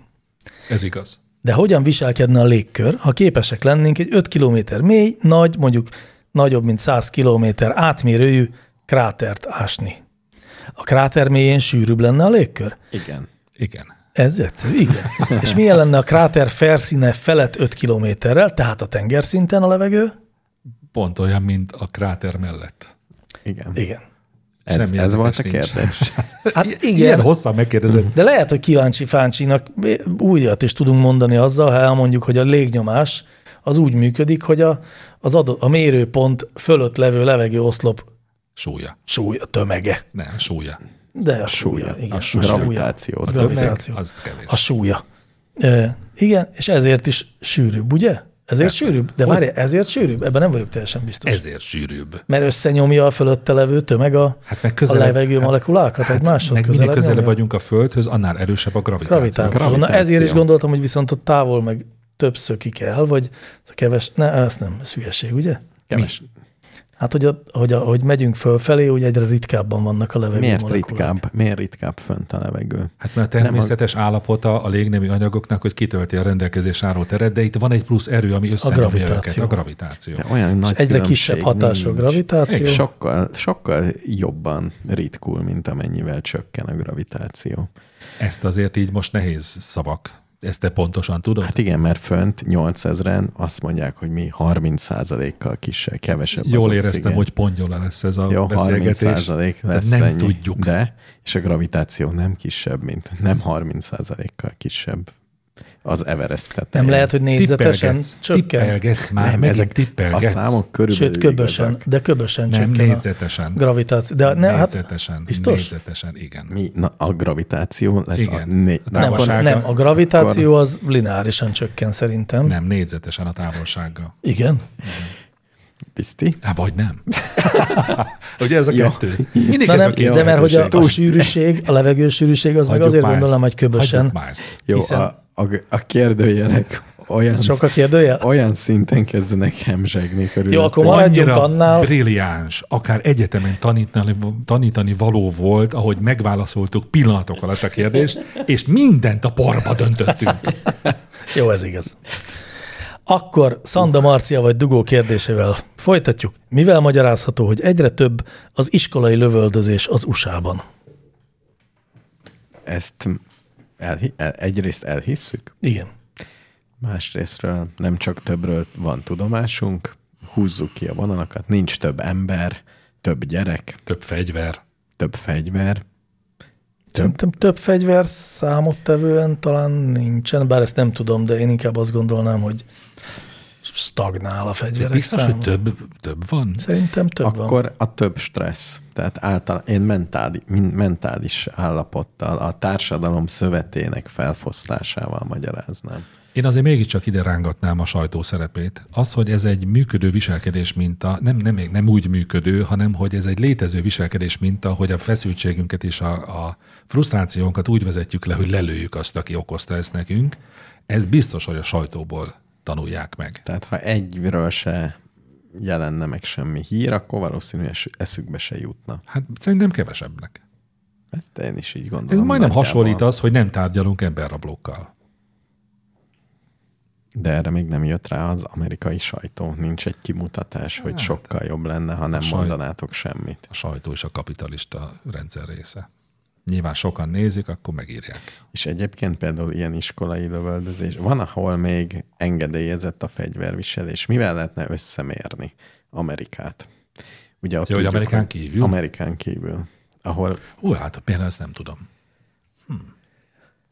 [SPEAKER 3] Ez igaz.
[SPEAKER 1] De hogyan viselkedne a légkör, ha képesek lennénk egy 5 km mély, nagy, mondjuk nagyobb, mint 100 km átmérőjű krátert ásni? A kráter mélyén sűrűbb lenne a légkör?
[SPEAKER 2] Igen.
[SPEAKER 3] Igen.
[SPEAKER 1] Ez egyszerű, igen. És milyen lenne a kráter felszíne felett 5 kilométerrel, tehát a tengerszinten a levegő?
[SPEAKER 3] Pont olyan, mint a kráter mellett.
[SPEAKER 2] Igen.
[SPEAKER 1] Igen.
[SPEAKER 2] Ez,
[SPEAKER 3] Semmi
[SPEAKER 2] ez volt a
[SPEAKER 3] érdekes nincs.
[SPEAKER 2] kérdés.
[SPEAKER 1] Hát igen.
[SPEAKER 3] Ilyen hosszan megkérdezett.
[SPEAKER 1] De lehet, hogy kíváncsi fáncsinak újat is tudunk mondani azzal, ha elmondjuk, hogy a légnyomás az úgy működik, hogy a, az adó, a mérőpont fölött levő levegőoszlop
[SPEAKER 3] Súlya.
[SPEAKER 1] súlya, tömege.
[SPEAKER 3] Nem, súlya.
[SPEAKER 1] De a súlya.
[SPEAKER 2] súlya.
[SPEAKER 1] Igen,
[SPEAKER 3] A
[SPEAKER 1] a
[SPEAKER 3] súlya.
[SPEAKER 1] súlya.
[SPEAKER 2] Gravitáció.
[SPEAKER 1] A
[SPEAKER 3] Tömeg,
[SPEAKER 1] gravitáció.
[SPEAKER 3] az kevés.
[SPEAKER 1] A súlya. E, igen, és ezért is sűrűbb, ugye? Ezért
[SPEAKER 3] Persze.
[SPEAKER 1] sűrűbb? De várj, ezért sűrűbb? Ebben nem vagyok teljesen biztos.
[SPEAKER 3] Ezért sűrűbb.
[SPEAKER 1] Mert összenyomja a fölötte levő tömeg a,
[SPEAKER 3] Hát meg
[SPEAKER 1] a
[SPEAKER 3] közelebb.
[SPEAKER 1] levegő molekulákat hát, egymáshoz
[SPEAKER 3] meg minél
[SPEAKER 1] közelebb.
[SPEAKER 3] közelebb
[SPEAKER 1] nyomja.
[SPEAKER 3] vagyunk a Földhöz, annál erősebb a gravitáció.
[SPEAKER 1] Gravitáció. Na
[SPEAKER 2] Gravitáció.
[SPEAKER 1] ezért is gondoltam, hogy viszont ott távol meg több szökik el, vagy keves, ne, ez nem, ez hülyeség, ugye?
[SPEAKER 2] Keves.
[SPEAKER 1] Hát, hogy, a, hogy, a, hogy megyünk fölfelé, úgy egyre ritkábban vannak a levegő
[SPEAKER 2] Miért
[SPEAKER 1] molekulák.
[SPEAKER 2] ritkább? Miért ritkább fönt a levegő?
[SPEAKER 3] Hát mert a természetes állapota a légnemi anyagoknak, hogy kitölti a rendelkezés álló teret, de itt van egy plusz erő, ami összenyomja őket,
[SPEAKER 1] gravitáció.
[SPEAKER 3] a gravitáció.
[SPEAKER 2] De olyan nagy
[SPEAKER 1] És egyre
[SPEAKER 2] különbség
[SPEAKER 1] kisebb hatású a
[SPEAKER 2] nincs.
[SPEAKER 1] gravitáció.
[SPEAKER 2] Sokkal, sokkal jobban ritkul, mint amennyivel csökken a gravitáció.
[SPEAKER 3] Ezt azért így most nehéz szavak. Ezt te pontosan tudod?
[SPEAKER 2] Hát igen, mert fönt 8000-en azt mondják, hogy mi 30%-kal kisebb, kevesebb az
[SPEAKER 3] Jól
[SPEAKER 2] oxigén.
[SPEAKER 3] éreztem, hogy pongyola lesz ez a
[SPEAKER 2] Jó, 30
[SPEAKER 3] beszélgetés.
[SPEAKER 2] lesz
[SPEAKER 3] de nem
[SPEAKER 2] ennyi,
[SPEAKER 3] tudjuk.
[SPEAKER 2] De, és a gravitáció nem kisebb, mint nem 30 kal kisebb az Everest tetején.
[SPEAKER 1] Nem lehet, hogy négyzetesen
[SPEAKER 3] Tippelgetsz,
[SPEAKER 1] csökken,
[SPEAKER 3] tippelgetsz már, nem,
[SPEAKER 2] nem,
[SPEAKER 3] megint
[SPEAKER 2] ezek
[SPEAKER 3] ezek
[SPEAKER 2] a
[SPEAKER 3] tippelgetsz.
[SPEAKER 2] számok körülbelül
[SPEAKER 1] sőt, köbösen,
[SPEAKER 2] igazak.
[SPEAKER 1] de köbösen
[SPEAKER 3] nem,
[SPEAKER 1] csökken
[SPEAKER 3] négyzetesen.
[SPEAKER 1] a gravitáció. De ne, hát,
[SPEAKER 3] négyzetesen.
[SPEAKER 1] biztos?
[SPEAKER 3] Négyzetesen, igen.
[SPEAKER 2] Mi? Na, a gravitáció lesz a
[SPEAKER 3] Igen.
[SPEAKER 2] né-
[SPEAKER 3] A
[SPEAKER 1] Hát nem,
[SPEAKER 3] távolsága-
[SPEAKER 1] nem, a gravitáció az lineárisan csökken szerintem.
[SPEAKER 3] Nem, négyzetesen a távolsággal.
[SPEAKER 1] Igen.
[SPEAKER 2] Piszti?
[SPEAKER 3] Hát vagy nem. Ugye ez a
[SPEAKER 2] Jó.
[SPEAKER 3] kettő. Mindig
[SPEAKER 1] Na
[SPEAKER 3] ez
[SPEAKER 1] nem,
[SPEAKER 3] a kettő.
[SPEAKER 1] de mert hogy a,
[SPEAKER 3] lehetőség.
[SPEAKER 1] a sűrűség, a levegő sűrűség, az meg
[SPEAKER 3] Hagyjuk
[SPEAKER 1] azért
[SPEAKER 3] már
[SPEAKER 1] gondolom, hogy
[SPEAKER 3] ezt.
[SPEAKER 1] köbösen.
[SPEAKER 3] Hagyjuk már ezt.
[SPEAKER 2] Jó,
[SPEAKER 1] Hiszen-
[SPEAKER 2] a, a, a kérdőjelek olyan,
[SPEAKER 1] Sok a kérdője?
[SPEAKER 2] olyan szinten kezdenek hemzsegni körül.
[SPEAKER 1] Jó, akkor maradjunk
[SPEAKER 3] Annyira
[SPEAKER 1] annál.
[SPEAKER 3] brilliáns, akár egyetemen tanítani, tanítani való volt, ahogy megválaszoltuk pillanatok alatt a kérdést, és mindent a porba döntöttünk.
[SPEAKER 1] Jó, ez igaz. Akkor Szanda Marcia vagy Dugó kérdésével folytatjuk. Mivel magyarázható, hogy egyre több az iskolai lövöldözés az USA-ban?
[SPEAKER 2] Ezt elhi- el, egyrészt elhisszük,
[SPEAKER 1] Igen.
[SPEAKER 2] másrésztről nem csak többről van tudomásunk, húzzuk ki a vonalakat, nincs több ember, több gyerek,
[SPEAKER 3] Több fegyver.
[SPEAKER 2] több fegyver,
[SPEAKER 1] Szerintem több fegyver számottevően talán nincsen, bár ezt nem tudom, de én inkább azt gondolnám, hogy stagnál a
[SPEAKER 3] De
[SPEAKER 1] fegyverek
[SPEAKER 3] biztos,
[SPEAKER 1] száma.
[SPEAKER 3] hogy több, több van?
[SPEAKER 1] Szerintem több van.
[SPEAKER 2] akkor a több stressz. Tehát által, én mentális, mentális állapottal, a társadalom szövetének felfosztásával magyaráznám.
[SPEAKER 3] Én azért mégiscsak ide rángatnám a sajtó szerepét. Az, hogy ez egy működő viselkedés minta, nem, nem, még nem úgy működő, hanem hogy ez egy létező viselkedés minta, hogy a feszültségünket és a, a frusztrációnkat úgy vezetjük le, hogy lelőjük azt, aki okozta ezt nekünk. Ez biztos, hogy a sajtóból tanulják meg.
[SPEAKER 2] Tehát ha egyről se jelenne meg semmi hír, akkor valószínűleg eszükbe se jutna.
[SPEAKER 3] Hát szerintem kevesebbnek.
[SPEAKER 2] Ezt én is így
[SPEAKER 3] Ez
[SPEAKER 2] gondolom.
[SPEAKER 3] majdnem
[SPEAKER 2] nagyjából.
[SPEAKER 3] hasonlít az, hogy nem tárgyalunk emberrablókkal.
[SPEAKER 2] De erre még nem jött rá az amerikai sajtó. Nincs egy kimutatás, hogy sokkal jobb lenne, ha nem
[SPEAKER 3] Hát. sajt-
[SPEAKER 2] mondanátok semmit.
[SPEAKER 3] A sajtó is a kapitalista rendszer része. Nyilván sokan nézik, akkor megírják.
[SPEAKER 2] És egyébként például ilyen iskolai lövöldözés, van, ahol még engedélyezett a fegyverviselés. Mivel lehetne összemérni Amerikát? Ugye ott
[SPEAKER 3] Jó, hogy
[SPEAKER 2] tudjuk,
[SPEAKER 3] Amerikán
[SPEAKER 2] hogy-
[SPEAKER 3] kívül?
[SPEAKER 2] Amerikán kívül. Ahol
[SPEAKER 3] Hú, hát például ezt nem tudom.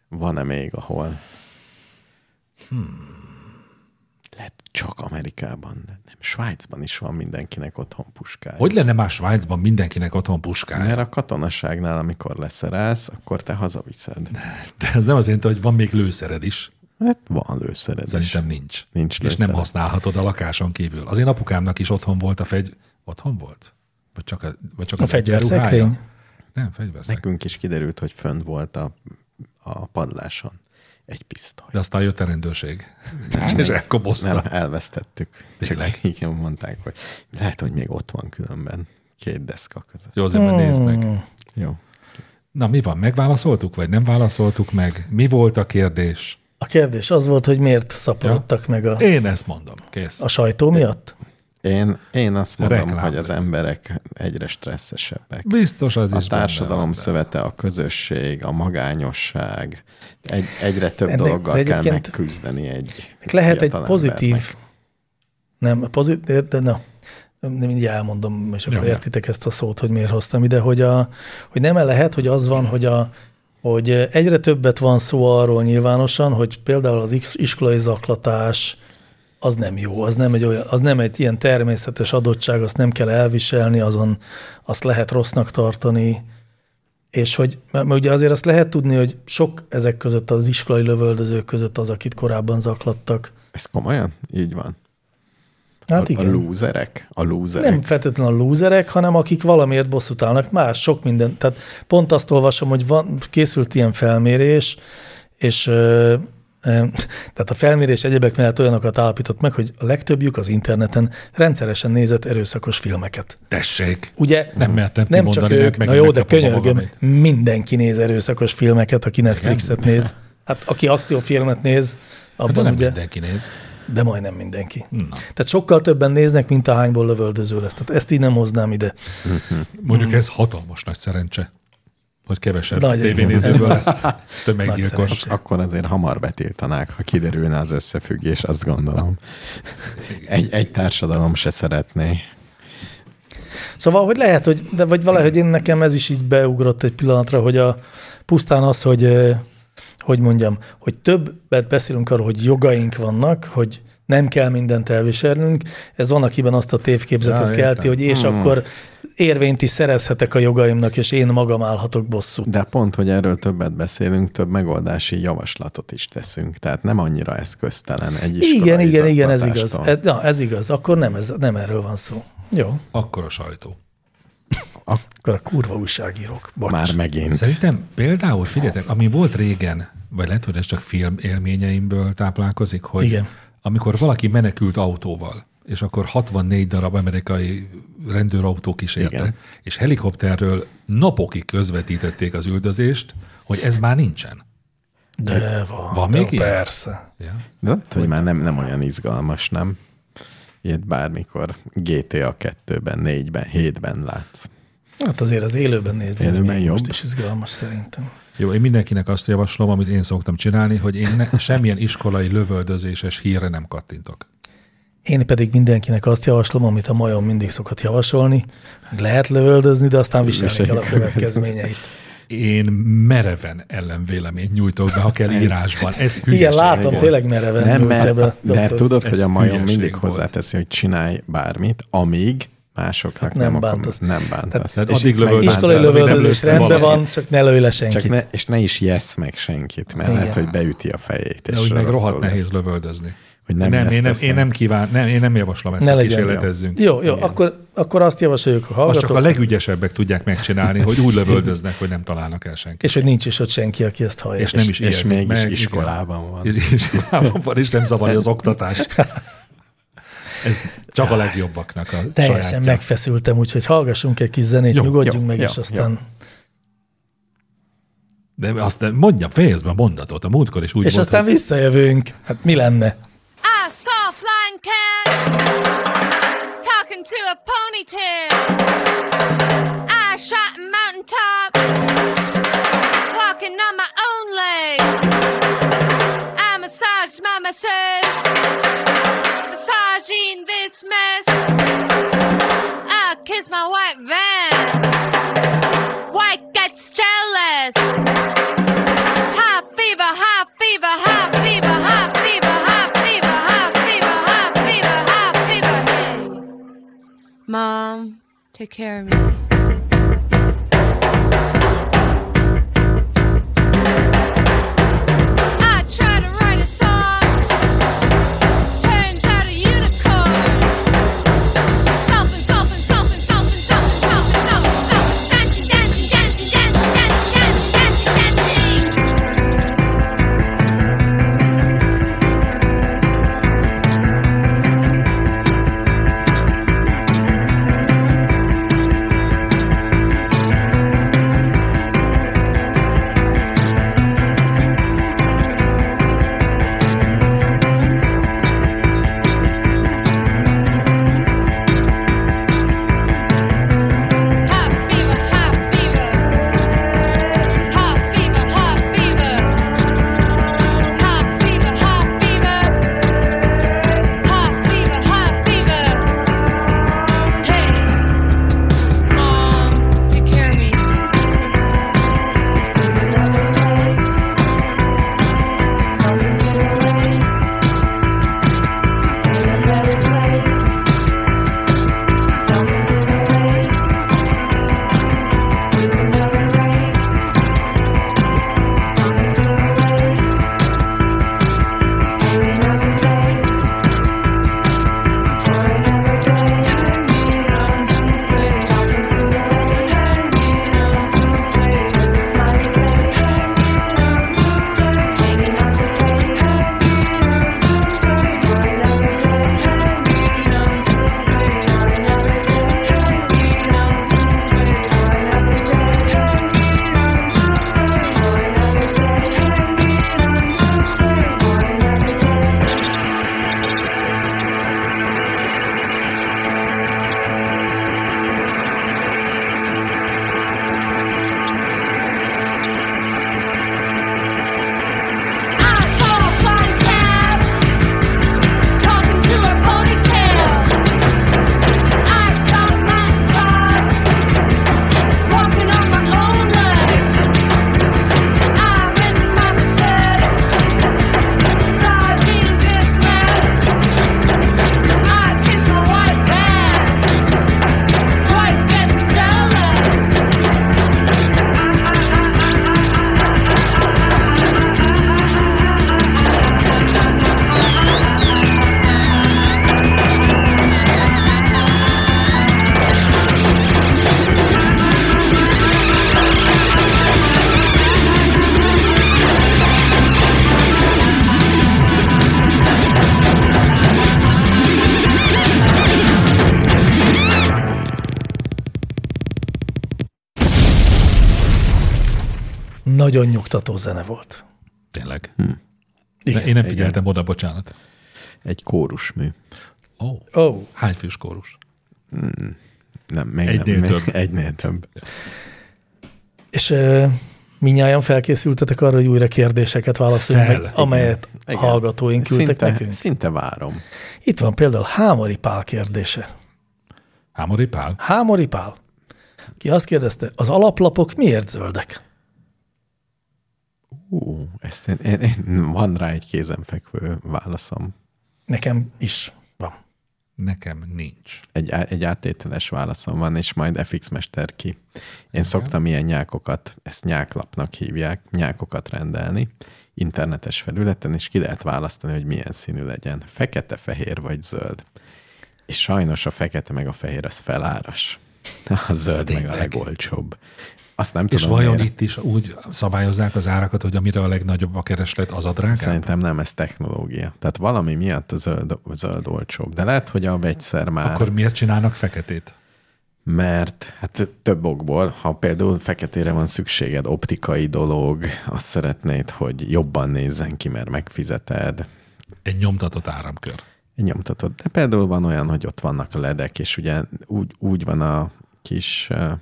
[SPEAKER 2] van-e még, ahol... Hmm.
[SPEAKER 3] Hmm.
[SPEAKER 2] Lehet csak Amerikában, de nem. Svájcban is van mindenkinek otthon puskája.
[SPEAKER 3] Hogy lenne már Svájcban mindenkinek otthon puskája?
[SPEAKER 2] Mert a katonaságnál, amikor leszerelsz, akkor te hazaviszed.
[SPEAKER 3] De ez nem azt jelenti, hogy van még lőszered is.
[SPEAKER 2] Hát van lőszered is.
[SPEAKER 3] Szerintem nincs.
[SPEAKER 2] Nincs
[SPEAKER 3] És
[SPEAKER 2] lőszered.
[SPEAKER 3] nem használhatod a lakáson kívül. Az én apukámnak is otthon volt a fegy... Otthon volt? Vagy csak, a, vagy csak
[SPEAKER 1] A
[SPEAKER 3] az egyenruhája?
[SPEAKER 1] fegyverszekrény?
[SPEAKER 3] Nem, fegyverszekrény.
[SPEAKER 2] Nekünk is kiderült, hogy fönt volt a, a padláson egy pisztoly.
[SPEAKER 3] De aztán jött a rendőrség. és elkobozta.
[SPEAKER 2] Nem, elvesztettük.
[SPEAKER 3] Tényleg?
[SPEAKER 2] Igen, mondták, hogy lehet, hogy még ott van különben két deszka között.
[SPEAKER 3] Jó, azért hmm. nézd meg.
[SPEAKER 2] Jó.
[SPEAKER 3] Na mi van, megválaszoltuk, vagy nem válaszoltuk meg? Mi volt a kérdés?
[SPEAKER 1] A kérdés az volt, hogy miért szaporodtak ja. meg a,
[SPEAKER 3] Én ezt mondom. Kész.
[SPEAKER 1] a sajtó miatt?
[SPEAKER 2] Én, én azt mondom,
[SPEAKER 3] Reklám.
[SPEAKER 2] hogy az emberek egyre stresszesebbek.
[SPEAKER 3] Biztos az
[SPEAKER 2] A
[SPEAKER 3] is benne
[SPEAKER 2] társadalom
[SPEAKER 3] van.
[SPEAKER 2] szövete, a közösség, a magányosság, egy, egyre több
[SPEAKER 1] Ennek-
[SPEAKER 2] dologgal
[SPEAKER 1] de
[SPEAKER 2] kell
[SPEAKER 1] egyébként
[SPEAKER 2] megküzdeni egy
[SPEAKER 1] Meg Lehet egy
[SPEAKER 2] fiatal embernek.
[SPEAKER 1] pozitív... Nem, pozitív, de na, nem mindjárt elmondom, és akkor
[SPEAKER 3] Ja, ja.
[SPEAKER 1] értitek ezt a szót, hogy miért hoztam ide, hogy, a, hogy nem el lehet, hogy az van, hogy, a, hogy egyre többet van szó arról nyilvánosan, hogy például az is- iskolai zaklatás, az nem jó, az nem, egy olyan, az nem egy ilyen természetes adottság, azt nem kell elviselni, azon azt lehet rossznak tartani, és hogy, mert mert ugye azért azt lehet tudni, hogy sok ezek között az iskolai lövöldözők között az, akit korábban zaklattak.
[SPEAKER 2] Ez komolyan? Így van.
[SPEAKER 1] Hát
[SPEAKER 2] a, a
[SPEAKER 1] igen.
[SPEAKER 2] lúzerek? A lúzerek.
[SPEAKER 1] Nem feltétlenül a lúzerek, hanem akik valamiért bosszút állnak. Más, sok minden. Tehát pont azt olvasom, hogy van, készült ilyen felmérés, és ö, ö, tehát a felmérés egyebek mellett olyanokat állapított meg, hogy a legtöbbjük az interneten rendszeresen nézett erőszakos filmeket.
[SPEAKER 3] Tessék.
[SPEAKER 1] Ugye
[SPEAKER 3] Nem mertem
[SPEAKER 1] nem csak
[SPEAKER 3] kimondani,
[SPEAKER 1] ők,
[SPEAKER 3] mert
[SPEAKER 1] na
[SPEAKER 3] megint
[SPEAKER 1] jó, de
[SPEAKER 3] megkapom a
[SPEAKER 1] könyörgöm,
[SPEAKER 3] magamét.
[SPEAKER 1] mindenki néz erőszakos filmeket, aki Netflixet néz. Hát aki akciófilmet néz,
[SPEAKER 3] Hát de
[SPEAKER 1] abban
[SPEAKER 3] nem
[SPEAKER 1] ugye,
[SPEAKER 3] mindenki néz.
[SPEAKER 1] de majdnem mindenki.
[SPEAKER 3] Na.
[SPEAKER 1] Tehát sokkal többen néznek, mint a hányból lövöldöző lesz. Tehát ezt így nem hoznám ide.
[SPEAKER 3] Mondjuk
[SPEAKER 1] Hmm.
[SPEAKER 3] ez hatalmas nagy szerencse, hogy kevesebb
[SPEAKER 1] Nagy-
[SPEAKER 3] tévénézőből lesz
[SPEAKER 1] Nagy
[SPEAKER 3] tömeggyilkos.
[SPEAKER 1] szerencse.
[SPEAKER 2] Akkor azért hamar betiltanák, ha kiderülne az összefüggés, azt gondolom. Egy, egy társadalom se szeretné.
[SPEAKER 1] Szóval, hogy lehet, hogy, de vagy valahogy én nekem ez is így beugrott egy pillanatra, hogy a pusztán az, hogy ö, hogy mondjam, hogy többet beszélünk arról, hogy jogaink vannak, hogy nem kell mindent elviselnünk, ez van, akiben azt a
[SPEAKER 3] Ja,
[SPEAKER 1] tévképzetet
[SPEAKER 3] értem.
[SPEAKER 1] kelti, hogy és akkor érvényt is szerezhetek a jogaimnak, és én magam állhatok bosszút.
[SPEAKER 2] De pont, hogy erről többet beszélünk, több megoldási javaslatot is teszünk. Tehát nem annyira eszköztelen egy
[SPEAKER 1] Igen,
[SPEAKER 2] iskolai
[SPEAKER 1] igen, igen, ez igaz.
[SPEAKER 2] zaklatástól.
[SPEAKER 1] Ez, na, ez igaz, akkor nem, ez, nem erről van szó. Jó,
[SPEAKER 3] Akkor a sajtó.
[SPEAKER 1] akkor a kurva újságírók. Bocs.
[SPEAKER 2] Már megint.
[SPEAKER 3] Szerintem például, figyeljetek, ami volt régen, vagy lehet, hogy ez csak film élményeimből táplálkozik, hogy
[SPEAKER 1] Igen.
[SPEAKER 3] amikor valaki menekült autóval, és akkor 64 darab amerikai rendőrautó kísérte,
[SPEAKER 2] Igen.
[SPEAKER 3] és helikopterről napokig közvetítették az üldözést, hogy ez már nincsen.
[SPEAKER 1] De van.
[SPEAKER 3] Van
[SPEAKER 1] de
[SPEAKER 3] még ilyen?
[SPEAKER 1] Persze.
[SPEAKER 3] Ja?
[SPEAKER 2] De lehet, hogy már nem, nem olyan izgalmas, nem? Ilyet bármikor GTA 2-ben, 4-ben, 7-ben látsz.
[SPEAKER 1] Hát azért az élőben nézni, ez
[SPEAKER 2] Élőben
[SPEAKER 1] még most
[SPEAKER 2] jobb.
[SPEAKER 1] is izgalmas szerintem.
[SPEAKER 3] Jó, én mindenkinek azt javaslom, amit én szoktam csinálni, hogy én ne, semmilyen iskolai lövöldözéses hírre nem kattintok.
[SPEAKER 1] Én pedig mindenkinek azt javaslom, amit a majom mindig szokott javasolni, hogy lehet lövöldözni, de aztán viselni kell a következményeit.
[SPEAKER 3] Én mereven ellenvéleményt nyújtok be, ha kell írásban. Ez hülyeség.
[SPEAKER 1] Igen, látom,
[SPEAKER 3] volt.
[SPEAKER 1] tényleg mereven
[SPEAKER 2] Nem,
[SPEAKER 1] nyújtja
[SPEAKER 2] mert,
[SPEAKER 1] be a
[SPEAKER 2] mert
[SPEAKER 1] doktor.
[SPEAKER 2] tudod, hogy
[SPEAKER 3] Ez
[SPEAKER 2] a majom
[SPEAKER 3] hülyeség
[SPEAKER 2] mindig
[SPEAKER 3] volt.
[SPEAKER 2] hozzáteszi, hogy csinálj bármit, amíg másoknak
[SPEAKER 1] Hát
[SPEAKER 2] nem,
[SPEAKER 1] nem
[SPEAKER 2] nem,
[SPEAKER 1] bántasz.
[SPEAKER 2] bántasz. nem bántasz.
[SPEAKER 3] Tehát
[SPEAKER 2] És
[SPEAKER 3] Hát addig
[SPEAKER 2] itt meg
[SPEAKER 3] lövöldözöd,
[SPEAKER 1] Iskolai
[SPEAKER 3] Bántasz, amíg nem
[SPEAKER 1] lövöldözés
[SPEAKER 3] lősz meg
[SPEAKER 1] rendben van,
[SPEAKER 3] valakit.
[SPEAKER 1] csak ne lő le senkit.
[SPEAKER 2] Csak ne, és ne is jesz meg senkit, mert
[SPEAKER 1] Igen.
[SPEAKER 2] lehet, hogy beüti a fejét.
[SPEAKER 3] De
[SPEAKER 2] és
[SPEAKER 3] úgy meg
[SPEAKER 2] rosszul
[SPEAKER 3] rohadt
[SPEAKER 2] lesz.
[SPEAKER 3] nehéz lövöldözni.
[SPEAKER 2] Hogy nem
[SPEAKER 3] Nem, nem,
[SPEAKER 2] lesz
[SPEAKER 3] én, nem,
[SPEAKER 2] ez
[SPEAKER 3] én
[SPEAKER 2] meg.
[SPEAKER 3] nem kíván, nem, én nem javaslom ezt,
[SPEAKER 1] Ne
[SPEAKER 3] ne
[SPEAKER 1] legyen.
[SPEAKER 3] kísérletezzünk.
[SPEAKER 1] Jó, jó, akkor, akkor azt javasoljuk a
[SPEAKER 3] Azt csak a
[SPEAKER 1] hallgatók,
[SPEAKER 3] legügyesebbek tudják megcsinálni, hogy úgy lövöldöznek, hogy nem találnak el senkit.
[SPEAKER 1] és hogy nincs is ott senki, aki ezt hallja.
[SPEAKER 3] És nem is
[SPEAKER 2] És
[SPEAKER 3] ijednek
[SPEAKER 2] mégis
[SPEAKER 3] meg,
[SPEAKER 2] iskolában van.
[SPEAKER 3] igen. És Iskolában van, és nem zavarja az oktatás. Ez csak a legjobbaknak a
[SPEAKER 1] Teljesen
[SPEAKER 3] sajátja.
[SPEAKER 1] megfeszültem, úgyhogy hallgassunk egy kis zenét,
[SPEAKER 3] Jó,
[SPEAKER 1] nyugodjunk
[SPEAKER 2] jó,
[SPEAKER 1] meg,
[SPEAKER 2] jó,
[SPEAKER 1] és aztán...
[SPEAKER 2] jó.
[SPEAKER 3] De azt nem- mondja, fejezd be a mondatot. A múltkor is úgy
[SPEAKER 1] És
[SPEAKER 3] volt,
[SPEAKER 1] aztán
[SPEAKER 3] hogy
[SPEAKER 1] visszajövünk. Hát mi lenne?
[SPEAKER 5] I saw a flying cat talking to a ponytail. I shot a mountaintop, walking on my own legs. I massaged my masseuse, massaging this mess. I kissed my white van. White gets jealous. High fever, high fever, high fever, high fever, high fever, high fever, high fever, high fever. Hey, Mom, take care of me. I try to write a song. Turns out a unicorn. Something, something, something, something, something, Um,
[SPEAKER 1] Nagyon nyugtató zene volt.
[SPEAKER 3] Tényleg.
[SPEAKER 2] Hmm.
[SPEAKER 1] Igen.
[SPEAKER 3] De én nem figyeltem oda, bocsánat.
[SPEAKER 2] Egy kórusmű.
[SPEAKER 3] Ó, oh,
[SPEAKER 1] Ó, oh,
[SPEAKER 3] hány fős kórus?
[SPEAKER 2] Nem, még
[SPEAKER 3] Egynél
[SPEAKER 2] nem, még-
[SPEAKER 3] több.
[SPEAKER 2] Egynél több.
[SPEAKER 1] és ö, minnyáján felkészültetek arra, hogy újra kérdéseket válaszoljunk
[SPEAKER 3] Fel,
[SPEAKER 1] meg,
[SPEAKER 3] igen.
[SPEAKER 1] amelyet
[SPEAKER 2] Igen.
[SPEAKER 1] hallgatóink küldtek
[SPEAKER 2] szinte,
[SPEAKER 1] nekünk.
[SPEAKER 2] Szinte várom.
[SPEAKER 1] Itt van például Hámori Pál kérdése.
[SPEAKER 3] Hámori Pál?
[SPEAKER 1] Hámori Pál, ki azt kérdezte, az alaplapok miért zöldek?
[SPEAKER 2] Ú, ezt én, én, én, van rá egy kézenfekvő válaszom.
[SPEAKER 1] Nekem is van.
[SPEAKER 3] Nekem nincs.
[SPEAKER 2] Egy, á- egy áttételes válaszom van, és majd FX mester ki. Én szoktam ilyen nyákokat, ezt nyáklapnak hívják, nyákokat rendelni internetes felületen, és ki lehet választani, hogy milyen színű legyen. Fekete, fehér vagy zöld. És sajnos a fekete meg a fehér az feláras. A zöld meg a
[SPEAKER 3] Tényleg.
[SPEAKER 2] legolcsóbb. Azt nem
[SPEAKER 3] És
[SPEAKER 2] tudom,
[SPEAKER 3] vajon
[SPEAKER 2] miért.
[SPEAKER 3] itt is úgy szabályozzák az árakat, hogy amire a legnagyobb a kereslet, az a drágább?
[SPEAKER 2] Szerintem nem, ez technológia. Tehát valami miatt a zöld, a zöld olcsóbb. De lehet, hogy a vegyszer már,
[SPEAKER 3] Akkor
[SPEAKER 2] Akkor...
[SPEAKER 3] miért csinálnak feketét?
[SPEAKER 2] mert hát több okból, ha például feketére van szükséged, optikai dolog, azt szeretnéd, hogy jobban nézzen ki, mert megfizeted,
[SPEAKER 3] Egy nyomtatott áramkör.
[SPEAKER 2] nyomtatod. De például van olyan, hogy ott vannak a ledek, és ugye úgy, úgy van a kis uh,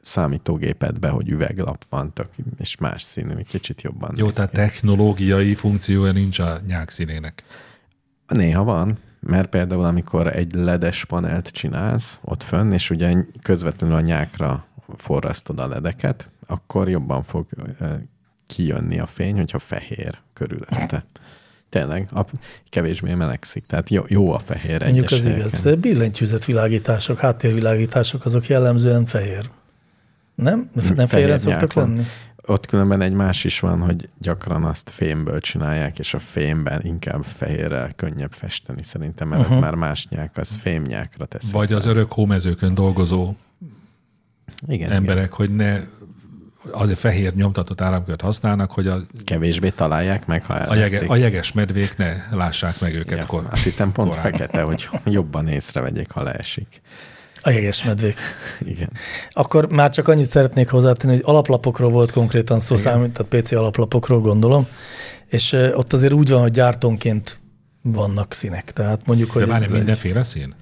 [SPEAKER 2] számítógépedben, hogy üveglap van, tök, és más színű, kicsit jobban
[SPEAKER 3] Jó,
[SPEAKER 2] néz
[SPEAKER 3] tehát
[SPEAKER 2] ki.
[SPEAKER 3] technológiai funkciója nincs a nyákszínének.
[SPEAKER 2] Néha van, mert például amikor egy ledes panelt csinálsz ott fönn, és ugye közvetlenül a nyákra forrasztod a ledeket, akkor jobban fog ö, kijönni a fény, hogyha fehér körülötte. Tényleg, a, kevésbé melegszik, tehát jó, jó a fehér
[SPEAKER 1] Mondjuk az
[SPEAKER 2] egyes
[SPEAKER 1] igaz,
[SPEAKER 2] helyeken.
[SPEAKER 1] de billentyűzetvilágítások, háttérvilágítások azok jellemzően fehér. Nem? Nem fehéren szoktak
[SPEAKER 2] nyákon.
[SPEAKER 1] lenni?
[SPEAKER 2] Ott különben egy más is van, hogy gyakran azt fémből csinálják, és a fémben inkább fehérrel könnyebb festeni szerintem, mert uh-huh. ez már más nyák, az fémnyákra teszik.
[SPEAKER 3] Vagy az örök hómezőkön dolgozó
[SPEAKER 2] igen,
[SPEAKER 3] emberek, hogy ne azért fehér nyomtatott áramkört használnak, hogy a,
[SPEAKER 2] kevésbé találják meg, ha
[SPEAKER 3] a, jege,
[SPEAKER 2] elvesztik.
[SPEAKER 3] a jeges medvék ne lássák meg őket.
[SPEAKER 2] ja,
[SPEAKER 3] kor-
[SPEAKER 1] Hát,
[SPEAKER 2] azt hittem pont
[SPEAKER 3] korán.
[SPEAKER 2] fekete, hogy jobban észrevegyék, ha leesik.
[SPEAKER 1] A jeges medvék.
[SPEAKER 2] Igen.
[SPEAKER 1] Akkor már csak annyit szeretnék hozzátenni, hogy alaplapokról volt konkrétan szó, számít, tehát PC alaplapokról gondolom, és ö, ott azért úgy van, hogy gyártónként vannak színek. Tehát mondjuk, hogy...
[SPEAKER 3] De már
[SPEAKER 1] ez egy-
[SPEAKER 3] mindenféle szín?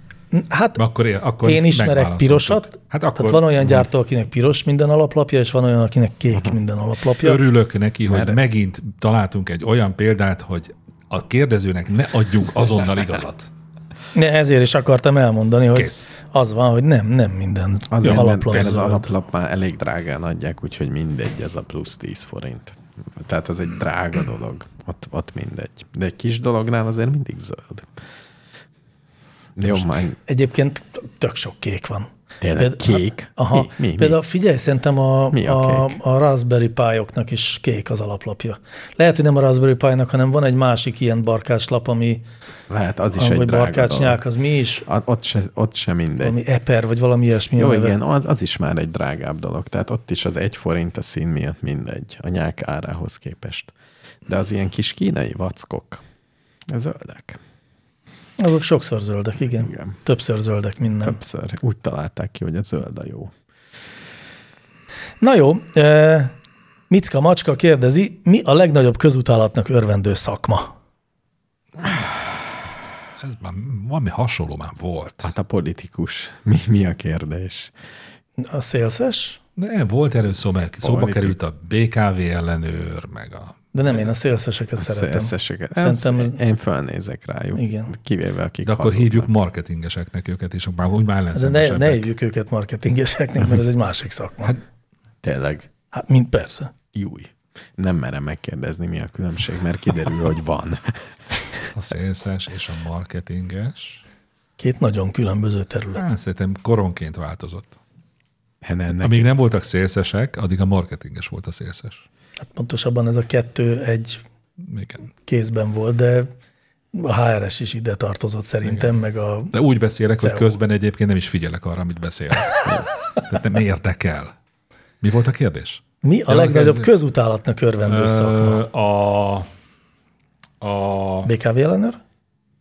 [SPEAKER 1] Hát
[SPEAKER 3] Mert Akkor, él- akkor
[SPEAKER 1] én ismerek
[SPEAKER 3] megválaszoltuk.
[SPEAKER 1] pirosat,
[SPEAKER 3] Hát akkor
[SPEAKER 1] tehát van olyan gyártó, akinek piros minden alaplapja, és van olyan, akinek
[SPEAKER 3] Mhm.
[SPEAKER 1] kék minden alaplapja.
[SPEAKER 3] örülök neki, hogy megint találtunk egy olyan példát, hogy a kérdezőnek ne adjunk azonnal igazat.
[SPEAKER 1] Ne, ezért is akartam elmondani, hogy
[SPEAKER 3] Kész.
[SPEAKER 1] az van, hogy nem, nem minden
[SPEAKER 2] Az ja,
[SPEAKER 1] alaplap
[SPEAKER 2] alaplap, az
[SPEAKER 1] zöld.
[SPEAKER 2] alaplap már elég drágán adják, úgyhogy mindegy, ez a plusz 10 forint. Tehát az egy drága dolog, ott, ott mindegy. De egy kis dolognál azért mindig zöld. Jó, már
[SPEAKER 1] Egyébként tök sok kék van.
[SPEAKER 2] tényleg
[SPEAKER 1] Például- Hát,
[SPEAKER 2] kék.
[SPEAKER 1] Aha,
[SPEAKER 2] mi, mi,
[SPEAKER 1] például
[SPEAKER 2] mi?
[SPEAKER 1] figyelj, szerintem a,
[SPEAKER 2] Mi a
[SPEAKER 1] a, a,
[SPEAKER 2] kék?
[SPEAKER 1] Raspberry pályoknak is kék az alaplapja. Lehet, hogy nem a Raspberry pálynak, hanem van egy másik ilyen barkács lap, ami,
[SPEAKER 2] Lehet, az is
[SPEAKER 1] vagy
[SPEAKER 2] egy drága
[SPEAKER 1] barkács
[SPEAKER 2] dolog.
[SPEAKER 1] nyák, az mi is,
[SPEAKER 2] A- Ott se, ott se mindegy.
[SPEAKER 1] valami eper, vagy valami ilyesmi. a
[SPEAKER 2] Jó,
[SPEAKER 1] neve.
[SPEAKER 2] igen, az, az is már egy drágább dolog. Tehát ott is az egy forint a szín miatt mindegy, a nyák árához képest. De az ilyen kis kínai vackok, ez zöldek.
[SPEAKER 1] Azok sokszor zöldek, igen. igen.
[SPEAKER 2] Igen.
[SPEAKER 1] Többször zöldek minden. Több.
[SPEAKER 2] Többször úgy találták ki, hogy a zöld a jó.
[SPEAKER 1] Na jó, e, Micka Macska kérdezi, mi a legnagyobb közutálatnak örvendő szakma?
[SPEAKER 3] Ez már valami hasonló már volt.
[SPEAKER 2] Hát a politikus, mi, mi a kérdés?
[SPEAKER 1] A szélszes?
[SPEAKER 3] Nem, volt erről szó, mert szóba
[SPEAKER 2] Politik-
[SPEAKER 3] került a BKV ellenőr, meg a
[SPEAKER 1] De nem, én a szélszeseket szeretem.
[SPEAKER 2] Szeszeseket.
[SPEAKER 1] Szerintem
[SPEAKER 2] Szerintem... Én fölnézek rájuk.
[SPEAKER 1] Igen.
[SPEAKER 2] Kivéve akik
[SPEAKER 3] De akkor
[SPEAKER 2] hazudnak.
[SPEAKER 3] hívjuk marketingeseknek őket, és akkor már úgy már
[SPEAKER 1] De ne, ne
[SPEAKER 3] ellenszemesebbek.
[SPEAKER 1] hívjuk őket marketingeseknek, mert ez egy másik szakma.
[SPEAKER 3] Hát-
[SPEAKER 2] Tényleg,
[SPEAKER 1] Hát, mint persze.
[SPEAKER 2] júj. Nem merem megkérdezni, mi a különbség, mert kiderül, hogy van.
[SPEAKER 3] A szélszes és a marketinges.
[SPEAKER 1] Két nagyon különböző terület.
[SPEAKER 3] Hát szerintem koronként változott.
[SPEAKER 2] Hát Ennek
[SPEAKER 3] Amíg nem voltak szélszesek, addig a marketinges volt a szélszes.
[SPEAKER 1] Hát pontosabban ez a kettő egy
[SPEAKER 3] Igen.
[SPEAKER 1] kézben volt, de a HRS is ide tartozott szerintem, meg a...
[SPEAKER 3] De úgy beszélek, hogy
[SPEAKER 1] Ceo.
[SPEAKER 3] közben egyébként nem is figyelek arra, amit beszélek. Tehát nem érdekel. Mi volt a kérdés?
[SPEAKER 1] Mi a
[SPEAKER 3] Ja,
[SPEAKER 1] legnagyobb
[SPEAKER 3] igen.
[SPEAKER 1] közutálatnak örvendő szakma?
[SPEAKER 3] Ö, A, a
[SPEAKER 1] BKV ellenőr?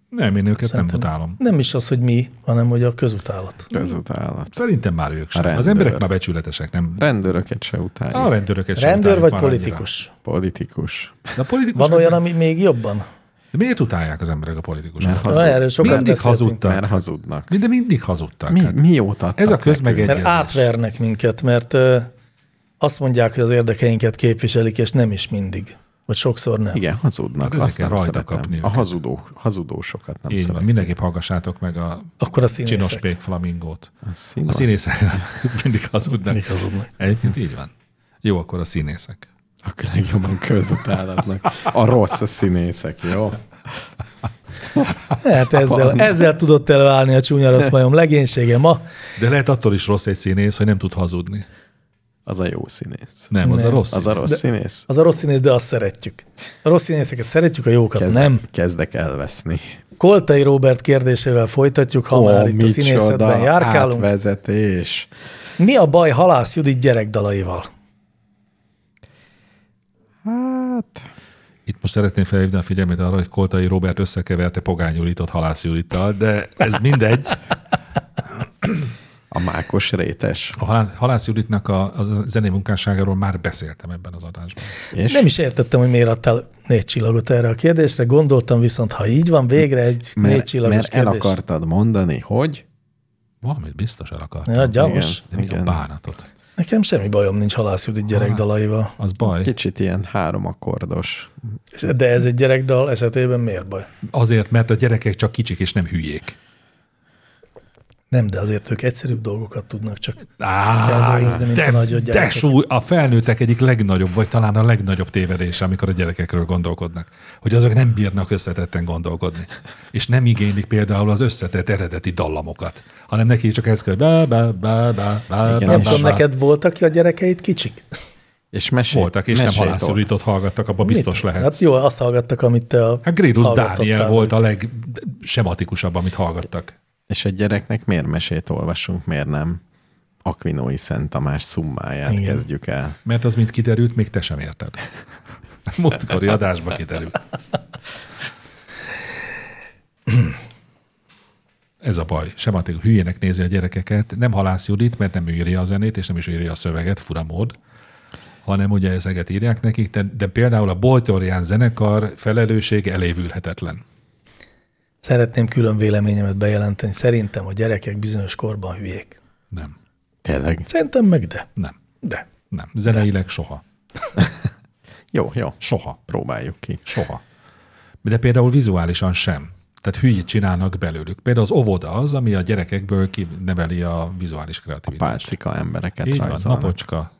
[SPEAKER 3] Nem, én őket
[SPEAKER 1] Szerintem.
[SPEAKER 3] nem utálom.
[SPEAKER 1] Nem is az, hogy mi, hanem hogy a közutálat.
[SPEAKER 2] Közutálat.
[SPEAKER 3] Szerintem már ők sem.
[SPEAKER 2] rendőr.
[SPEAKER 3] Az emberek már becsületesek, nem?
[SPEAKER 2] Rendőröket se
[SPEAKER 3] A
[SPEAKER 2] utálja.
[SPEAKER 3] rendőröket sem
[SPEAKER 1] Rendőr
[SPEAKER 3] utáljuk
[SPEAKER 1] vagy
[SPEAKER 3] már annyira.
[SPEAKER 1] politikus?
[SPEAKER 2] Politikus.
[SPEAKER 3] De a politikus
[SPEAKER 1] Van olyan, ami még jobban?
[SPEAKER 3] De miért utálják az emberek a politikusokat?
[SPEAKER 2] Mert
[SPEAKER 1] Na,
[SPEAKER 2] Hazug.
[SPEAKER 1] erről sokat
[SPEAKER 3] mindig
[SPEAKER 1] beszéltünk.
[SPEAKER 3] hazudtak.
[SPEAKER 2] Mert hazudnak.
[SPEAKER 3] Mind- De mindig hazudtak.
[SPEAKER 2] Mi,
[SPEAKER 3] Hát
[SPEAKER 2] mióta adtak
[SPEAKER 3] Ez a
[SPEAKER 2] nekünk?
[SPEAKER 3] közmegegyezés.
[SPEAKER 1] Mert átvernek minket, mert ö, azt mondják, hogy az érdekeinket képviselik, és nem is mindig. Vagy sokszor nem.
[SPEAKER 2] Igen, hazudnak.
[SPEAKER 3] Hát
[SPEAKER 2] Azt
[SPEAKER 3] ezeken
[SPEAKER 2] nem
[SPEAKER 3] rajta
[SPEAKER 2] szeretem.
[SPEAKER 3] kapni
[SPEAKER 2] a
[SPEAKER 3] őket.
[SPEAKER 2] hazudó, hazudósokat nem
[SPEAKER 3] Így van,
[SPEAKER 2] szeretem.
[SPEAKER 3] mindenképp hallgassátok meg a
[SPEAKER 1] Akkor a
[SPEAKER 3] Csinos
[SPEAKER 1] színészek.
[SPEAKER 3] Pék Flamingót.
[SPEAKER 2] A
[SPEAKER 3] A
[SPEAKER 2] színész.
[SPEAKER 3] színészek mindig hazudnak.
[SPEAKER 1] Mindig hazudnak.
[SPEAKER 3] Egyébként így van. Jó, akkor a színészek.
[SPEAKER 2] A legjobban közutálatnak. A rossz a színészek, jó?
[SPEAKER 1] Hát ezzel, ezzel tudott előállni a csúnya rossz majom legénysége ma.
[SPEAKER 3] De lehet attól is rossz egy színész, hogy nem tud hazudni.
[SPEAKER 2] Az a jó színész.
[SPEAKER 3] Nem, az a rossz.
[SPEAKER 2] Az a rossz de... színész.
[SPEAKER 1] Az a rossz színész, de azt szeretjük. A rossz színészeket szeretjük, a jókat
[SPEAKER 2] Kezdek,
[SPEAKER 1] nem.
[SPEAKER 2] kezdek elveszni.
[SPEAKER 1] Koltai Róbert kérdésével folytatjuk, ha már itt a színészetben járkálunk.
[SPEAKER 2] átvezetés.
[SPEAKER 1] Mi a baj Halász Judit gyerekdalaival?
[SPEAKER 2] Hát,
[SPEAKER 3] Itt most szeretném felhívni a figyelmét arra, hogy Koltai Robert összekeverte Pogány Julitot Halász Julittal, de ez mindegy.
[SPEAKER 2] a mákos rétes.
[SPEAKER 3] A Halá- Halász Juditnak a, a zenei munkásságáról már beszéltem ebben az adásban.
[SPEAKER 2] És
[SPEAKER 1] Nem is értettem, hogy miért adtál négy csillagot erre a kérdésre, gondoltam viszont, ha így van, végre egy mert, négy
[SPEAKER 2] mert,
[SPEAKER 1] csillagos
[SPEAKER 2] mert el
[SPEAKER 1] kérdés.
[SPEAKER 2] akartad mondani, hogy
[SPEAKER 3] Valamit biztos el akartam.
[SPEAKER 1] Ja, gyavos.
[SPEAKER 3] De mi
[SPEAKER 2] Igen.
[SPEAKER 3] a bánatot?
[SPEAKER 1] Nekem semmi bajom nincs Halász Judit gyerekdalaival.
[SPEAKER 3] Az baj.
[SPEAKER 2] kicsit ilyen három akkordos.
[SPEAKER 1] De ez egy gyerekdal esetében miért baj?
[SPEAKER 3] Azért, mert a gyerekek csak kicsik és nem hülyék.
[SPEAKER 1] Nem, de azért ők egyszerűbb dolgokat tudnak csak. Kell
[SPEAKER 3] Á,
[SPEAKER 1] dolgozni, mint a nagyobb
[SPEAKER 3] de
[SPEAKER 1] gyerekek.
[SPEAKER 3] súly, a felnőttek egyik legnagyobb, vagy talán a legnagyobb tévedése, amikor a gyerekekről gondolkodnak. Hogy azok nem bírnak összetetten gondolkodni. És nem igénylik például az összetett eredeti dallamokat, hanem neki csak ez kell, hogy bá, bá, bá, bá, bá,
[SPEAKER 2] Igen,
[SPEAKER 3] bá,
[SPEAKER 1] Nem
[SPEAKER 2] és-
[SPEAKER 3] bá,
[SPEAKER 1] tudom,
[SPEAKER 3] bá.
[SPEAKER 1] neked voltak ki a gyerekeid kicsik?
[SPEAKER 2] És mesé,
[SPEAKER 3] Voltak, és nem
[SPEAKER 2] mesélj tovább.
[SPEAKER 3] halászürított hallgattak, abban biztos
[SPEAKER 1] Mit?
[SPEAKER 3] lehet.
[SPEAKER 1] Hát jó, azt hallgattak, amit te a
[SPEAKER 3] Hát Grírus
[SPEAKER 1] hallgatottál.
[SPEAKER 3] Dániel volt a legsematikusabb, amit hallgattak.
[SPEAKER 2] És egy gyereknek miért mesét olvasunk, miért nem? Akvinói Szent Tamás szummáját
[SPEAKER 1] Igen.
[SPEAKER 2] Igen. kezdjük el.
[SPEAKER 3] Mert az, mint kiderült, még te sem érted. Múltkori adásba kiderült. Ez a baj. Sem addig hülyének nézi a gyerekeket, nem halász Judit, mert nem ő írja a zenét, és nem is ő írja a szöveget, fura mód, hanem ugye ezeket írják nekik, de, de például a Boltorján zenekar felelőssége elévülhetetlen.
[SPEAKER 1] Szeretném külön véleményemet bejelenteni. Szerintem a gyerekek bizonyos korban hülyék.
[SPEAKER 3] Nem,
[SPEAKER 2] Tényleg?
[SPEAKER 1] Szerintem meg de.
[SPEAKER 3] nem,
[SPEAKER 1] De.
[SPEAKER 3] nem. Zeneileg soha.
[SPEAKER 2] Jó, jó,
[SPEAKER 3] Soha.
[SPEAKER 2] próbáljuk ki.
[SPEAKER 3] Soha. De például vizuálisan sem. Tehát hülyét csinálnak belőlük. Például az óvoda az, ami a gyerekekből kineveli a vizuális kreativitást.
[SPEAKER 2] Pálcika embereket
[SPEAKER 3] Így van,
[SPEAKER 2] rajzolnak.
[SPEAKER 3] napocska.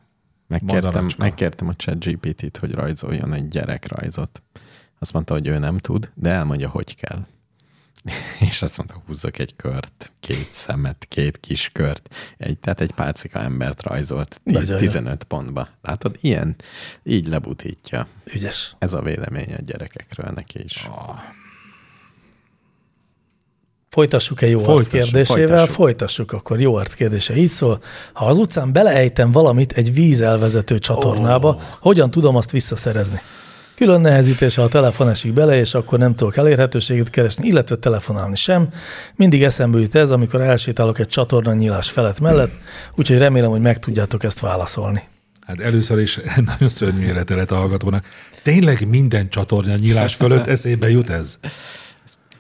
[SPEAKER 2] megkértem,
[SPEAKER 3] madaracska.
[SPEAKER 2] megkértem a chat GPT-t, hogy rajzoljon egy gyerekrajzot. Azt mondta, hogy ő nem tud, de elmondja, hogy kell. És azt mondta, húzzak egy kört, két szemet, két kis kört, egy, tehát egy pálcika embert rajzolt ti-
[SPEAKER 1] Nagyon jó.
[SPEAKER 2] 15 pontba. Látod, ilyen, így lebutítja.
[SPEAKER 1] Ügyes.
[SPEAKER 2] Ez a vélemény a gyerekekről neki is.
[SPEAKER 3] Ah,
[SPEAKER 1] Folytassuk-e jó arc
[SPEAKER 3] Folytassuk,
[SPEAKER 1] kérdésével? Folytassuk.
[SPEAKER 2] folytassuk.
[SPEAKER 1] akkor jó arc kérdése így szól. Ha az utcán beleejtem valamit egy víz elvezető csatornába, oh. hogyan tudom azt visszaszerezni? Külön nehezítés, ha a telefon esik bele, és akkor nem tudok elérhetőséget keresni, illetve telefonálni sem. Mindig eszembe jut ez, amikor elsétálok egy csatorna nyílás felett mellett, úgyhogy remélem, hogy meg tudjátok ezt válaszolni.
[SPEAKER 3] Hát először is nagyon szörnyű élete lett a hallgatónak. Tényleg minden csatorna nyílás fölött eszébe jut ez?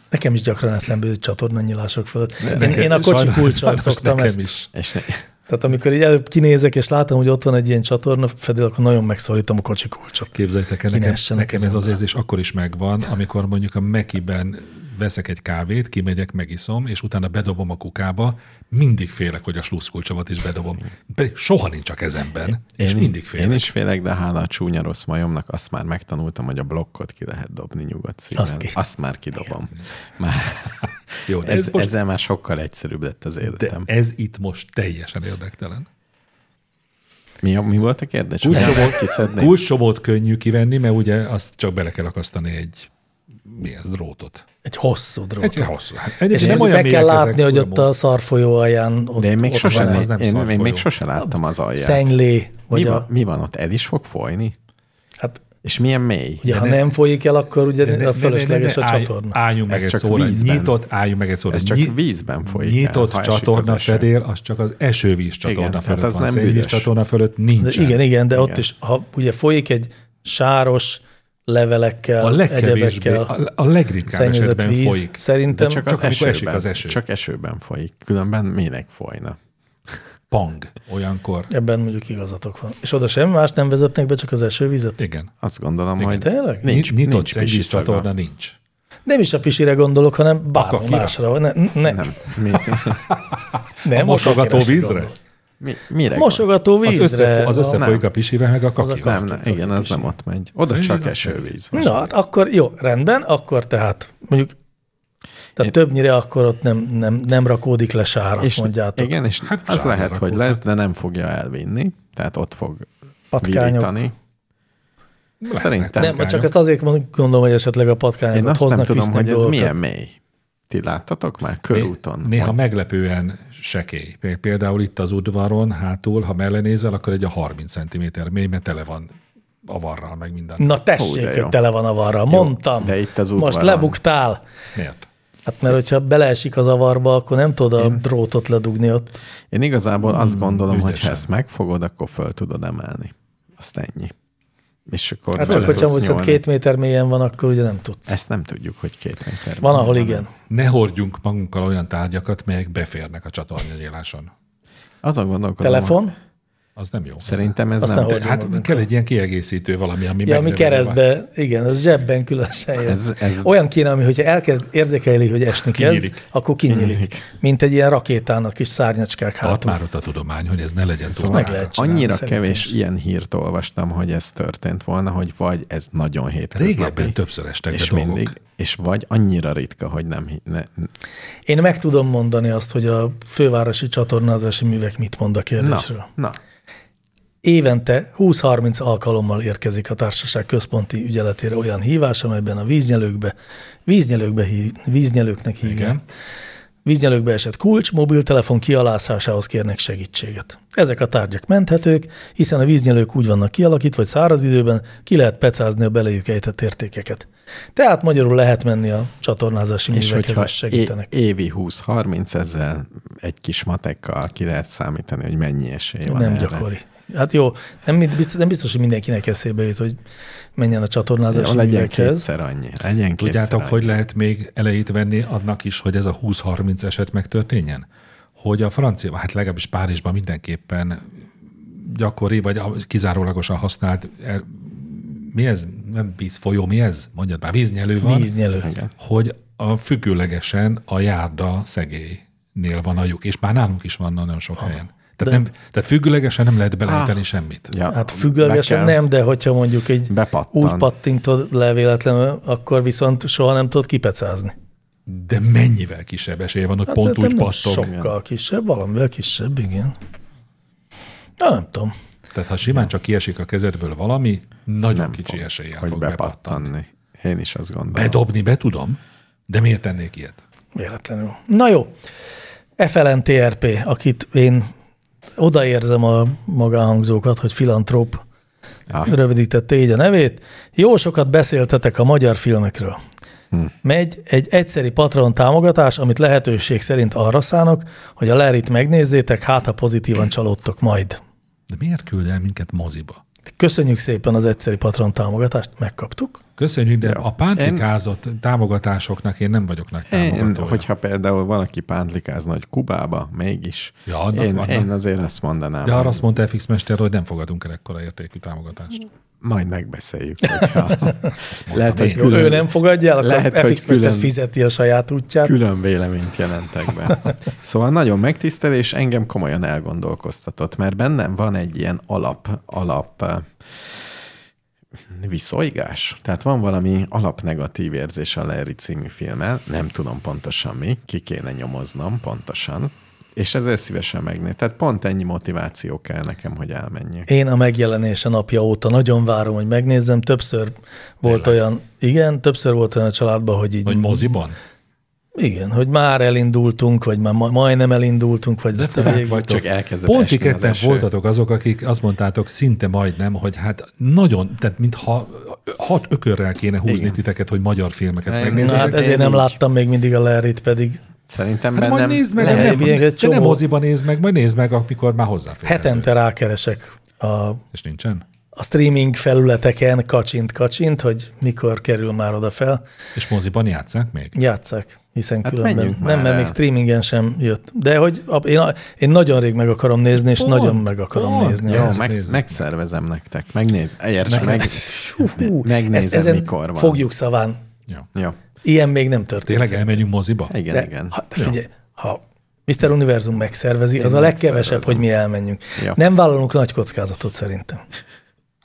[SPEAKER 1] Nekem is gyakran eszembe jut csatorna nyílások fölött. Én,
[SPEAKER 3] Nekem-
[SPEAKER 1] én a kocsi
[SPEAKER 3] sajnos-
[SPEAKER 1] kulcsal
[SPEAKER 3] sajnos
[SPEAKER 1] szoktam
[SPEAKER 3] nekem
[SPEAKER 1] ezt
[SPEAKER 3] Is.
[SPEAKER 2] És ne,
[SPEAKER 1] Tehát amikor így előbb kinézek, és látom, hogy ott van egy ilyen csatorna fedél, akkor nagyon megszorítom a kocsi kulcsot.
[SPEAKER 3] Képzeljétek el, nekem,
[SPEAKER 1] Kinessen a
[SPEAKER 3] nekem ez az
[SPEAKER 1] kezemből.
[SPEAKER 3] érzés akkor is megvan, amikor mondjuk a Mekiben veszek egy kávét, kimegyek, megiszom, és utána bedobom a kukába, mindig félek, hogy a slusszkulcsomat is bedobom. Pedig soha nincs a kezemben, és mindig félek.
[SPEAKER 2] Én is félek, de hála a csúnya rossz majomnak, azt már megtanultam, hogy a blokkot ki lehet dobni nyugodt szívvel.
[SPEAKER 1] Azt ki.
[SPEAKER 2] Azt már kidobom. Már.
[SPEAKER 3] Jó, de ez,
[SPEAKER 2] Ez,
[SPEAKER 3] ez, most,
[SPEAKER 2] Ezzel már sokkal egyszerűbb lett az életem.
[SPEAKER 3] de ez itt most teljesen érdektelen.
[SPEAKER 2] Mi, a- mi volt a kérdés? Ugyanazt kiszedni?
[SPEAKER 3] Kulcsomót könnyű kivenni, mert ugye azt csak bele kell akasztani egy mi ez, drótot.
[SPEAKER 1] Egy hosszú drót.
[SPEAKER 3] Egy
[SPEAKER 1] Egy
[SPEAKER 3] hosszú. Hát,
[SPEAKER 1] és
[SPEAKER 3] Egyébként
[SPEAKER 1] nem
[SPEAKER 3] olyan
[SPEAKER 1] meg kell
[SPEAKER 3] mélyek ezek,
[SPEAKER 1] látni, hogy ott
[SPEAKER 3] fura
[SPEAKER 1] a szarfolyó alján ott,
[SPEAKER 2] De én még,
[SPEAKER 1] ott
[SPEAKER 2] sose,
[SPEAKER 1] van
[SPEAKER 3] van,
[SPEAKER 2] né-
[SPEAKER 3] az nem
[SPEAKER 2] én, én
[SPEAKER 3] szarfolyó.
[SPEAKER 2] még sose láttam az
[SPEAKER 1] a
[SPEAKER 2] alját.
[SPEAKER 1] szennylé, vagy
[SPEAKER 2] Mi,
[SPEAKER 1] a,
[SPEAKER 2] va, mi van ott? El is fog folyni?
[SPEAKER 1] hát
[SPEAKER 2] És milyen mély.
[SPEAKER 1] Ugye,
[SPEAKER 3] De
[SPEAKER 1] ha
[SPEAKER 3] ne-
[SPEAKER 1] nem, folyik el, akkor ugye
[SPEAKER 3] De ne-
[SPEAKER 1] a
[SPEAKER 3] ne- ne-
[SPEAKER 1] fölösleges
[SPEAKER 3] ne-
[SPEAKER 1] a
[SPEAKER 3] állj-
[SPEAKER 1] csatorna.
[SPEAKER 3] Álljunk meg
[SPEAKER 2] Ez
[SPEAKER 3] egy
[SPEAKER 2] csak
[SPEAKER 3] szóra.
[SPEAKER 2] vízben.
[SPEAKER 3] Nyitott, álljunk meg egy szóra.
[SPEAKER 2] Ez csak
[SPEAKER 3] Nyi-
[SPEAKER 2] vízben folyik el,
[SPEAKER 3] Nyitott
[SPEAKER 2] ha esik az
[SPEAKER 3] csatorna
[SPEAKER 2] eső.
[SPEAKER 3] fedél, az csak az esővíz csatorna
[SPEAKER 2] tehát
[SPEAKER 3] fölött
[SPEAKER 2] az
[SPEAKER 3] van.
[SPEAKER 2] nem
[SPEAKER 3] Szélvíz
[SPEAKER 2] büdös.
[SPEAKER 3] csatorna fölött
[SPEAKER 1] De
[SPEAKER 3] nincsen.
[SPEAKER 1] igen, igen, de ott
[SPEAKER 2] Igen.
[SPEAKER 1] is, ha ugye folyik egy sáros levelekkel,
[SPEAKER 3] A legkevésbé,
[SPEAKER 1] egyebekkel,
[SPEAKER 3] a, a legritkább
[SPEAKER 1] szennyezett
[SPEAKER 3] esetben
[SPEAKER 1] víz,
[SPEAKER 3] folyik.
[SPEAKER 1] szerintem
[SPEAKER 2] De csak,
[SPEAKER 3] Csak
[SPEAKER 2] csak az
[SPEAKER 3] amikor
[SPEAKER 2] esőben,
[SPEAKER 3] esik az eső.
[SPEAKER 2] Csak esőben folyik. Különben minek folyna?
[SPEAKER 3] Pang olyankor.
[SPEAKER 1] ebben mondjuk igazatok van. És oda semmi más nem vezetnek be, csak az esővizet.
[SPEAKER 3] Igen.
[SPEAKER 2] Azt gondolom, hogy
[SPEAKER 1] Tényleg?
[SPEAKER 2] nincs,
[SPEAKER 3] Nyitott
[SPEAKER 2] nincs
[SPEAKER 3] szennyvíz
[SPEAKER 2] pisi szaga.
[SPEAKER 3] csatorna nincs.
[SPEAKER 1] Nem is a pisire gondolok, hanem bármi
[SPEAKER 3] Akakira.
[SPEAKER 1] másra. Ne, ne, nem.
[SPEAKER 2] Nem. Mi,
[SPEAKER 1] nem
[SPEAKER 3] A mosogató
[SPEAKER 1] akakira se
[SPEAKER 3] vízre?
[SPEAKER 1] gondolok.
[SPEAKER 2] mi, mire
[SPEAKER 1] Mosogató
[SPEAKER 3] Az,
[SPEAKER 1] vízre.
[SPEAKER 3] összefo- az
[SPEAKER 1] Na,
[SPEAKER 3] összefolyik a pisivel, meg a kakival.
[SPEAKER 2] Nem, nem, igen, az nem ott megy. Oda
[SPEAKER 3] Szennyvíz
[SPEAKER 2] csak
[SPEAKER 3] az
[SPEAKER 2] esővíz.
[SPEAKER 1] Na, hát akkor jó, rendben, akkor tehát mondjuk tehát többnyire akkor ott nem, nem, nem rakódik le sár, azt
[SPEAKER 2] és,
[SPEAKER 1] mondjátok.
[SPEAKER 2] Igen, és
[SPEAKER 3] Hát
[SPEAKER 2] hát az
[SPEAKER 3] sárga
[SPEAKER 2] lehet, hogy
[SPEAKER 3] rakódnak.
[SPEAKER 2] lesz, de nem fogja elvinni. Tehát ott fog
[SPEAKER 1] Patkányok.
[SPEAKER 2] virítani.
[SPEAKER 3] Lehetnek
[SPEAKER 2] Szerintem.
[SPEAKER 1] Nem,
[SPEAKER 3] patkányok.
[SPEAKER 1] csak ezt azért mondom- gondolom, hogy esetleg a
[SPEAKER 2] Én
[SPEAKER 1] patkányokat
[SPEAKER 2] azt nem
[SPEAKER 1] hoznak,
[SPEAKER 2] tudom,
[SPEAKER 1] visznek
[SPEAKER 2] hogy ez
[SPEAKER 1] dolgokat.
[SPEAKER 2] milyen mély. Ti láttatok már körúton?
[SPEAKER 3] Néha
[SPEAKER 2] hogy-
[SPEAKER 3] meglepően sekély. Pé- Például itt az udvaron, hátul, ha mellenézel, akkor egy a 30 cm mély, mert tele van avarral, meg minden.
[SPEAKER 1] Na
[SPEAKER 2] Hú,
[SPEAKER 1] tessék,
[SPEAKER 2] de
[SPEAKER 1] hogy
[SPEAKER 2] jó.
[SPEAKER 1] tele van avarral. Mondtam.
[SPEAKER 2] de itt az
[SPEAKER 1] Most
[SPEAKER 2] udvaron.
[SPEAKER 1] lebuktál.
[SPEAKER 3] Miért?
[SPEAKER 1] Hát mert hogyha beleesik az avarba, akkor nem tudod a drótot ledugni ott.
[SPEAKER 2] Én igazából azt gondolom, hogy ha
[SPEAKER 3] Hmm, ügyesen.
[SPEAKER 2] ezt megfogod, akkor föl tudod emelni. Azt ennyi. És akkor
[SPEAKER 1] Hát
[SPEAKER 2] vele
[SPEAKER 1] csak hogyha
[SPEAKER 2] tudsz
[SPEAKER 1] viszont
[SPEAKER 2] nyúlni.
[SPEAKER 1] két méter mélyen van, akkor ugye nem tudsz.
[SPEAKER 2] Ezt nem tudjuk, hogy két méter.
[SPEAKER 1] Van, ahol igen.
[SPEAKER 3] Ne hordjunk magunkkal olyan tárgyakat, melyek beférnek a csatornanyíláson.
[SPEAKER 2] Azon gondolkodom,
[SPEAKER 1] Telefon?
[SPEAKER 2] hogy
[SPEAKER 3] Az nem jó.
[SPEAKER 2] Szerintem ez
[SPEAKER 1] Azt
[SPEAKER 2] nem...
[SPEAKER 1] ne hordjuk.
[SPEAKER 3] Hát
[SPEAKER 1] magunkkal.
[SPEAKER 3] kell egy ilyen kiegészítő valami, ami
[SPEAKER 1] Ja, ami
[SPEAKER 3] megnöveli a vált-
[SPEAKER 1] keresztbe, igen, az zsebben különösen jó.
[SPEAKER 2] Ez- ez-
[SPEAKER 1] Olyan kéne, ami hogyha elkezd, érzékeli, hogy esni kezd,
[SPEAKER 3] Kinyílik.
[SPEAKER 1] akkor kinyílik.
[SPEAKER 2] Kinyílik.
[SPEAKER 1] Mint egy ilyen rakétának is szárnyacskák
[SPEAKER 3] Tart
[SPEAKER 1] hátul.
[SPEAKER 3] már ott a tudomány, hogy ez ne legyen
[SPEAKER 1] Ezt
[SPEAKER 3] szóval
[SPEAKER 1] meg lehet csinálni,
[SPEAKER 2] Annyira
[SPEAKER 1] szerintem
[SPEAKER 2] kevés
[SPEAKER 1] is.
[SPEAKER 2] ilyen hírt olvastam, hogy ez történt volna, hogy vagy ez nagyon hétköznapi,
[SPEAKER 3] Régebben többször estek be
[SPEAKER 2] és
[SPEAKER 3] dolgok.
[SPEAKER 2] mindig, és vagy annyira ritka, hogy nem... hi- Ne,
[SPEAKER 1] Én meg tudom mondani azt, hogy a fővárosi csatornázási művek mit mond a
[SPEAKER 2] na,
[SPEAKER 1] kérdésről. Na.
[SPEAKER 2] na,
[SPEAKER 1] Évente 20-30 alkalommal érkezik a társaság központi ügyeletére olyan hívás, amelyben a víznyelőkbe, víznyelőkbe hív, víznyelőknek hívják.
[SPEAKER 3] Igen.
[SPEAKER 1] Víznyelőkbe esett kulcs, mobiltelefon kialászásához kérnek segítséget. Ezek a tárgyak menthetők, hiszen a víznyelők úgy vannak kialakítva, hogy száraz időben ki lehet pecázni a belejük ejtett értékeket. Tehát magyarul lehet menni a csatornázási
[SPEAKER 2] és
[SPEAKER 1] művekhez,
[SPEAKER 2] hogyha
[SPEAKER 1] és
[SPEAKER 2] é,
[SPEAKER 1] segítenek.
[SPEAKER 2] évi 20-30 ezzel egy kis matekkal ki lehet számítani, hogy mennyi esély van
[SPEAKER 1] nem
[SPEAKER 2] erre.
[SPEAKER 1] gyakori. Hát jó, nem, mind- biztos, nem biztos, hogy mindenkinek eszébe jut, hogy menjen a
[SPEAKER 2] Jó,
[SPEAKER 1] csatornázási
[SPEAKER 2] legyen
[SPEAKER 1] művekhez.
[SPEAKER 2] kétszer annyi. Legyen kétszer
[SPEAKER 3] Tudjátok,
[SPEAKER 2] annyi.
[SPEAKER 3] hogy lehet még elejét venni annak is, hogy ez a 20-30 eset megtörténjen? Hogy a francia, hát legalábbis Párizsban mindenképpen gyakori, vagy a- kizárólagosan használt, er, mi ez? Nem vízfolyó, mi ez? Mondjad már, víznyelő van.
[SPEAKER 1] Víznyelő.
[SPEAKER 2] Igen.
[SPEAKER 3] Hogy a függőlegesen a járda szegélynél van a lyuk, és már nálunk is van nagyon sok helyen. Tehát, nem, tehát függőlegesen nem lehet belejteni semmit.
[SPEAKER 2] Ja,
[SPEAKER 1] Hát
[SPEAKER 2] be
[SPEAKER 1] függőlegesen
[SPEAKER 2] kell-
[SPEAKER 1] nem, de hogyha mondjuk egy
[SPEAKER 2] Bepattan.
[SPEAKER 1] úgy pattintod le véletlenül, akkor viszont soha nem tudod kipecázni.
[SPEAKER 3] De mennyivel kisebb esély van, hogy
[SPEAKER 1] Hát
[SPEAKER 3] pont
[SPEAKER 1] szerintem
[SPEAKER 3] úgy
[SPEAKER 1] nem
[SPEAKER 3] pattog.
[SPEAKER 1] Sokkal kisebb, valamivel kisebb, igen. Na, nem tudom.
[SPEAKER 3] Tehát ha simán csak kiesik a kezedből valami, nagyon
[SPEAKER 2] nem
[SPEAKER 3] kicsi eséllyel
[SPEAKER 2] hogy
[SPEAKER 3] fog bepattanni.
[SPEAKER 2] bepattanni. Én is azt gondolom.
[SPEAKER 3] Bedobni be tudom, de miért tennék ilyet?
[SPEAKER 1] Véletlenül. Na jó. FLNTRP, akit én odaérzem a magánhangzókat, hogy filantróp
[SPEAKER 2] Ja.
[SPEAKER 1] rövidítette így a nevét. Jó sokat beszéltetek a magyar filmekről.
[SPEAKER 2] Hm.
[SPEAKER 1] Megy egy egyszeri Patreon támogatás, amit lehetőség szerint arra szánok, hogy a Larryt megnézzétek, hát ha pozitívan csalódtok majd.
[SPEAKER 3] De miért küld el minket moziba?
[SPEAKER 1] Köszönjük szépen az egyszeri Patreon támogatást, megkaptuk.
[SPEAKER 3] Köszönjük, de
[SPEAKER 2] Ja.
[SPEAKER 3] a pántlikázott támogatásoknak én nem vagyok nagy
[SPEAKER 2] Én,
[SPEAKER 3] támogatója.
[SPEAKER 2] hogyha például valaki pántlikázna, hogy Kubába, mégis.
[SPEAKER 3] Ja, annak
[SPEAKER 2] én,
[SPEAKER 3] vannak.
[SPEAKER 2] én azért azt mondanám,
[SPEAKER 3] de arra
[SPEAKER 2] hogy
[SPEAKER 3] azt mondta FX Mester, hogy nem fogadunk el ekkora értékű támogatást.
[SPEAKER 2] majd megbeszéljük, hogyha
[SPEAKER 3] Ezt mondtam
[SPEAKER 2] lehet, hogy
[SPEAKER 3] én.
[SPEAKER 1] Jó,
[SPEAKER 2] külön,
[SPEAKER 1] ő nem fogadja el, akkor
[SPEAKER 2] Lehet,
[SPEAKER 1] Lehet,
[SPEAKER 2] hogy
[SPEAKER 1] FX Mester
[SPEAKER 2] külön-
[SPEAKER 1] fizeti a saját útját.
[SPEAKER 2] külön véleményt jelentek be. Szóval nagyon megtisztelő, és engem komolyan elgondolkoztatott, mert bennem van egy ilyen alap, alap eh, viszolygás. Tehát van valami alapnegatív érzés a Larry című filmmel, nem tudom pontosan mi, ki kéne nyomoznom pontosan, és ezért szívesen megnézem. Tehát pont ennyi motiváció kell nekem, hogy elmenjek.
[SPEAKER 1] Én a megjelenése napja óta nagyon várom, hogy megnézzem. Többször volt
[SPEAKER 3] Tényleg?
[SPEAKER 1] olyan, igen, többször volt olyan a családban, hogy így
[SPEAKER 3] Vagy moziban?
[SPEAKER 1] Igen, hogy már elindultunk, vagy már ma- majdnem elindultunk, vagy
[SPEAKER 3] De
[SPEAKER 1] ezt a
[SPEAKER 3] te
[SPEAKER 1] végig.
[SPEAKER 3] vagytok.
[SPEAKER 2] Csak elkezdett
[SPEAKER 3] Pont
[SPEAKER 2] esni
[SPEAKER 3] ti
[SPEAKER 2] az
[SPEAKER 3] ketten
[SPEAKER 2] eső.
[SPEAKER 3] voltatok azok, akik azt mondtátok szinte majdnem, hogy hát nagyon, tehát mintha hat ökörrel kéne húzni
[SPEAKER 2] Igen.
[SPEAKER 3] titeket, hogy magyar filmeket
[SPEAKER 2] Nem,
[SPEAKER 1] Na,
[SPEAKER 3] megnézzetek.
[SPEAKER 1] hát
[SPEAKER 2] én
[SPEAKER 1] ezért nem
[SPEAKER 2] így.
[SPEAKER 1] láttam még mindig a Larryt pedig.
[SPEAKER 2] Szerintem
[SPEAKER 3] Hát
[SPEAKER 2] bennem...
[SPEAKER 3] majd nézd meg,
[SPEAKER 1] nem,
[SPEAKER 3] nem, nem,
[SPEAKER 1] ilyen
[SPEAKER 3] nem,
[SPEAKER 1] csomó-
[SPEAKER 3] nem moziban nézd meg, majd nézd meg, amikor már hozzáfér.
[SPEAKER 1] Hetente rákeresek a,
[SPEAKER 3] És nincsen?
[SPEAKER 1] a streaming felületeken kacsint-kacsint, hogy mikor kerül már oda fel.
[SPEAKER 3] És moziban játszák még?
[SPEAKER 1] Játszák, hiszen
[SPEAKER 2] Hát
[SPEAKER 1] különben
[SPEAKER 2] menjünk
[SPEAKER 1] nem,
[SPEAKER 2] már
[SPEAKER 1] mert
[SPEAKER 2] el.
[SPEAKER 1] még streamingen sem jött. De hogy a- én, a- én nagyon rég meg akarom nézni, és
[SPEAKER 3] Pont,
[SPEAKER 1] nagyon meg akarom
[SPEAKER 3] pont.
[SPEAKER 1] nézni.
[SPEAKER 2] Jó,
[SPEAKER 3] Ezt
[SPEAKER 2] meg,
[SPEAKER 3] nézzük.
[SPEAKER 2] megszervezem nektek. Megnéz. Érts, meg,
[SPEAKER 1] Hú,
[SPEAKER 2] megnézem,
[SPEAKER 1] ezen
[SPEAKER 2] mikor van.
[SPEAKER 1] Fogjuk szaván.
[SPEAKER 3] Ja.
[SPEAKER 2] Jó.
[SPEAKER 1] Ilyen még nem történt.
[SPEAKER 3] Tényleg elmegyünk moziba?
[SPEAKER 2] Igen,
[SPEAKER 1] De
[SPEAKER 2] igen.
[SPEAKER 1] Ha, de figyelj, ha Mr. Univerzum megszervezi, az a legkevesebb, hogy mi elmenjünk.
[SPEAKER 2] Ja.
[SPEAKER 1] Nem vállalunk nagy kockázatot szerintem.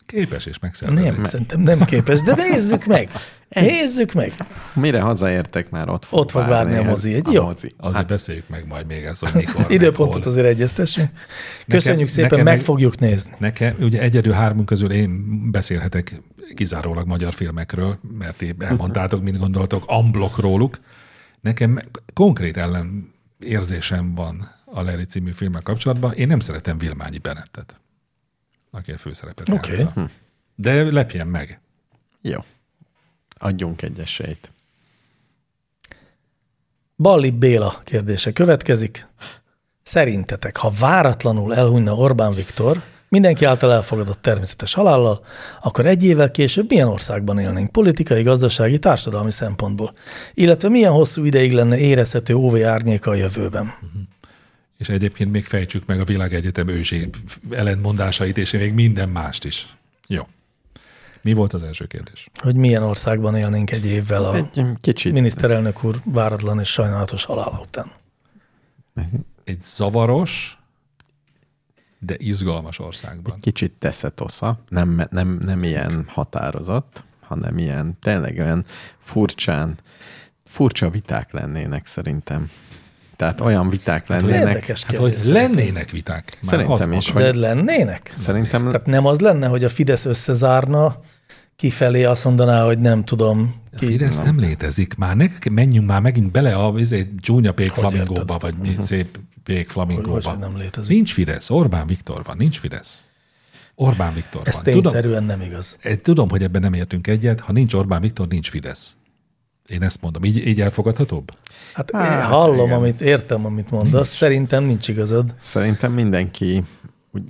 [SPEAKER 3] Képes és megszervezik.
[SPEAKER 1] Nem, szerintem nem képes, de nézzük meg. Nézzük meg.
[SPEAKER 2] Mire hazaértek már ott fog
[SPEAKER 1] Ott fog várni a mozi, egy
[SPEAKER 2] a
[SPEAKER 1] jó.
[SPEAKER 2] mozi.
[SPEAKER 3] Azért hát, beszéljük meg majd még ezt, hogy mikor. meg,
[SPEAKER 1] Időpontot
[SPEAKER 3] hol.
[SPEAKER 1] azért egyeztessünk. Köszönjük szépen,
[SPEAKER 3] nekem
[SPEAKER 1] meg
[SPEAKER 3] meg-
[SPEAKER 1] fogjuk nézni.
[SPEAKER 3] Nekem, ugye egyedül hármunk közül én beszélhetek kizárólag magyar filmekről, mert ti elmondtátok, mint gondoltok, amblok róluk. Nekem konkrét ellen érzésem van a Larry című filmmel kapcsolatban. Én nem szeretem Vilmányi Benettet, aki a főszerepet
[SPEAKER 1] Oké.
[SPEAKER 3] okay. játsza. De lepjen meg.
[SPEAKER 2] Jó. Adjunk egy esélyt.
[SPEAKER 1] Balli Béla kérdése következik. Szerintetek, ha váratlanul elhunyna Orbán Viktor, mindenki által elfogadott természetes halállal, akkor egy évvel később milyen országban élnénk politikai, gazdasági, társadalmi szempontból? Illetve milyen hosszú ideig lenne érezhető óvé árnyéka a jövőben?
[SPEAKER 3] És egyébként még fejtsük meg a világegyetem ősi ellentmondásait, és még minden mást is. Jó. Mi volt az első kérdés?
[SPEAKER 1] Hogy milyen országban élnénk egy évvel a
[SPEAKER 2] Egy kicsit.
[SPEAKER 1] miniszterelnök úr váratlan és sajnálatos halála után?
[SPEAKER 3] Egy zavaros, de izgalmas országban.
[SPEAKER 2] kicsit teszetosza, nem, nem, nem ilyen határozott, hanem ilyen, tényleg olyan furcsán, furcsa viták lennének szerintem. Tehát olyan viták
[SPEAKER 1] Ez
[SPEAKER 2] lennének,
[SPEAKER 1] érdekes
[SPEAKER 3] Hát, hogy
[SPEAKER 1] kérdés.
[SPEAKER 3] lennének viták. Már
[SPEAKER 2] Szerintem
[SPEAKER 3] az
[SPEAKER 2] is,
[SPEAKER 3] maga.
[SPEAKER 1] De lennének?
[SPEAKER 2] szerintem
[SPEAKER 1] Tehát nem az lenne, hogy a Fidesz összezárna, kifelé azt mondaná, hogy nem tudom
[SPEAKER 3] A
[SPEAKER 1] ki.
[SPEAKER 3] Fidesz nem létezik. Már ne, menjünk már megint bele a izé, csúnya pék
[SPEAKER 1] Hogy
[SPEAKER 3] flamingóba,
[SPEAKER 1] érted?
[SPEAKER 3] vagy mi
[SPEAKER 2] Mhm.
[SPEAKER 3] szép pék
[SPEAKER 1] Hogy-
[SPEAKER 3] flamingóba.
[SPEAKER 1] hogy nem létezik.
[SPEAKER 3] Nincs Fidesz. Orbán Viktor van. Nincs Fidesz. Orbán Viktor
[SPEAKER 1] Ez
[SPEAKER 3] van. Tudom,
[SPEAKER 1] tényszerűen nem igaz.
[SPEAKER 3] eh, tudom, hogy ebben nem értünk egyet. Ha nincs Orbán Viktor, nincs Fidesz. Én ezt mondom. Így, így elfogadhatóbb?
[SPEAKER 1] Hát,
[SPEAKER 2] Hát,
[SPEAKER 1] hát hallom,
[SPEAKER 2] igen.
[SPEAKER 1] amit értem, amit mondasz, szerintem nincs igazad.
[SPEAKER 2] Szerintem mindenki úgy,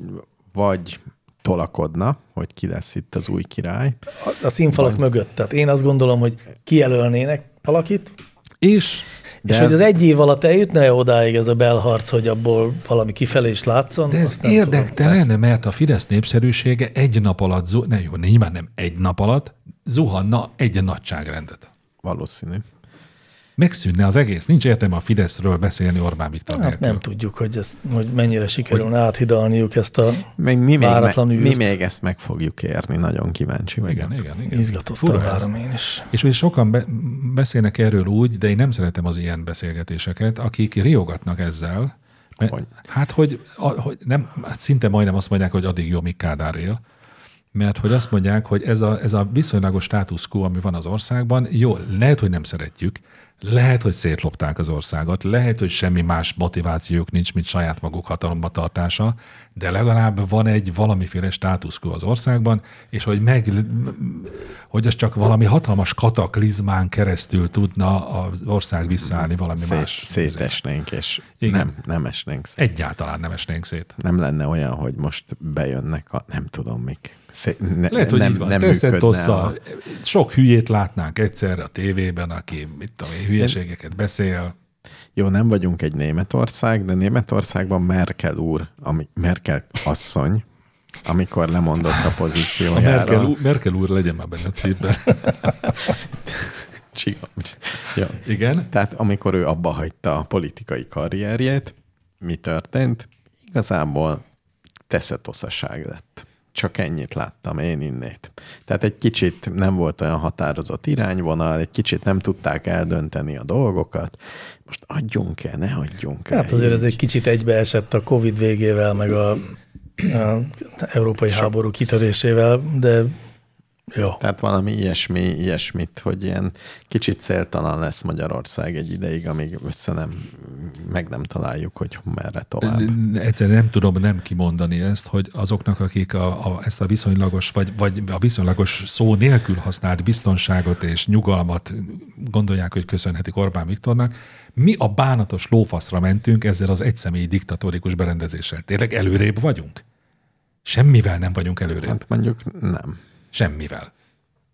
[SPEAKER 2] vagy tolakodna, hogy ki lesz itt az új király.
[SPEAKER 1] A- A színfalak mögött. Tehát én azt gondolom, hogy kijelölnének valakit,
[SPEAKER 3] És
[SPEAKER 1] de és
[SPEAKER 2] ez-
[SPEAKER 1] hogy az egy év alatt eljutna-e odáig ez a belharc, hogy abból valami kifelé is látszon?
[SPEAKER 3] De ez
[SPEAKER 1] azt nem
[SPEAKER 3] érdektelen, mert a Fidesz népszerűsége egy nap alatt, zu- ne jó, nyilván nem egy nap alatt, zuhanna egy nagyságrendet.
[SPEAKER 2] Valószínű.
[SPEAKER 3] Megszűnne az egész. Nincs értelme a Fideszről beszélni Orbán Viktor
[SPEAKER 1] Tudom. Hát
[SPEAKER 3] nélkül.
[SPEAKER 1] nem tudjuk, hogy, ezt, hogy mennyire sikerülne áthidalniuk ezt a
[SPEAKER 2] Meg mi, még,
[SPEAKER 1] Váratlan
[SPEAKER 2] me- mi
[SPEAKER 1] űrt.
[SPEAKER 2] még ezt meg fogjuk érni, nagyon kíváncsi vagyok.
[SPEAKER 3] Igen, igen, igen.
[SPEAKER 1] izgatottan
[SPEAKER 3] Fura ez.
[SPEAKER 1] várom én is.
[SPEAKER 3] És ugye sokan be- beszélnek erről úgy, de én nem szeretem az ilyen beszélgetéseket, akik riogatnak ezzel. Mert,
[SPEAKER 2] Hogy?
[SPEAKER 3] hát, hogy, a, hogy nem, hát szinte majdnem azt mondják, hogy addig jó, míg Kádár él. Mert hogy azt mondják, hogy ez a, ez a viszonylagos status quo, ami van az országban, jó, lehet, hogy nem szeretjük, lehet, hogy szétlopták az országot, lehet, hogy semmi más motivációk nincs, mint saját maguk hatalomba tartása, de legalább van egy valamiféle status quo az országban, és hogy meg, hogy ez csak valami hatalmas kataklizmán keresztül tudna az ország visszaállni valami
[SPEAKER 2] Szét,
[SPEAKER 3] más.
[SPEAKER 2] szétesnénk, és
[SPEAKER 3] Igen.
[SPEAKER 2] nem, nem esnénk szét.
[SPEAKER 3] Egyáltalán nem esnénk szét.
[SPEAKER 2] nem lenne olyan, hogy most bejönnek a nem tudom mik. Szé- ne,
[SPEAKER 3] Lehet, hogy
[SPEAKER 2] nem,
[SPEAKER 3] így van.
[SPEAKER 2] nem
[SPEAKER 3] Teszed
[SPEAKER 2] működne
[SPEAKER 3] hozzá,
[SPEAKER 2] a,
[SPEAKER 3] sok hülyét látnánk egyszerre a tévében, aki mit tudom én, hülyeségeket beszél.
[SPEAKER 2] Jó, nem vagyunk egy Németország, de Németországban Merkel úr, ami, Merkel asszony, amikor lemondott a
[SPEAKER 3] A Merkel,
[SPEAKER 2] pozíciójáról.
[SPEAKER 3] úr, Merkel úr legyen már benne a címben.
[SPEAKER 2] Csiga. Jó.
[SPEAKER 3] Igen.
[SPEAKER 2] Tehát amikor ő abba hagyta a politikai karrierjét, mi történt? Igazából teszetoszaság lett. Csak ennyit láttam én innét. Tehát egy kicsit nem volt olyan határozott irányvonal, egy kicsit nem tudták eldönteni a dolgokat. Most adjunk el, ne adjunk el.
[SPEAKER 1] Hát azért ez
[SPEAKER 2] így.
[SPEAKER 1] egy kicsit egybeesett a Covid végével, meg a, a európai háború kitörésével, de Jó.
[SPEAKER 2] Tehát valami ilyesmi, ilyesmit, hogy ilyen kicsit céltalan lesz Magyarország egy ideig, amíg össze nem, meg nem találjuk, hogy merre tovább.
[SPEAKER 3] Egyszerűen nem tudom nem kimondani ezt, hogy azoknak, akik a, a, ezt a viszonylagos, vagy, vagy a viszonylagos szó nélkül használt biztonságot és nyugalmat gondolják, hogy köszönhetik Orbán Viktornak, mi a bánatos lófaszra mentünk ezzel az egyszemélyi diktatórikus berendezéssel. Tényleg előrébb vagyunk? Semmivel nem vagyunk előrébb.
[SPEAKER 2] Hát mondjuk nem.
[SPEAKER 3] Semmivel.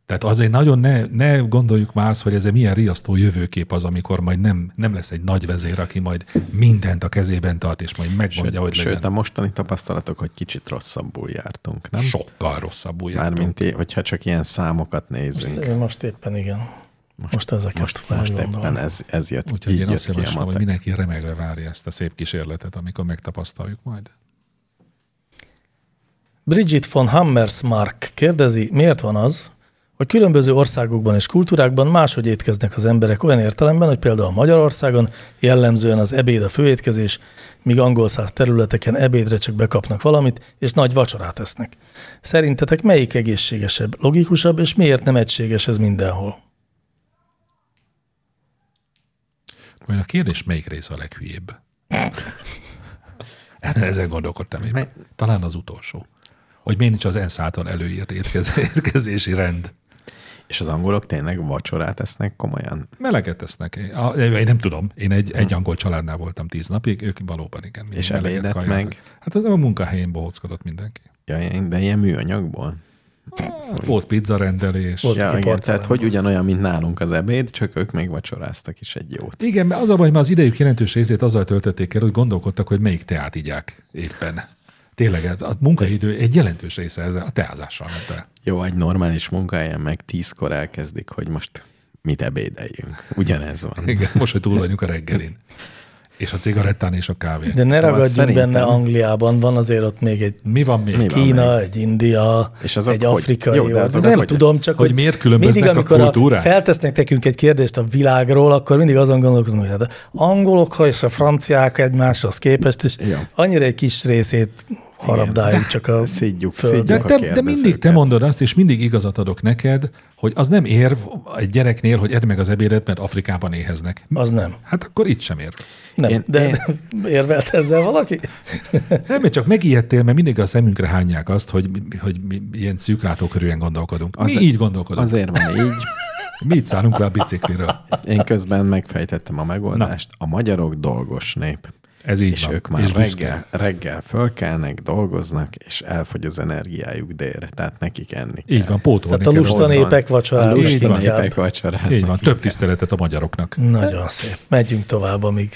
[SPEAKER 3] Tehát azért nagyon ne, ne gondoljuk már azt, hogy ez egy milyen riasztó jövőkép az, amikor majd nem, nem lesz egy nagy vezér, aki majd mindent a kezében tart, és majd megmondja,
[SPEAKER 2] Sőt,
[SPEAKER 3] hogy
[SPEAKER 2] sőt a
[SPEAKER 3] legyen.
[SPEAKER 2] mostani tapasztalatok, hogy kicsit rosszabbul jártunk, nem?
[SPEAKER 3] Sokkal rosszabbul jártunk.
[SPEAKER 2] Mármint, é- hogyha csak ilyen számokat nézünk.
[SPEAKER 1] Én most éppen igen. Most, most ezeket
[SPEAKER 2] Most, most éppen ez, ez jött,
[SPEAKER 3] Úgyhogy
[SPEAKER 2] így
[SPEAKER 3] én
[SPEAKER 2] jött
[SPEAKER 3] azt
[SPEAKER 2] ki a
[SPEAKER 3] javaslom, hogy
[SPEAKER 2] matek.
[SPEAKER 3] mindenki remegve várja ezt a szép kísérletet, amikor megtapasztaljuk majd.
[SPEAKER 1] Bridget von Hammersmark kérdezi, miért van az, hogy különböző országokban és kultúrákban máshogy étkeznek az emberek olyan értelemben, hogy például Magyarországon jellemzően az ebéd a főétkezés, míg angol száz területeken ebédre csak bekapnak valamit, és nagy vacsorát esznek. Szerintetek melyik egészségesebb, logikusabb, és miért nem egységes ez mindenhol?
[SPEAKER 3] Olyan a kérdés, melyik része a leghülyébb? Hát ezen gondolkodtam én. Talán az utolsó. Hogy miért nincs az ENSZ által előírt étkez- étkezési rend.
[SPEAKER 2] És az angolok tényleg vacsorát esznek komolyan.
[SPEAKER 3] Meleget esznek. Én- a- Én nem tudom. Én egy, egy angol családnál voltam tíz napig, ők valóban igen. mindig
[SPEAKER 2] És
[SPEAKER 3] meleget
[SPEAKER 2] ebédet
[SPEAKER 3] kajáltak.
[SPEAKER 2] meg?
[SPEAKER 3] Hát ez a munkahelyén bohóckodott mindenki.
[SPEAKER 2] Ja, ilyen- de ilyen műanyagból.
[SPEAKER 3] Volt pizza rendelés.
[SPEAKER 1] Volt. ki
[SPEAKER 2] Ja, igen, tehát
[SPEAKER 1] porcelánból.
[SPEAKER 2] hogy ugyanolyan, mint nálunk az ebéd, csak ők még vacsoráztak is egy jót.
[SPEAKER 3] Igen, mert az a baj, mert az idejük jelentős részét azzal töltötték el, hogy gondolkodtak, hogy melyik teát igyák éppen. Tényleg, hát a munkaidő egy jelentős része ezzel a teázással ment el.
[SPEAKER 2] Jó, egy normális munkahelyen meg tízkor elkezdik, hogy most mit ebédeljünk. Ugyanez van.
[SPEAKER 3] Igen, most, hogy túl vagyunk a reggelin. És a cigarettán és a kávén.
[SPEAKER 1] De ne
[SPEAKER 2] Szóval
[SPEAKER 1] szóval ragadjunk
[SPEAKER 2] szerintem-
[SPEAKER 1] benne Angliában, van azért ott még egy
[SPEAKER 3] mi van még?
[SPEAKER 2] Mi
[SPEAKER 3] Mi
[SPEAKER 2] van?
[SPEAKER 3] van?
[SPEAKER 1] Kína, egy India,
[SPEAKER 2] És
[SPEAKER 1] és
[SPEAKER 2] azok
[SPEAKER 1] egy
[SPEAKER 2] hogy?
[SPEAKER 1] afrikai.
[SPEAKER 2] Jó, de
[SPEAKER 1] Jó, de
[SPEAKER 2] azokat
[SPEAKER 1] nem
[SPEAKER 2] hogy-
[SPEAKER 1] tudom, csak
[SPEAKER 3] hogy miért különböznek a
[SPEAKER 1] mindig, amikor
[SPEAKER 3] kultúrák?
[SPEAKER 1] feltesznek nekünk egy kérdést a világról, akkor mindig azon gondolkodunk, hogy hát a angolok ha és a franciák egymáshoz képest, és
[SPEAKER 2] Jó.
[SPEAKER 1] annyira egy kis részét harabdáljuk csak a
[SPEAKER 2] Szidjuk,
[SPEAKER 1] föld.
[SPEAKER 2] szidjuk
[SPEAKER 3] De,
[SPEAKER 2] a
[SPEAKER 3] te, de mindig te
[SPEAKER 2] kérdezőket.
[SPEAKER 3] mondod azt, és mindig igazat adok neked, hogy az nem érv egy gyereknél, hogy edd meg az ebédet, mert Afrikában éheznek.
[SPEAKER 1] Az nem.
[SPEAKER 3] Hát akkor itt sem ér.
[SPEAKER 1] Nem,
[SPEAKER 2] Én-
[SPEAKER 1] én, de
[SPEAKER 2] én-
[SPEAKER 1] én... érvelt ezzel valaki?
[SPEAKER 3] Nem, mert csak megijedtél, mert mindig a szemünkre hányják azt, hogy, hogy mi ilyen szűklátókörűen gondolkodunk. mi
[SPEAKER 2] Azért-
[SPEAKER 3] így gondolkodunk.
[SPEAKER 2] Azért van így.
[SPEAKER 3] Mi így szállunk le a bicikliről.
[SPEAKER 2] Én közben megfejtettem a megoldást. A magyarok dolgos nép.
[SPEAKER 3] Ez így
[SPEAKER 2] És
[SPEAKER 3] van.
[SPEAKER 2] ők már
[SPEAKER 3] és
[SPEAKER 2] és
[SPEAKER 3] büszke.
[SPEAKER 2] reggel, reggel fölkelnek, dolgoznak, és elfogy az energiájuk délre, tehát nekik enni kell.
[SPEAKER 3] Így van, pótolni
[SPEAKER 1] Tehát a
[SPEAKER 3] kell
[SPEAKER 1] lusta
[SPEAKER 3] onnan.
[SPEAKER 1] népek vacsoráznak
[SPEAKER 2] Így van,
[SPEAKER 1] inkább.
[SPEAKER 2] népek vacsoráznak.
[SPEAKER 3] Így van, több tiszteletet a magyaroknak.
[SPEAKER 1] Nagyon szép. Megyünk tovább, amíg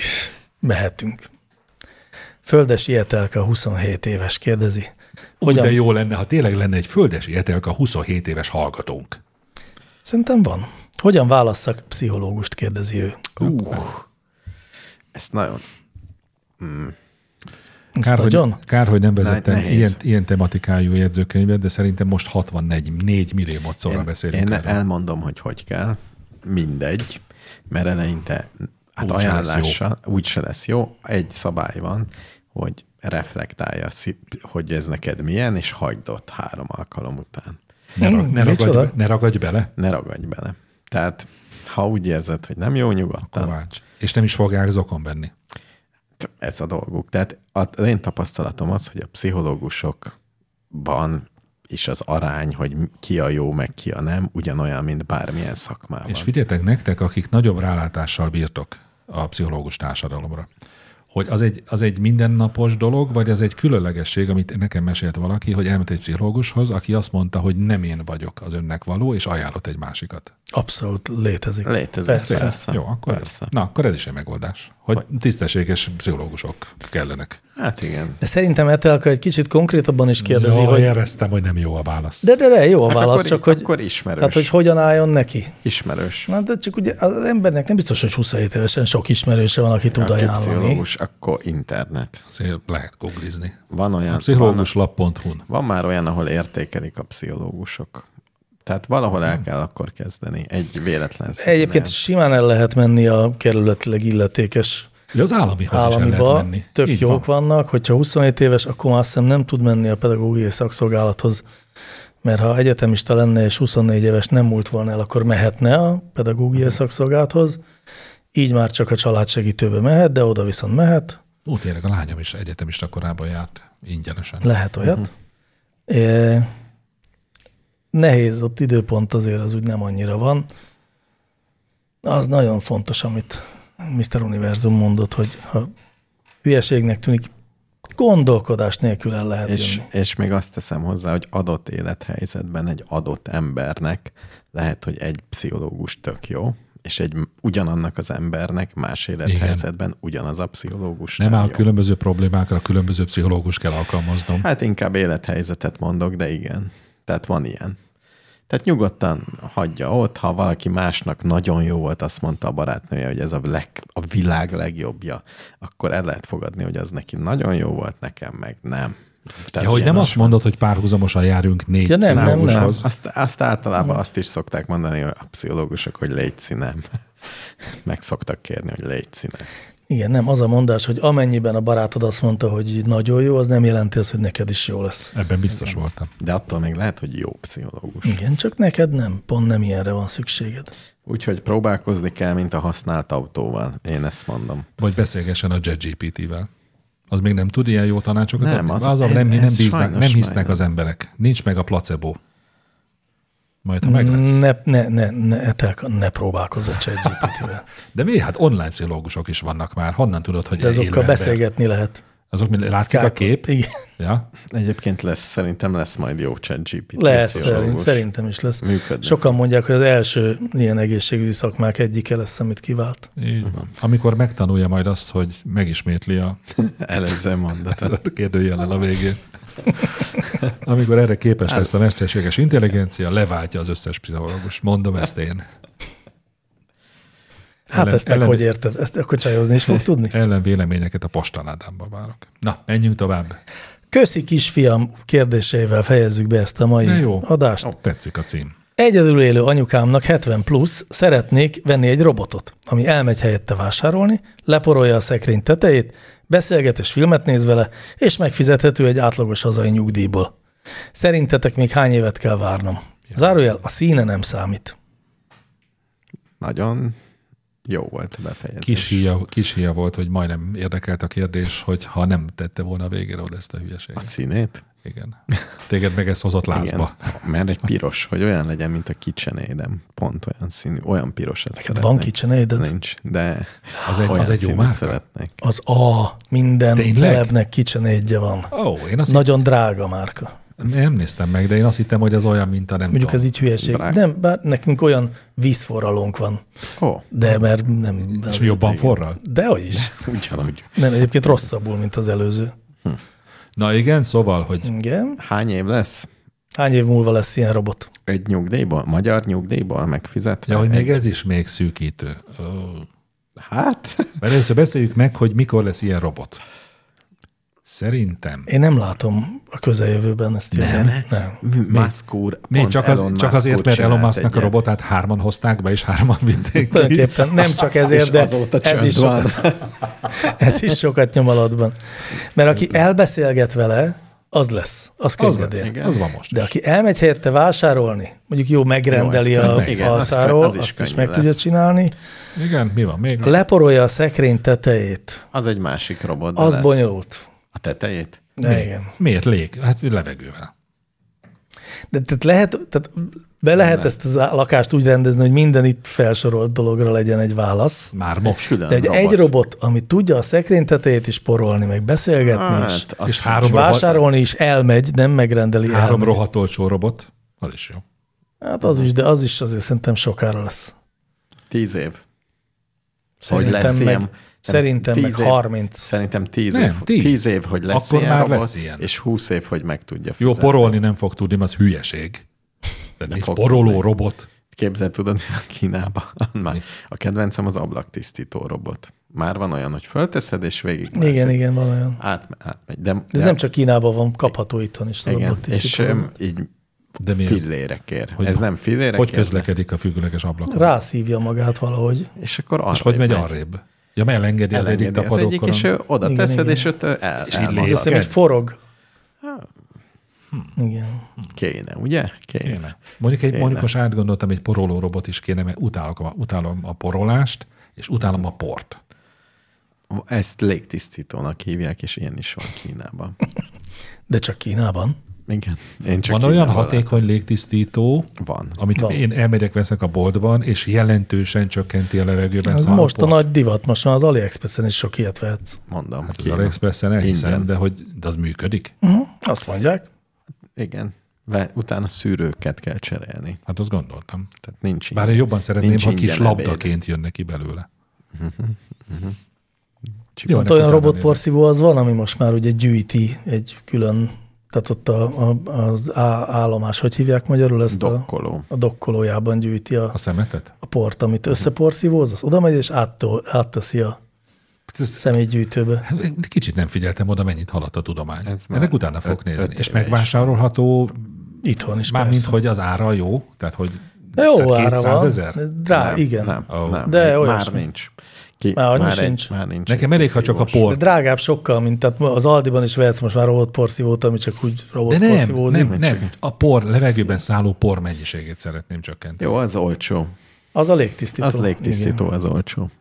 [SPEAKER 1] mehetünk. Földes Ietelka 27 éves kérdezi.
[SPEAKER 3] Ugyan.
[SPEAKER 1] Hogyan
[SPEAKER 3] De jó lenne, ha tényleg lenne egy földes a 27 éves hallgatónk.
[SPEAKER 1] Szerintem van. Hogyan válasszak pszichológust, kérdezi ő.
[SPEAKER 2] Uh, ezt nagyon
[SPEAKER 1] Ezt
[SPEAKER 3] Kár, hogy,
[SPEAKER 1] nagyon?
[SPEAKER 3] kár, hogy nem vezettem
[SPEAKER 2] nehéz.
[SPEAKER 3] ilyen, ilyen tematikájú jegyzőkönyvet, de szerintem most 64 millió szóra beszélünk.
[SPEAKER 2] Én
[SPEAKER 3] erről.
[SPEAKER 2] elmondom, hogy hogy kell. Mindegy, mert eleinte hát
[SPEAKER 3] Úgy se lesz
[SPEAKER 2] ajánlással úgy se lesz jó. Egy szabály van, hogy reflektálja, szi- hogy ez neked milyen, és hagyd ott három alkalom után.
[SPEAKER 3] Ne, rag, ne,
[SPEAKER 1] Hmm,
[SPEAKER 3] ragadj,
[SPEAKER 1] micsoda?
[SPEAKER 3] be- ne ragadj bele,
[SPEAKER 2] Ne ragadj bele. Tehát, ha úgy érzed, hogy nem jó, nyugodtan.
[SPEAKER 3] Kovács. És nem is fogják zokon venni.
[SPEAKER 2] ez a dolguk. Tehát az én tapasztalatom az, hogy a pszichológusokban is az arány, hogy ki a jó, meg ki a nem, ugyanolyan, mint bármilyen szakmában.
[SPEAKER 3] És figyeljetek nektek, akik nagyobb rálátással bírtok a pszichológus társadalomra, hogy az egy, az egy mindennapos dolog, vagy az egy különlegesség, amit nekem mesélt valaki, hogy elment egy pszichológushoz, aki azt mondta, hogy nem én vagyok az önnek való, és ajánlott egy másikat.
[SPEAKER 1] Abszolút létezik.
[SPEAKER 2] Létezik,
[SPEAKER 1] Persze.
[SPEAKER 2] persze.
[SPEAKER 3] Jó, akkor,
[SPEAKER 2] Persze.
[SPEAKER 3] Na, akkor ez is egy megoldás, hogy tisztességes pszichológusok kellenek.
[SPEAKER 2] Hát igen.
[SPEAKER 1] De szerintem Etelka egy kicsit konkrétabban is kérdezi,
[SPEAKER 3] Jaj,
[SPEAKER 1] hogy...
[SPEAKER 3] éreztem, hogy nem jó a válasz.
[SPEAKER 1] De, de, de, jó a
[SPEAKER 2] Hát
[SPEAKER 1] válasz,
[SPEAKER 2] akkor,
[SPEAKER 1] csak hogy...
[SPEAKER 2] akkor ismerős.
[SPEAKER 1] Tehát, hogy hogyan álljon neki.
[SPEAKER 2] Ismerős.
[SPEAKER 1] Na, de csak ugye az embernek nem biztos, hogy 27 évesen sok ismerőse van, aki tud
[SPEAKER 2] Aki
[SPEAKER 1] ajánlani.
[SPEAKER 2] Hát pszichológus, akkor internet.
[SPEAKER 3] Azért lehet googlizni.
[SPEAKER 2] Van olyan, van,
[SPEAKER 3] Pszichológuslap.hu-n.
[SPEAKER 2] van már olyan, ahol értékelik a pszichológusok. Tehát valahol el kell akkor kezdeni. Egy véletlen
[SPEAKER 1] Hmm. Egyébként simán el lehet menni a kerületileg illetékes
[SPEAKER 3] Ja, az államihoz is el lehet
[SPEAKER 1] államiba
[SPEAKER 3] menni.
[SPEAKER 1] tök
[SPEAKER 3] Így
[SPEAKER 1] jók van. vannak, hogyha 27 éves, akkor már azt hiszem nem tud menni a pedagógiai szakszolgálathoz mert ha egyetemista lenne és 24 éves nem múlt volna el, akkor mehetne a
[SPEAKER 3] Mhm.
[SPEAKER 1] pedagógiai szakszolgálathoz, így már csak a család segítőbe mehet, de oda viszont mehet,
[SPEAKER 3] Ó, tényleg a lányom is egyetemista korában járt ingyenesen.
[SPEAKER 1] lehet olyat.
[SPEAKER 3] Mhm.
[SPEAKER 1] Uh-huh. É, nehéz, ott időpont azért az úgy nem annyira van. Az nagyon fontos, amit Mr. Univerzum mondott, hogy ha hülyeségnek tűnik, gondolkodás nélkül el
[SPEAKER 3] Hát
[SPEAKER 1] lehet
[SPEAKER 2] És,
[SPEAKER 1] jönni.
[SPEAKER 2] és még azt teszem hozzá, hogy adott élethelyzetben egy adott embernek lehet, hogy egy pszichológus tök jó, és egy ugyanannak az embernek más élethelyzetben Igen. ugyanaz a pszichológus
[SPEAKER 3] Nem áll
[SPEAKER 2] jó.
[SPEAKER 3] különböző problémákra, különböző pszichológus kell alkalmaznom.
[SPEAKER 2] Hát inkább élethelyzetet mondok, de igen. Tehát van ilyen. Tehát nyugodtan hagyja ott, ha valaki másnak nagyon jó volt, azt mondta a barátnője, hogy ez a, leg, a világ legjobbja, akkor el lehet fogadni, hogy az neki nagyon jó volt, nekem meg nem. Tehát
[SPEAKER 3] Ja, hogy nem
[SPEAKER 2] ilyen
[SPEAKER 3] azt mondod, hogy párhuzamosan járjunk négy
[SPEAKER 1] Ja, nem, nem, nem.
[SPEAKER 3] pszichológushoz.
[SPEAKER 2] Azt, azt általában azt is szokták mondani a pszichológusok, hogy légy színem. Meg szoktak kérni, hogy légy színem.
[SPEAKER 1] Igen, nem, az a mondás, hogy amennyiben a barátod azt mondta, hogy nagyon jó, az nem jelenti azt, hogy neked is jó lesz.
[SPEAKER 3] Ebben biztos voltam.
[SPEAKER 2] De attól még lehet, hogy jó pszichológus.
[SPEAKER 1] Igen, csak neked nem, pont nem ilyenre van szükséged.
[SPEAKER 2] Úgyhogy próbálkozni kell, mint a használt autóval. Én ezt mondom.
[SPEAKER 3] Vagy beszélgessen a JetGPT-vel. Az még nem tud ilyen jó tanácsokat
[SPEAKER 2] Nem,
[SPEAKER 3] adni?
[SPEAKER 2] az-
[SPEAKER 3] az, nem,
[SPEAKER 2] ez
[SPEAKER 3] nem, bíznak,
[SPEAKER 2] sajnos
[SPEAKER 3] nem hisznek
[SPEAKER 2] már.
[SPEAKER 3] az emberek. Nincs meg a placebo. Majd, ha meg lesz.
[SPEAKER 1] Ne, ne, ne, ne, te, ne próbálkozz a ChatGPT-vel.
[SPEAKER 3] De mi? Hát online pszichológusok is vannak már. Honnan tudod, hogy
[SPEAKER 1] De
[SPEAKER 3] egy élő
[SPEAKER 1] azokkal
[SPEAKER 3] ember?
[SPEAKER 1] beszélgetni lehet.
[SPEAKER 3] Azok mind látszik a
[SPEAKER 1] Skype-on.
[SPEAKER 3] kép?
[SPEAKER 1] Igen,
[SPEAKER 3] Ja?
[SPEAKER 2] Egyébként lesz, szerintem lesz majd jó ChatGPT.
[SPEAKER 1] lesz, szerint,
[SPEAKER 2] pszichológus.
[SPEAKER 1] szerintem is lesz.
[SPEAKER 2] Működni
[SPEAKER 1] Sokan mondják, hogy az első ilyen egészségügyi szakmák egyike lesz, amit kivált.
[SPEAKER 3] Így van. Amikor megtanulja majd azt, hogy megismétli a
[SPEAKER 2] Előző mondatot.
[SPEAKER 3] a kérdőjellel a végén. Amikor erre
[SPEAKER 2] Hát-
[SPEAKER 3] képes lesz a mesterséges intelligencia, leváltja az összes pszichológus. Mondom ezt én.
[SPEAKER 1] Hát
[SPEAKER 3] Ellen-
[SPEAKER 1] ezt meg
[SPEAKER 3] ellen-
[SPEAKER 1] hogy érted? Ezt akkor csajozni is fog tudni?
[SPEAKER 3] Ellen véleményeket a postaládámba várok. Na, menjünk tovább.
[SPEAKER 1] Köszi kisfiam kérdéseivel fejezzük be ezt a mai
[SPEAKER 3] De jó.
[SPEAKER 1] adást.
[SPEAKER 3] Ó, tetszik a cím.
[SPEAKER 1] Egyedül élő anyukámnak 70 plusz szeretnék venni egy robotot, ami elmegy helyette vásárolni, leporolja a szekrény tetejét, beszélget és filmet néz vele, és megfizethető egy átlagos hazai nyugdíjból. Szerintetek még hány évet kell várnom? Zárójel, a színe nem számít.
[SPEAKER 2] Nagyon jó volt a befejezés.
[SPEAKER 3] Kis híja, kis híja volt, hogy majdnem érdekelt a kérdés, hogy ha nem tette volna a végére oda ezt a
[SPEAKER 2] A
[SPEAKER 3] hülyeséget.
[SPEAKER 2] színét?
[SPEAKER 3] Igen. Téged meg ez hozott lázba.
[SPEAKER 2] Igen. Mert egy piros, hogy olyan legyen, mint a kicsenédem. Pont olyan színű, olyan pirosat szeretnék.
[SPEAKER 1] Van kicsenéded?
[SPEAKER 2] Nincs, de
[SPEAKER 3] Az egy-
[SPEAKER 2] olyan
[SPEAKER 3] az egy jó
[SPEAKER 2] színűt
[SPEAKER 3] márka?
[SPEAKER 2] szeretnék.
[SPEAKER 1] Az A, minden
[SPEAKER 3] Tényleg?
[SPEAKER 1] Tényleg? celebnek kicsenédje van.
[SPEAKER 3] Ó, én azt
[SPEAKER 1] Nagyon drága márka.
[SPEAKER 3] nem néztem meg, de én azt hittem, hogy az olyan, mint a nem
[SPEAKER 1] Mondjuk
[SPEAKER 3] tudom.
[SPEAKER 1] ez így hülyeség.
[SPEAKER 2] drága.
[SPEAKER 1] Nem, bár nekünk olyan vízforralónk van,
[SPEAKER 2] Ó,
[SPEAKER 1] de mert nem...
[SPEAKER 3] És jobban forral?
[SPEAKER 1] Dehogy is.
[SPEAKER 2] ugyanúgy.
[SPEAKER 1] Nem, egyébként rosszabbul, mint az előző.
[SPEAKER 3] Na igen, szóval, hogy
[SPEAKER 1] Igen.
[SPEAKER 2] Hány év lesz?
[SPEAKER 1] Hány év múlva lesz ilyen robot?
[SPEAKER 2] Egy nyugdíjból? Magyar nyugdíjból megfizetve?
[SPEAKER 3] Ja, hogy
[SPEAKER 2] egy,
[SPEAKER 3] még ez is még szűkítő. Ó.
[SPEAKER 2] Hát,
[SPEAKER 3] Mert először beszéljük meg, hogy mikor lesz ilyen robot. Szerintem.
[SPEAKER 1] Én nem látom a közeljövőben ezt jelen.
[SPEAKER 2] ne.
[SPEAKER 1] Nem.
[SPEAKER 2] Musk úr,
[SPEAKER 3] Még
[SPEAKER 2] pont
[SPEAKER 3] csak,
[SPEAKER 2] Elon
[SPEAKER 3] az,
[SPEAKER 2] Musk
[SPEAKER 3] csak
[SPEAKER 2] úr
[SPEAKER 3] azért, mert Elon
[SPEAKER 2] csinált
[SPEAKER 3] Musknak a
[SPEAKER 2] egyet.
[SPEAKER 3] robotát hárman hozták be, és hárman vitték ki.
[SPEAKER 1] Tulajdonképpen nem csak ezért, de ez is,
[SPEAKER 2] van.
[SPEAKER 1] sokat, ez is sokat nyom alatban. Mert aki elbeszélget vele, az lesz. Az
[SPEAKER 3] Az, van,
[SPEAKER 1] könnyedén.
[SPEAKER 3] az van most.
[SPEAKER 1] De aki elmegy helyette vásárolni, mondjuk jó, megrendeli
[SPEAKER 2] Jó, ez
[SPEAKER 1] a
[SPEAKER 2] könnyű. Igen, az
[SPEAKER 1] altáról,
[SPEAKER 2] könny- az
[SPEAKER 1] azt
[SPEAKER 2] is
[SPEAKER 1] is,
[SPEAKER 2] könnyű
[SPEAKER 1] meg
[SPEAKER 2] lesz.
[SPEAKER 1] tudja csinálni,
[SPEAKER 3] Igen, mi van még?
[SPEAKER 1] leporolja a szekrény tetejét,
[SPEAKER 2] Az egy másik robot. de
[SPEAKER 1] az
[SPEAKER 2] lesz.
[SPEAKER 1] bonyolult.
[SPEAKER 2] A tetejét?
[SPEAKER 1] De igen.
[SPEAKER 3] Miért lég? Hát levegővel.
[SPEAKER 1] De tehát lehet, tehát be lehet
[SPEAKER 2] Nem.
[SPEAKER 1] ezt a lakást úgy rendezni, hogy minden itt felsorolt dologra legyen egy válasz.
[SPEAKER 3] Már most.
[SPEAKER 2] Külön
[SPEAKER 1] De egy robot. egy robot, ami tudja a szekrény tetejét is porolni, meg beszélgetni hát, is,
[SPEAKER 2] Hát, az
[SPEAKER 3] és
[SPEAKER 2] sincs.
[SPEAKER 1] és
[SPEAKER 3] három rohat,
[SPEAKER 1] vásárolni is elmegy, nem megrendeli
[SPEAKER 3] három
[SPEAKER 1] elmegy.
[SPEAKER 3] rohadt olcsó robot. Az is jó.
[SPEAKER 1] Hát az is, de az is azért szerintem sokára lesz.
[SPEAKER 2] Tíz év.
[SPEAKER 1] Szerintem
[SPEAKER 2] lesz
[SPEAKER 1] meg,
[SPEAKER 2] ilyen?
[SPEAKER 1] szerintem meg
[SPEAKER 2] Tíz év.
[SPEAKER 1] 30.
[SPEAKER 2] Szerintem tíz
[SPEAKER 3] Nem,
[SPEAKER 2] év,
[SPEAKER 3] tíz.
[SPEAKER 2] tíz. év, hogy lesz
[SPEAKER 3] Akkor
[SPEAKER 2] ilyen
[SPEAKER 3] már
[SPEAKER 2] robot,
[SPEAKER 3] lesz ilyen.
[SPEAKER 2] és húsz év, hogy meg tudja
[SPEAKER 3] Jó,
[SPEAKER 2] fizetni.
[SPEAKER 3] porolni nem fog tudni, mert az hülyeség. De nincs
[SPEAKER 2] fog
[SPEAKER 3] poroló
[SPEAKER 2] tudni.
[SPEAKER 3] robot.
[SPEAKER 2] Képzeld, tudod, mi a Kínában már a kedvencem az ablaktisztító robot. Már van olyan, hogy fölteszed, és végig
[SPEAKER 1] Igen, igen, igen, van olyan.
[SPEAKER 2] Át, átmegy. De,
[SPEAKER 1] De ez nem csak Kínában van, kapható itthon is. tudod,
[SPEAKER 2] igen,
[SPEAKER 1] ott is
[SPEAKER 2] és
[SPEAKER 1] kitolnak.
[SPEAKER 2] öm, így
[SPEAKER 3] De mi ez?
[SPEAKER 2] fillérekért.
[SPEAKER 3] Hogy-
[SPEAKER 2] ez nem fillérekért.
[SPEAKER 3] Hogy közlekedik a függőleges ablakon?
[SPEAKER 1] rászívja magát valahogy.
[SPEAKER 2] És akkor arra
[SPEAKER 3] És hogy megy arrébb? Ja, mert elengedi az egyik
[SPEAKER 2] az egyik,
[SPEAKER 3] tapadókoron.
[SPEAKER 2] és ő oda
[SPEAKER 1] Igen,
[SPEAKER 2] igen, teszed,
[SPEAKER 1] igen.
[SPEAKER 2] igen. és őt ő el, és
[SPEAKER 3] így
[SPEAKER 1] Azt
[SPEAKER 3] lézed.
[SPEAKER 2] elmozad.
[SPEAKER 1] hiszem, hogy forog. Igen.
[SPEAKER 2] Kéne, ugye? Kéne.
[SPEAKER 3] Kéne. Mondjuk, egy,
[SPEAKER 2] Kéne.
[SPEAKER 3] mondjuk most átgondoltam, egy poroló robot is kéne, mert utálok a, utálom a porolást, és utálom a port.
[SPEAKER 2] Ezt légtisztítónak hívják, és ilyen is van Kínában.
[SPEAKER 1] De csak Kínában.
[SPEAKER 2] Igen. Én csak
[SPEAKER 3] Csak Van olyan
[SPEAKER 2] Kínában
[SPEAKER 3] hatékony légtisztító,
[SPEAKER 2] Van.
[SPEAKER 3] amit
[SPEAKER 1] Van.
[SPEAKER 3] én elmegyek, veszek a boltban, és jelentősen csökkenti a levegőben
[SPEAKER 1] Ez
[SPEAKER 3] szálló
[SPEAKER 1] most a
[SPEAKER 3] port.
[SPEAKER 1] nagy divat, most már az AliExpressen is sok ilyet vehetsz.
[SPEAKER 2] Mondom.
[SPEAKER 3] Hát az
[SPEAKER 2] Kína.
[SPEAKER 3] AliExpressen elhiszem,
[SPEAKER 2] Ingyen.
[SPEAKER 3] de, hogy, de az működik?
[SPEAKER 1] Hm. Azt mondják.
[SPEAKER 2] Igen. Ve- Utána szűrőket kell cserélni.
[SPEAKER 3] Hát azt gondoltam.
[SPEAKER 2] Tehát nincs
[SPEAKER 3] Bár én
[SPEAKER 2] ingyen-
[SPEAKER 3] jobban szeretném,
[SPEAKER 2] nincs
[SPEAKER 3] ha kis
[SPEAKER 2] ingyen ebéd. Mhm,
[SPEAKER 3] labdaként jönne ki belőle.
[SPEAKER 1] Jó, hát
[SPEAKER 3] ennek
[SPEAKER 1] olyan
[SPEAKER 3] utána
[SPEAKER 1] robotporszívó az van, ami most már ugye gyűjti egy külön, tehát ott a, a, az á, állomás, hogy hívják magyarul ezt
[SPEAKER 2] Dokkoló.
[SPEAKER 1] a, a dokkolójában gyűjti a,
[SPEAKER 3] A szemetet?
[SPEAKER 1] a port, amit összeporszívóz, az oda megy és áttol, átteszi a
[SPEAKER 3] Hát Ez-
[SPEAKER 1] személygyűjtőbe.
[SPEAKER 3] Kicsit nem figyeltem oda, mennyit haladt a tudomány.
[SPEAKER 2] Ez már
[SPEAKER 3] Ennek utána
[SPEAKER 2] öt-
[SPEAKER 3] fog
[SPEAKER 2] öt
[SPEAKER 3] nézni.
[SPEAKER 2] éve
[SPEAKER 3] És
[SPEAKER 2] is.
[SPEAKER 3] megvásárolható,
[SPEAKER 1] Itthon is
[SPEAKER 3] mármint,
[SPEAKER 1] persze.
[SPEAKER 3] hogy az ára jó, tehát hogy
[SPEAKER 1] De Jó
[SPEAKER 3] tehát
[SPEAKER 1] ára van.
[SPEAKER 3] ezer.
[SPEAKER 1] Drá,
[SPEAKER 2] nem,
[SPEAKER 1] igen.
[SPEAKER 2] Nem,
[SPEAKER 3] Ó.
[SPEAKER 2] nem.
[SPEAKER 1] De
[SPEAKER 2] Még már
[SPEAKER 1] olyasmi.
[SPEAKER 2] nincs. Ki,
[SPEAKER 1] Már hogy
[SPEAKER 2] már,
[SPEAKER 1] most
[SPEAKER 2] egy-
[SPEAKER 1] nincs?
[SPEAKER 2] már nincs.
[SPEAKER 3] Nekem elég, ha csak a
[SPEAKER 2] légtisztítós.
[SPEAKER 1] De
[SPEAKER 3] por.
[SPEAKER 1] drágább sokkal, mint tehát az Aldiban is vehetsz most már robotporszívót, ami csak úgy
[SPEAKER 3] De nem,
[SPEAKER 1] robotporszívózik.
[SPEAKER 3] nem, nem. A por, levegőben szálló por mennyiségét szeretném csökkenteni.
[SPEAKER 2] Jó, az olcsó.
[SPEAKER 1] Az a légtisztító.
[SPEAKER 2] Az légtisztító, az olcsó.
[SPEAKER 1] Igen.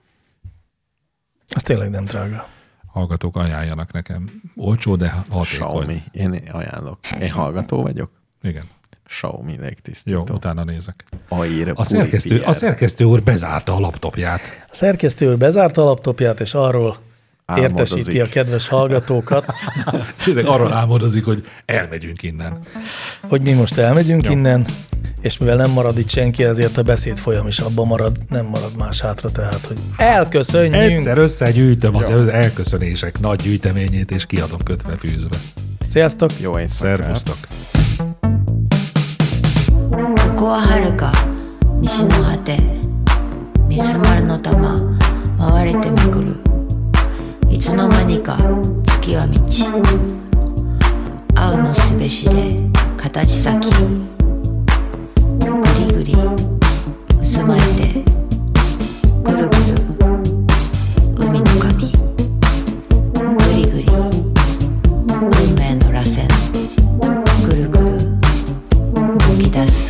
[SPEAKER 1] Az tényleg nem drága.
[SPEAKER 3] Hallgatók ajánljanak nekem. Olcsó, de hatékony.
[SPEAKER 2] Xiaomi. Én ajánlok. Én hallgató vagyok.
[SPEAKER 3] Igen.
[SPEAKER 2] Xiaomi
[SPEAKER 3] Jó,
[SPEAKER 2] légtisztító.
[SPEAKER 3] utána nézek.
[SPEAKER 2] Air
[SPEAKER 3] A szerkesztő, a szerkesztő úr bezárta a laptopját.
[SPEAKER 1] A szerkesztő úr bezárta a laptopját, és arról
[SPEAKER 2] Álmodozik.
[SPEAKER 1] értesíti a kedves hallgatókat,
[SPEAKER 3] Tényleg arról álmodozik, hogy elmegyünk innen.
[SPEAKER 1] hogy mi most elmegyünk innen, és mivel nem marad itt senki, ezért a beszéd folyam is abban marad, nem marad más hátra, tehát, hogy elköszönjünk.
[SPEAKER 3] Egyszer összegyűjtöm az elköszönések nagy gyűjteményét, és kiadom kötve fűzve.
[SPEAKER 1] Sziasztok!
[SPEAKER 2] Jó éjszakát.
[SPEAKER 3] Szervusztok!
[SPEAKER 6] ここは遥か西の果てミスマルの玉回れてめくるいつの間にか月は満ち青のすべしで形先ぐりぐり渦巻いてぐるぐる海の髪ぐりぐり運命の螺旋ぐるぐる動き出す